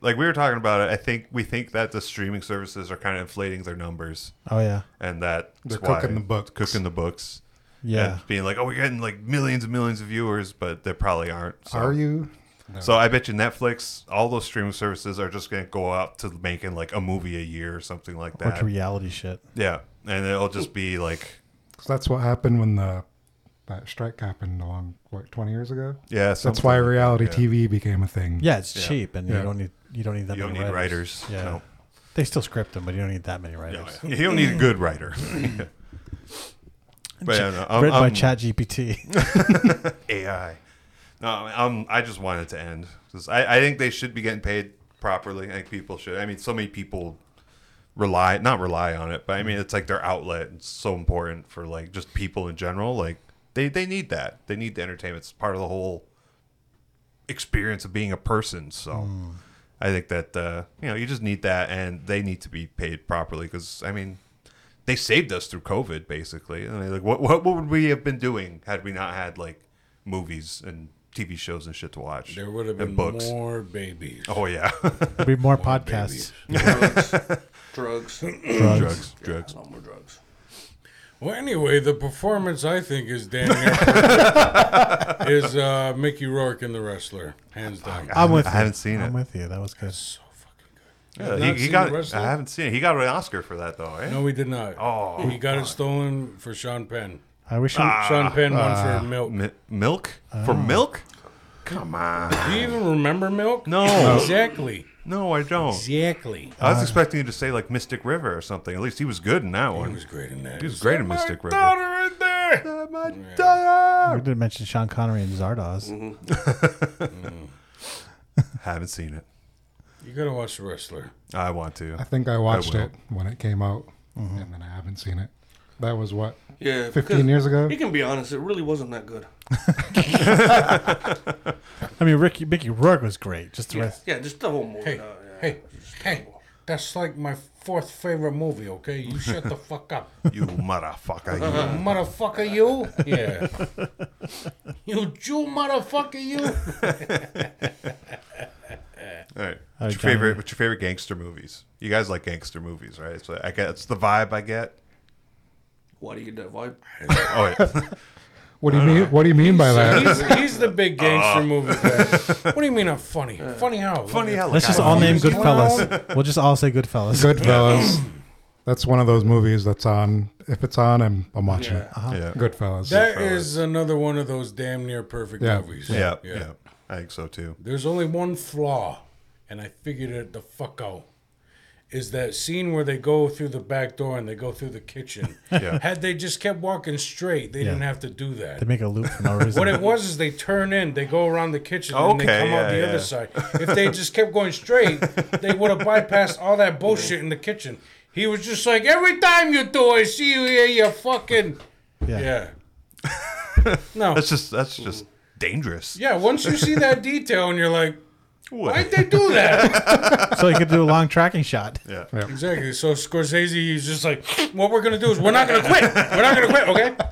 like we were talking about it. I think we think that the streaming services are kind of inflating their numbers,
Oh yeah,
and that
They're cooking the books.
cooking the books,
yeah.
and being like, oh, we're getting like millions and millions of viewers, but they probably aren't. So.
Are you?
So I bet you Netflix, all those streaming services are just going to go out to making like a movie a year or something like
Or
that.
to reality shit.
yeah, and it'll just be like,
'Cause that's what happened when the that strike happened along what twenty years ago.
yeah.
That's
something
why
like that,
reality
yeah.
TV became a thing.
Yeah, it's
Yeah.
cheap, and you
Yeah.
don't need you don't need that
You don't
many
need writers.
Yeah,
no. Oh,
they still script them, but you don't need that many
Yeah,
writers.
yeah. you don't need a good writer. but yeah, no, I'm,
Read by
I'm-
ChatGPT.
AI. No, um, I just wanted to end. 'Cause I, I think they should be getting paid properly. I think people should. I mean, so many people rely, not rely on it, but I mean, it's like their outlet. It's so important for like just people in general. Like they, they need that. They need the entertainment. It's part of the whole experience of being a person. So
Hmm.
I think that, uh, you know, you just need that and they need to be paid properly. Cause I mean, they saved us through COVID, basically. And they like, what, what would we have been doing had we not had like movies and TV shows and shit to watch?
There would have
and
been more babies.
Oh yeah,
Read more
More
podcasts.
babies.
drugs, drugs,
Drugs.
drugs, drugs.
a lot more drugs.
Well, anyway, the performance I think is damn near is uh, Mickey Rourke in The Wrestler, hands down.
I'm with.
I
you.
haven't seen
I'm
it.
with you. That was good.
So fucking good.
Yeah,
I've
Uh, he,
not
he
seen
got.
The Wrestler.
I haven't seen it. He got an Oscar for that though, eh? right?
No, we did not.
Oh,
he got it stolen for Sean Penn.
I wish.
Ah.
I
Sean Penn won for Milk.
Mi- milk for
Ah.
milk? Come on.
Do you even remember Milk?
No.
Exactly.
No, I don't.
Exactly.
I was expecting you to say like Mystic River or something. At least he was good in that
He
one.
was great in that.
He was great in Mystic River.
in there.
Uh, my
we
daughter!
didn't mention Sean Connery and Zardoz.
Mm-hmm. Haven't seen it.
You gotta watch The Wrestler.
I want to.
I think I watched
will.
it when it came out, and then I haven't seen it. That was what
Yeah, because
fifteen years ago.
You can be honest; it really wasn't that good.
I mean, Ricky Mickey Rourke was great. Just the
Yeah,
rest.
yeah just the whole
Oh,
movie.
Hey,
uh, yeah.
hey, hey. That's like my fourth favorite movie, okay? You shut the fuck up.
You motherfucker.
motherfucker, you. Yeah. you Jew motherfucker, you.
You. All right.
right,
What's your
Johnny.
favorite? What's your favorite gangster movies? You guys like gangster movies, right? So I get. It's the vibe I get.
Why do you get that vibe?
Oh yeah.
What do you mean? What do you mean by that?
He's, he's the big gangster movie guy. What do you mean I'm funny? Funny how?
Uh. Funny how.
Let's just
like,
all
I-
name Goodfellas. We'll just all say Goodfellas.
Goodfellas. That's one of those movies that's on. If it's on, I'm I'm watching it.
Yeah. uh-huh.
Goodfellas.
That is another one of those damn near perfect
Yeah.
movies.
Yeah, yeah. I think so too.
There's only one flaw, and I figured it the fuck out. Is that scene where they go through the back door and they go through the kitchen?
Yeah.
Had they just kept walking straight, they didn't have to do that.
They make a loop for no
What
reason.
it was is they turn in, they go around the kitchen, and they
Okay,
come out
yeah,
the
yeah.
other side. If they just kept going straight, they would have bypassed all that bullshit in the kitchen. He was just like, every time you do, I see you here, you fucking.
Yeah.
Yeah. No.
That's just that's just dangerous.
Yeah, once you see that detail and you're like,
What?
why'd they do that?
so you could do a long tracking shot.
Yeah.
exactly. So Scorsese is just like, what we're going to do is we're not going to quit. We're not going to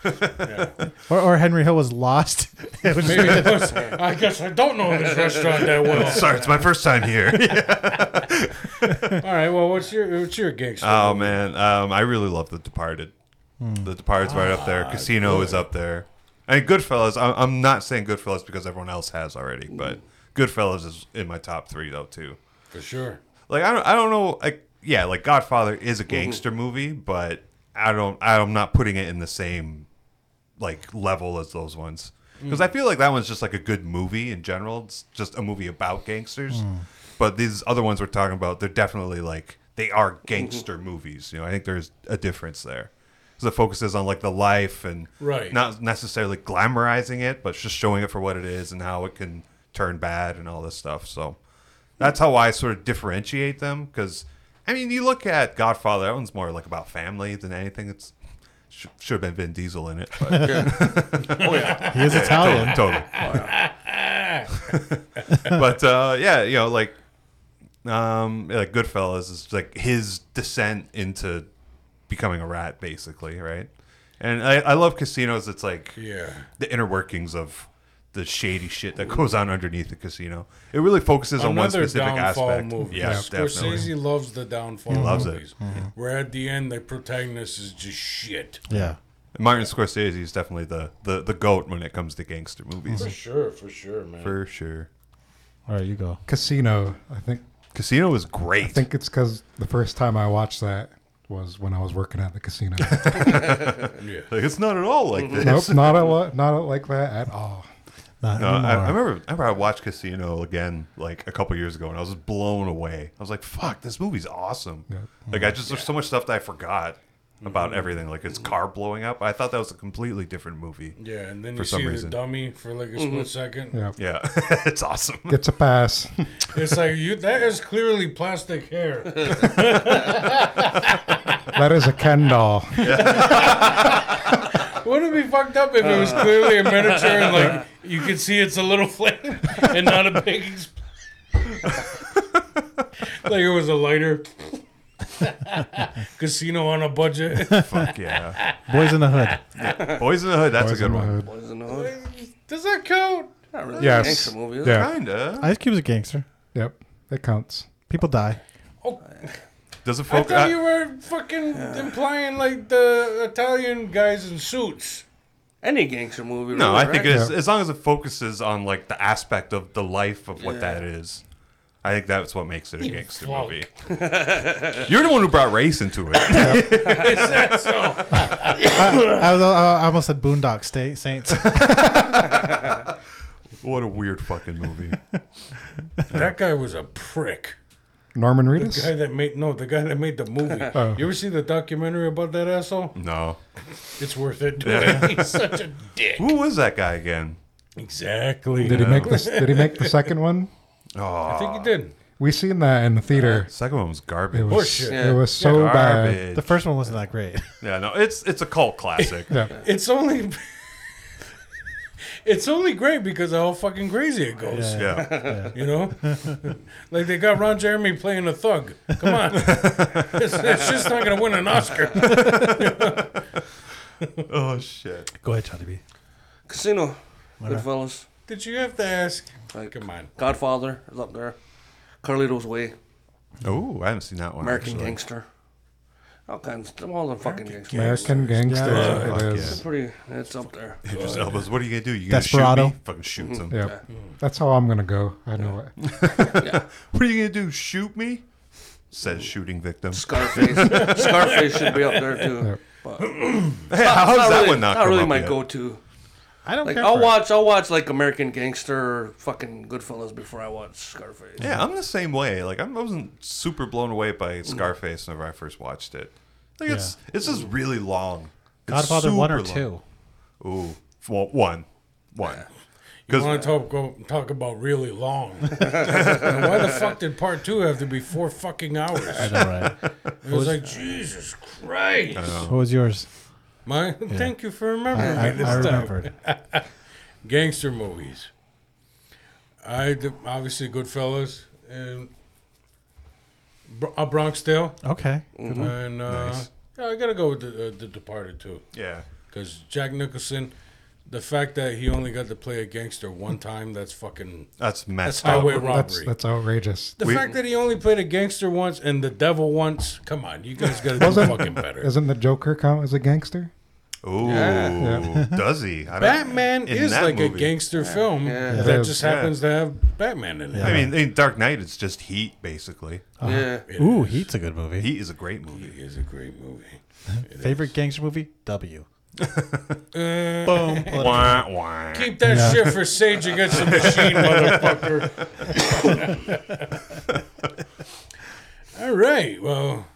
quit, okay?
Or, or Henry Hill was lost. It was-
Maybe it was, I guess I don't know this restaurant that well.
Sorry, it's my first time here.
All right, well, what's your what's your gangster?
Oh man, um, I really love The Departed. The Departed's right up there. Casino is up there. I mean, Goodfellas. I'm, I'm not saying Goodfellas because everyone else has already, but Goodfellas is in my top three though too.
for sure.
Like I don't, I don't know. Like yeah, like Godfather is a gangster movie, but I don't. I'm not putting it in the same like level as those ones because I feel like that one's just like a good movie in general. It's just a movie about gangsters. But these other ones we're talking about, they're definitely like they are gangster movies. You know, I think there's a difference there. 'Cause It focuses on like the life and
Right.
not necessarily glamorizing it, but just showing it for what it is and how it can turn bad and all this stuff. So that's how I sort of differentiate them. Because I mean, you look at Godfather; that one's more like about family than anything. It's sh- should have been Vin Diesel in it, but
He is Italian.
totally. but uh, yeah, you know, like, um, like Goodfellas is like his descent into becoming a rat, basically, right? And I, I love casinos. It's like
Yeah.
the inner workings of the shady shit that goes on underneath the casino. It really focuses on one
Another
specific
downfall
aspect.
movie.
Yeah,
Scorsese
definitely.
loves the downfall.
loves it. Mm-hmm.
movies, Where at the end the protagonist is just shit.
Yeah.
Martin Scorsese is definitely the, the the goat when it comes to gangster movies
For sure, for sure, man.
for sure.
All right, you go.
Casino. I think
Casino was great.
I think it's because the first time I watched that was when I was working at the casino.
yeah.
like, it's not at all like
Mm-hmm.
this.
nope, not a lot, not like that at all.
Not
No, I, I
anymore.
remember. I remember I watched Casino again like a couple years ago, and I was just blown away. I was like, "Fuck, this movie's awesome!" Like, I just there's so much stuff that I forgot
Mm-hmm.
about everything. Like his car blowing up. I thought that was a completely different movie.
Yeah, and then
For
you
some
see
reason.
the dummy for like a split second.
Yeah,
Yeah, it's awesome.
gets a pass.
It's like you that is clearly plastic hair.
that is a Ken doll.
Wouldn't it be fucked up if it was
Uh.
clearly a miniature and like you could see it's a little flame and not a big expl- Like it was a lighter casino on a budget.
Fuck yeah,
Boys in the Hood.
Boys in the Hood. That's
Boys
a good
in the
one.
Hood.
Boys in the Hood.
Does that count?
Not really
Yes.
a gangster movie. is it?
Yeah.
Kinda.
Ice Cube's a gangster.
Yep, it counts.
People die.
Does it
I
focus?
thought you were fucking implying like the Italian guys in suits.
Any gangster movie.
no,
really,
I think
right?
as, as long as it focuses on like the aspect of the life of what
Yeah.
that is. I think that's what makes it a gangster
fuck.
movie. You're the one who brought race into it.
Is that so?
I, was, uh, I almost said Boondock State Saints.
what a weird fucking movie.
That guy was a prick.
Norman
The guy
Reedus.
that made no, the guy that made the movie.
Oh.
You ever see the documentary about that asshole?
No.
It's worth it. He's such a dick.
Who was that guy again?
Exactly.
Did he make this? Did he make the second one?
I
Oh,
think he did.
We seen that in the theater.
second one was
It
garbage.
was,
Horseshit.
Yeah.
it was so bad.
garbage.
the first one wasn't that great.
yeah, no, it's it's a cult classic.
Yeah,
It's only. it's only great because of how fucking crazy it goes.
yeah,
You know, like they got Ron Jeremy playing a thug. Come on, it's, it's just not gonna win an Oscar.
oh shit.
Go ahead, Charlie B.
Casino. Goodfellas.
Did you have to ask?
Like,
Come on.
Godfather is up there. Carlito's Way.
Oh, I haven't seen that one.
American
actually.
Gangster. All kinds. Of, all the fucking gangster.
American Gangster.
Yeah.
it
Fuck
is.
Pretty. It's up there.
Idris Elba's. What are you gonna do? You gonna
Desperado.
shoot me? Fucking shoots him.
Yeah. That's how I'm gonna go. I know it.
What are you gonna do? Shoot me? Says shooting victim.
Scarface. Scarface should be up there too. But
Hey, how's that
really,
one not?
not
come
really
up
my
yet?
go-to.
I don't
Like
care.
I'll
for it.
watch, I'll watch like American Gangster or fucking Goodfellas before I watch Scarface.
Yeah, I'm the same way. Like I'm- I wasn't super blown away
Mm.
by Scarface whenever I first watched it. Like it's it's just really long. It's
Godfather one or
super
two.
long. Ooh, well, one, one.
You
'Cause-
want to talk go, talk about really long? Why the fuck did part two have to be four fucking hours?
I
It
know, right?
was like Jesus Christ.
Uh-huh.
what was yours?
My thank you for remembering
I,
me this
I
time.
remembered.
Gangster movies. I d- obviously Goodfellas and Bro- a Bronx Tale,
Okay.
Mm-hmm.
and uh, yeah, I gotta go with the, uh, the Departed too,
Yeah.
because Jack Nicholson. The fact that he only got to play a gangster one time—that's fucking.
Mm. That's
That's
messed up.
highway robbery.
That's that's outrageous.
The
We-
fact that he only played a gangster once and the devil once, come on, you guys gotta do
Wasn't-
fucking better.
Doesn't the Joker count as a gangster?
Ooh, does he? I don't,
Batman
in
is
that
like a
movie.
gangster film
Yeah.
that
It
just
is,
yeah.
happens to have Batman in it.
I mean, in Dark Knight, it's just Heat, basically.
Yeah.
Ooh, Heat's a good movie.
Heat is a great movie.
it is a great movie.
Favorite gangster movie? W.
Uh,
Boom.
Wah, wah.
keep that shit for Sage Against the Machine, motherfucker. All right, well,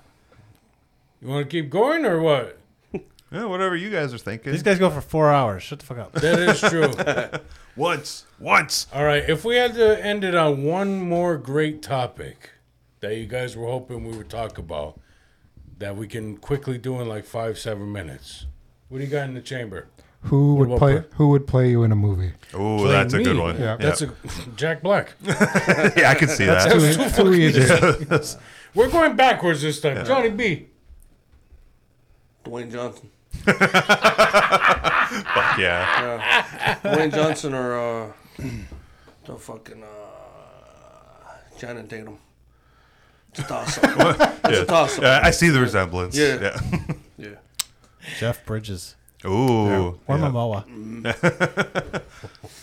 you want to keep going or what?
Yeah, whatever you guys are thinking.
These guys go for four hours. Shut the fuck up.
That is true.
once, once.
All right, if we had to end it on one more great topic that you guys were hoping we would talk about, that we can quickly do in like five, seven minutes. What do you got in the chamber?
Who would
what
play
part?
Who would play you in a movie?
Ooh, that's a
me.
good one.
Yeah.
Yeah,
That's a Jack Black.
yeah I can see that.
Too, too easy.
We're going backwards this time. Johnny B.
Dwayne Johnson.
Fuck yeah.
Wayne Johnson or uh, the fucking uh, Janet Tatum. It's a toss up.
yeah.
toss-up.
Yeah, I see the resemblance.
Yeah. yeah.
Jeff Bridges
Ooh.
or
yeah.
Momoa.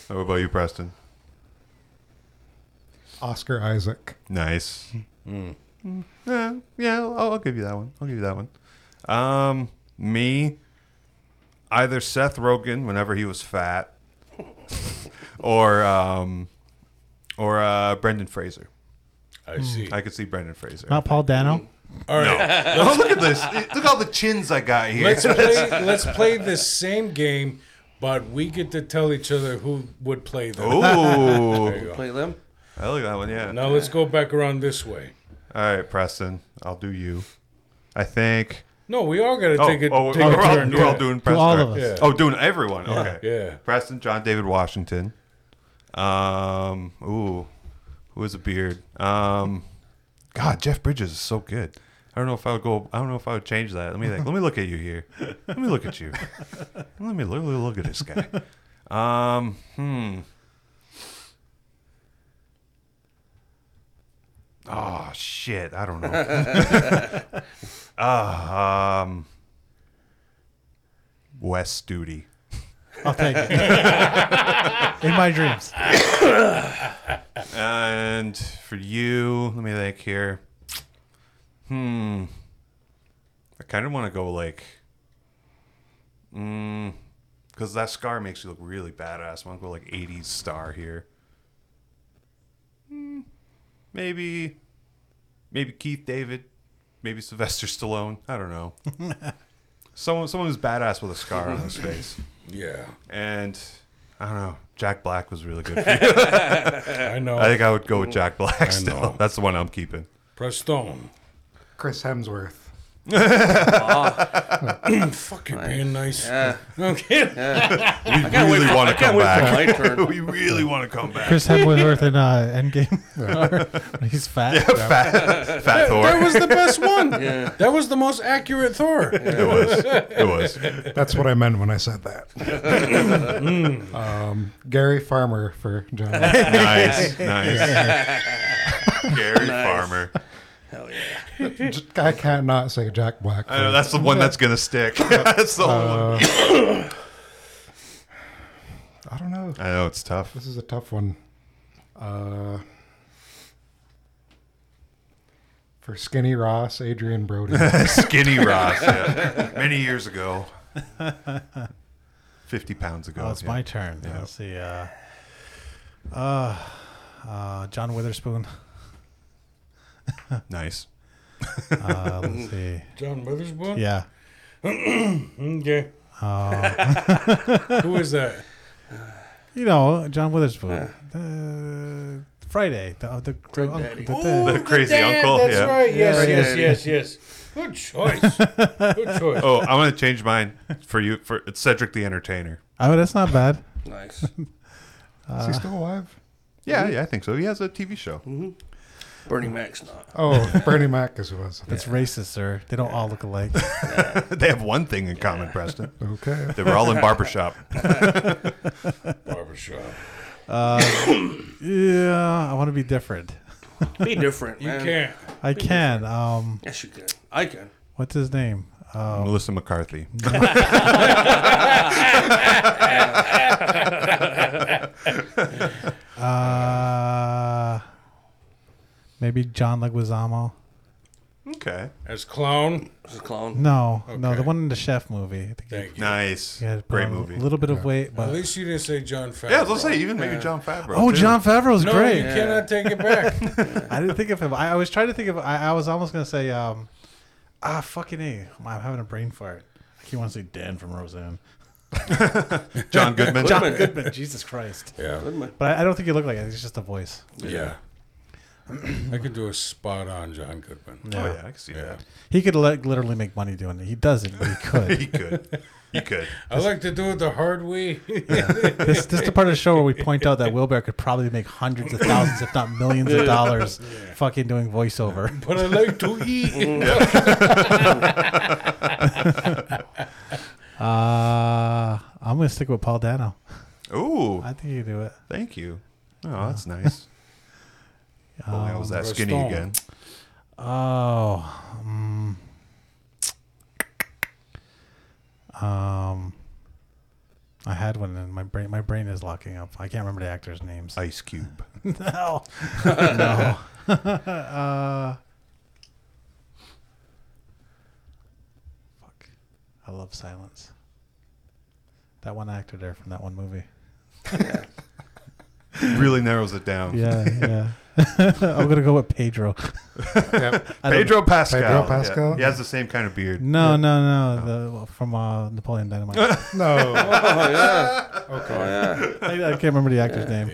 How about you, Preston?
Oscar Isaac.
Nice.
Hmm.
Hmm. Yeah, yeah I'll, I'll give you that one. I'll give you that one. Um, me, either Seth Rogen whenever he was fat, or um, or uh, Brendan Fraser.
I see.
I could see Brendan Fraser.
Not Paul Dano.
All right.
oh, look at this! Look at all the chins I got here.
Let's play. let's play the same game, but we get to tell each other who would play them.
Ooh,
Play them.
I like that one. Yeah.
Now let's go back around this way.
All right, Preston, I'll do you. I think.
No, we all got to
Oh,
take a,
oh,
take
we're,
a
all,
turn.
we're all doing Preston.
all of us.
Yeah.
Oh, doing everyone. Okay.
Yeah.
Preston, John David Washington. Um, ooh, who has a beard? Um, God, Jeff Bridges is so good. I don't know if I would go. I don't know if I would change that. Let me think. Let me look at you here. Let me look at you. Let me literally look at this guy. Um, hmm. Oh shit! I don't know. uh, um, Wes Studi.
I'll take it. In my dreams.
And for you, let me think here. Hmm. I kind of want to go like. Mm. Because that scar makes you look really badass. I want to go like 80s star here. Hmm, Maybe. Maybe Keith David. Maybe Sylvester Stallone. I don't know. someone, someone who's badass with a scar on his face.
Yeah,
And I don't know. Jack Black was really good for you.
I know.
I think I would go with Jack Black
know.
still. That's the one I'm keeping.
Prestone.
Chris Hemsworth.
Fucking being nice.
Yeah.
Okay.
We really want to
I can't
come
wait for my
back.
turn.
we really want to come back.
Chris Hemsworth in uh, Endgame. When He's fat.
fat, fat Thor.
That was the best one.
Yeah.
That was the most accurate Thor.
it was. It was.
That's what I meant when I said that. um, Gary Farmer for John.
Nice, nice. Gary Farmer.
Hell yeah.
J- I can't not say Jack Black.
I know that's the one that's gonna stick. Uh, that's the only one.
Uh, I don't know.
I know it's tough.
This is a tough one. Uh, for Skinny Ross, Adrian Brody.
Uh, Skinny Ross. Yeah. Many years ago. Fifty pounds ago.
Oh, it's
yeah.
my turn. Let's see. Uh, uh, uh, John Witherspoon.
Nice.
Uh, let's see.
John Witherspoon.
Yeah.
Okay. Who is that?
You know, John Witherspoon. Uh, Friday. The, the, uh,
Drug
the,
daddy.
the-
Ooh,
the-
The crazy uncle,
That's
yeah.
right. Yes,
Yeah,
yes,
yeah,
yes, yes. Good choice. Good choice.
Oh, I'm gonna change mine for you. For it's Cedric the Entertainer.
oh, that's not bad.
Nice.
is he still alive?
Yeah, yeah, I think so. He has a TV show.
Bernie Mac's not.
Oh, Bernie Mac is who was.
That's racist, sir. They don't all look alike.
they have one thing in common, Preston.
Okay.
They were all in barbershop.
Barbershop.
yeah, I want to be different.
Be different,
You
man.
can't.
I can. Um,
Yes, you can. I can.
what's his name? Uh,
Melissa McCarthy.
uh, maybe John Leguizamo.
Okay.
As clown.
This is clown.
No, no,
Okay.
the one in the chef movie. I think he-
Thank you.
Nice.
he had put
Great
on
movie.
A little bit of weight,
At
but
least you didn't say John Favreau.
yeah, I was gonna say even maybe John Favreau.
oh,
too.
John Favreau's
No,
great.
you cannot take it back.
I didn't think of him. I, I was trying to think of. I, I was almost gonna say, um, ah, fucking a. I'm having a brain fart. I keep wanting to say Dan from Roseanne.
John Goodman. Oh,
John Goodman. Jesus Christ.
yeah.
But I, I don't think he looked like it. He's just a voice.
Yeah. I could do a spot on John Goodman.
Oh yeah, I can see
Yeah.
He could like literally make money doing it. He doesn't, but he
that.
could.
He could. He could.
I like to do it the hard way.
this, this is the part of the show where we point out that Wilbur could probably make hundreds of thousands, if not millions of dollars, fucking doing voiceover.
but I like to eat.
Uh, I'm gonna stick with Paul Dano.
Ooh,
I think he can do it.
thank you. Oh, that's nice. If Only I was that
Um,
skinny
Stone.
again.
Oh. Um, um I had one and my brain my brain is locking up. I can't remember the actors' names.
Ice Cube.
no. no. uh, fuck. I love silence. That one actor there from that one movie.
really narrows it down.
Yeah, yeah. I'm gonna go with Pedro.
Yep.
I don't-
Pedro Pascal.
Pedro
Yeah.
Pascal?
He has the same kind of beard.
No, no, no. The well, from uh, Napoleon Dynamite. I,
No.
Oh yeah. Oh yeah.
I can't remember the actor's name.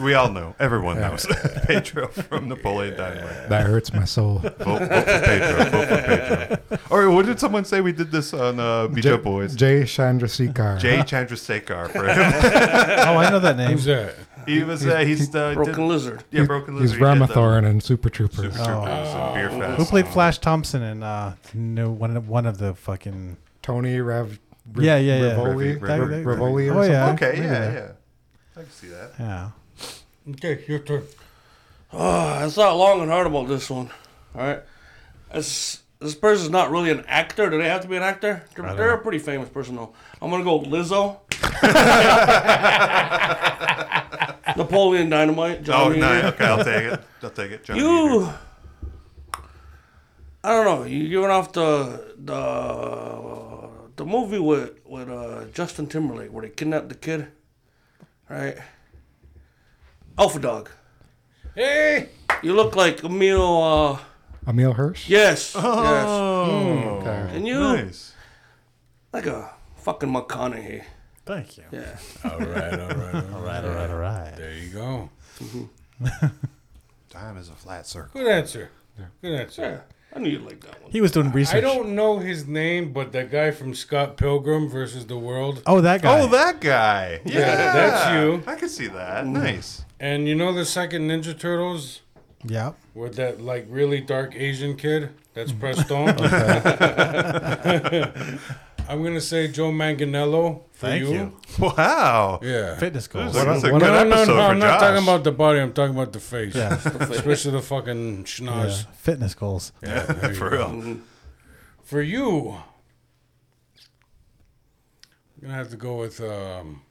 We all know. Everyone knows Pedro from Napoleon Dynamite.
that hurts my soul.
Vote, vote for Pedro. Vote for Pedro. Or what did someone say? We did this on uh, Beach
J-
Up Boys. J.
Jay Chandrasekhar.
Chandrasekhar. For him.
Oh, I know that name.
Who's that?
He was. Uh, he's uh,
Broken
Did,
lizard.
yeah, broken.
He's
Lizard. He did the
Ramathorn and Super Troopers.
Super Troopers and Beer Fest.
Oh. Who played Flash Thompson in uh, no, one of one of the fucking
Tony Rev. Re-
Yeah, yeah, yeah.
Rivoli,
Rev- Rev-
Re-
Rev-
Rivoli or
Oh yeah.
Okay.
maybe
Yeah.
that.
Yeah. I can see that.
Yeah.
Okay, your turn.
I thought long and hard about this one. All right, this this person's not really an actor. Do they have to be an actor? They're, they're a pretty famous person though. I'm gonna go Lizzo. Napoleon Dynamite.
Oh
John
no.
Mayer.
Okay, I'll take it. I'll take it. John Peter.
You. I don't know. You you went off the the the movie with with uh, Justin Timberlake where they kidnapped the kid, right? Alpha Dog.
Hey!
You look like Emil. Uh,
Emil Hirsch.
yes.
Oh.
Yes.
Okay.
And you
Nice.
like a fucking McConaughey.
Thank you.
Yeah.
All right, all right, all right.
All right, all right.
There you go.
Time is a flat circle.
Good answer. Good answer.
Yeah. I knew you'd like that one.
He was doing research.
I don't know his name, but that guy from Scott Pilgrim versus the World.
Oh, that guy.
Oh, that guy. Yeah,
that's you.
I can see that. Nice.
And you know the second Ninja Turtles
Yeah.
with that like really dark Asian kid? That's Preston. I'm gonna say Joe Manganello for
Thank
you.
you.
Wow.
Yeah.
Fitness goals.
This is a
what-
good
No, no,
episode
no,
for
I'm not
Josh.
talking about the body, I'm talking about the face.
Yeah.
Especially the fucking
yeah.
schnoz.
Fitness goals.
Yeah, there you
for
go.
real.
For you, I'm gonna have to go with. Um,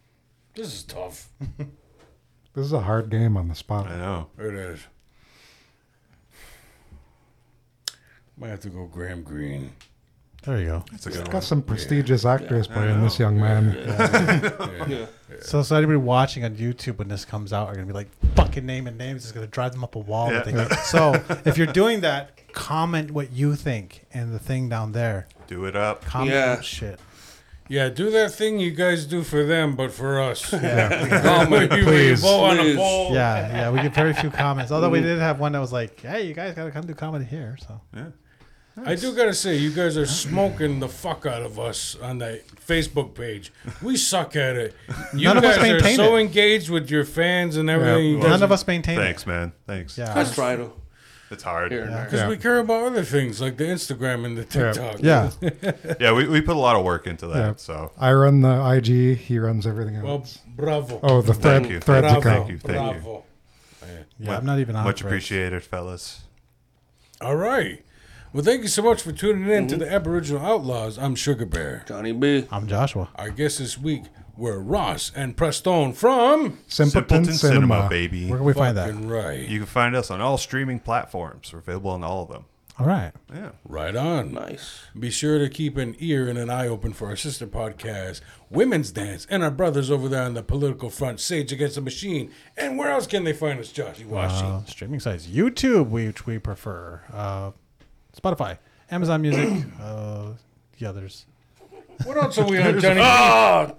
this is tough.
This is a hard game on the spot.
I know.
It is. Might have to go Graham Green.
There you go.
It's a good
Got
one.
some prestigious actors playing this young man.
Yeah.
So, so anybody watching on YouTube when this comes out are gonna be like fucking naming names. It's gonna drive them up a wall. with
Yeah.
it. So if you're doing that, comment what you think and the thing down there.
Do it up.
Comment
Yeah.
that shit.
Yeah, do that thing you guys do for them, but for us.
Yeah.
Comment, you
Please.
vote on a
Please.
Oh,
poll.
Yeah, yeah, we get very few comments. Although we did have one that was like, "Hey, you guys gotta come do comedy here." So
I do gotta say, you guys are smoking the fuck out of us on that Facebook page. We suck at it. You
None of us
guys are
maintain
so
it.
engaged with your fans and everything. you guys
none of us maintain. it.
Thanks, man. Thanks.
Yeah.
Let's try to.
It's hard.
Here and
Yeah,
there.
Because
Yeah.
we care about other things like the Instagram and the
Yeah.
TikTok.
Yeah.
we, we put a lot of work into that.
Yeah.
So
I run the IG. He runs everything
Well,
else.
bravo.
oh, the thread,
you.
threads
bravo.
account.
you, thank you.
bravo.
Yeah, I'm not even on
much
for it.
appreciated, fellas.
All right. Well, thank you so much for tuning in
Mm-hmm.
to the Aboriginal Outlaws. I'm Sugar Bear.
Johnny B.
I'm Joshua.
Our guests this week were Ross and Prestone from.
Simpleton,
Simpleton
Cinema,
Cinema, baby.
Where can we find that?
Fucking Right.
You can find us on all streaming platforms. We're available on all of them.
All right.
Yeah.
Right on.
Nice.
Be sure to keep an ear and an eye open for our sister podcast, Women's Dance, and our brothers over there on the political front, Sage Against the Machine. And where else can they find us, Joshy Washi?
Uh, streaming sites: YouTube, which we prefer, uh, Spotify, Amazon Music, uh, the others.
what else are we on, Johnny?
Ah,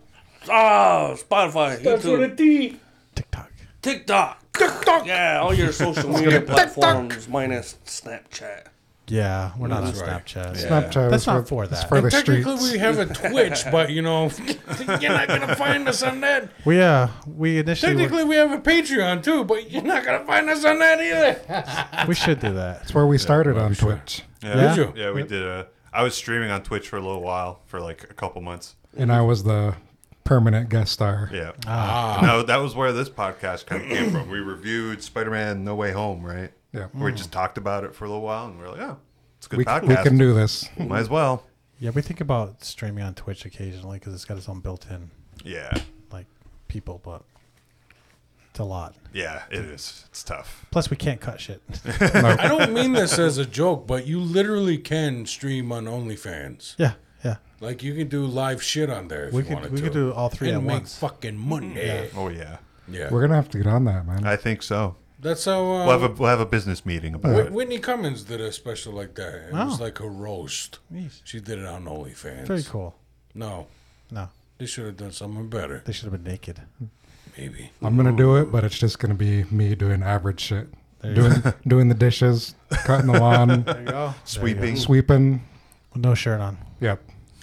ah, Spotify,
That's what
YouTube,
it did.
TikTok.
TikTok, TikTok. Yeah, all your social media platforms minus Snapchat.
Yeah, we're not
That's
on
right.
Snapchat.
Snapchat
That's
is
not for
for- It's
that.
for the
Technically,
streets.
we have a Twitch, but you know, you're not gonna find us on that.
We uh, we initially were-
Technically, we have a Patreon too, but you're not gonna find us on that either.
we should do that.
It's where we started on Twitch.
Yeah.
Did you?
Yeah, uh, we did. A, I was streaming on Twitch for a little while, for like a couple months.
And I was the permanent guest star.
Yeah. No, that was where this podcast kind of came from. We reviewed Spider Man No Way Home, right?
Yeah. Mm.
We just talked about it for a little while and we are like, oh, it's a good
We,
podcast.
we can do this.
Might as well.
Yeah, we think about streaming on Twitch occasionally because it's got its own built-in
Yeah.
like people, but it's a lot.
Yeah, it is. It's tough.
Plus, we can't cut shit.
I don't mean this as a joke, but you literally can stream on OnlyFans.
yeah, yeah.
Like you can do live shit on there if
We
you
could
wanted
we
to.
could do all three
and
at
make
once.
fucking money.
Oh, yeah.
Yeah,
We're gonna have to get on that, man.
I think so.
that's how. Uh,
We'll have a, we'll have a business meeting about
Whit-
it.
Whitney Cummings did a special like that. It
Wow.
was like a roast.
Jeez.
She did it on OnlyFans.
Very cool.
No,
No,
they should have done something better.
they should have been naked.
Maybe.
I'm gonna do it, but it's just gonna be me doing average shit,
There you
doing doing the dishes, cutting the lawn,
There you go.
Sweeping.
sweeping.
No shirt on.
Yep.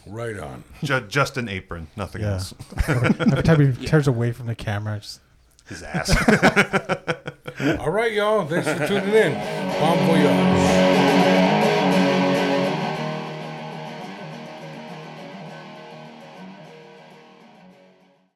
Right on.
Ju- just an apron, nothing
Yeah.
else.
Every time he turns away from the camera, just
His ass.
All right, y'all. Thanks for tuning in. Bon voyage.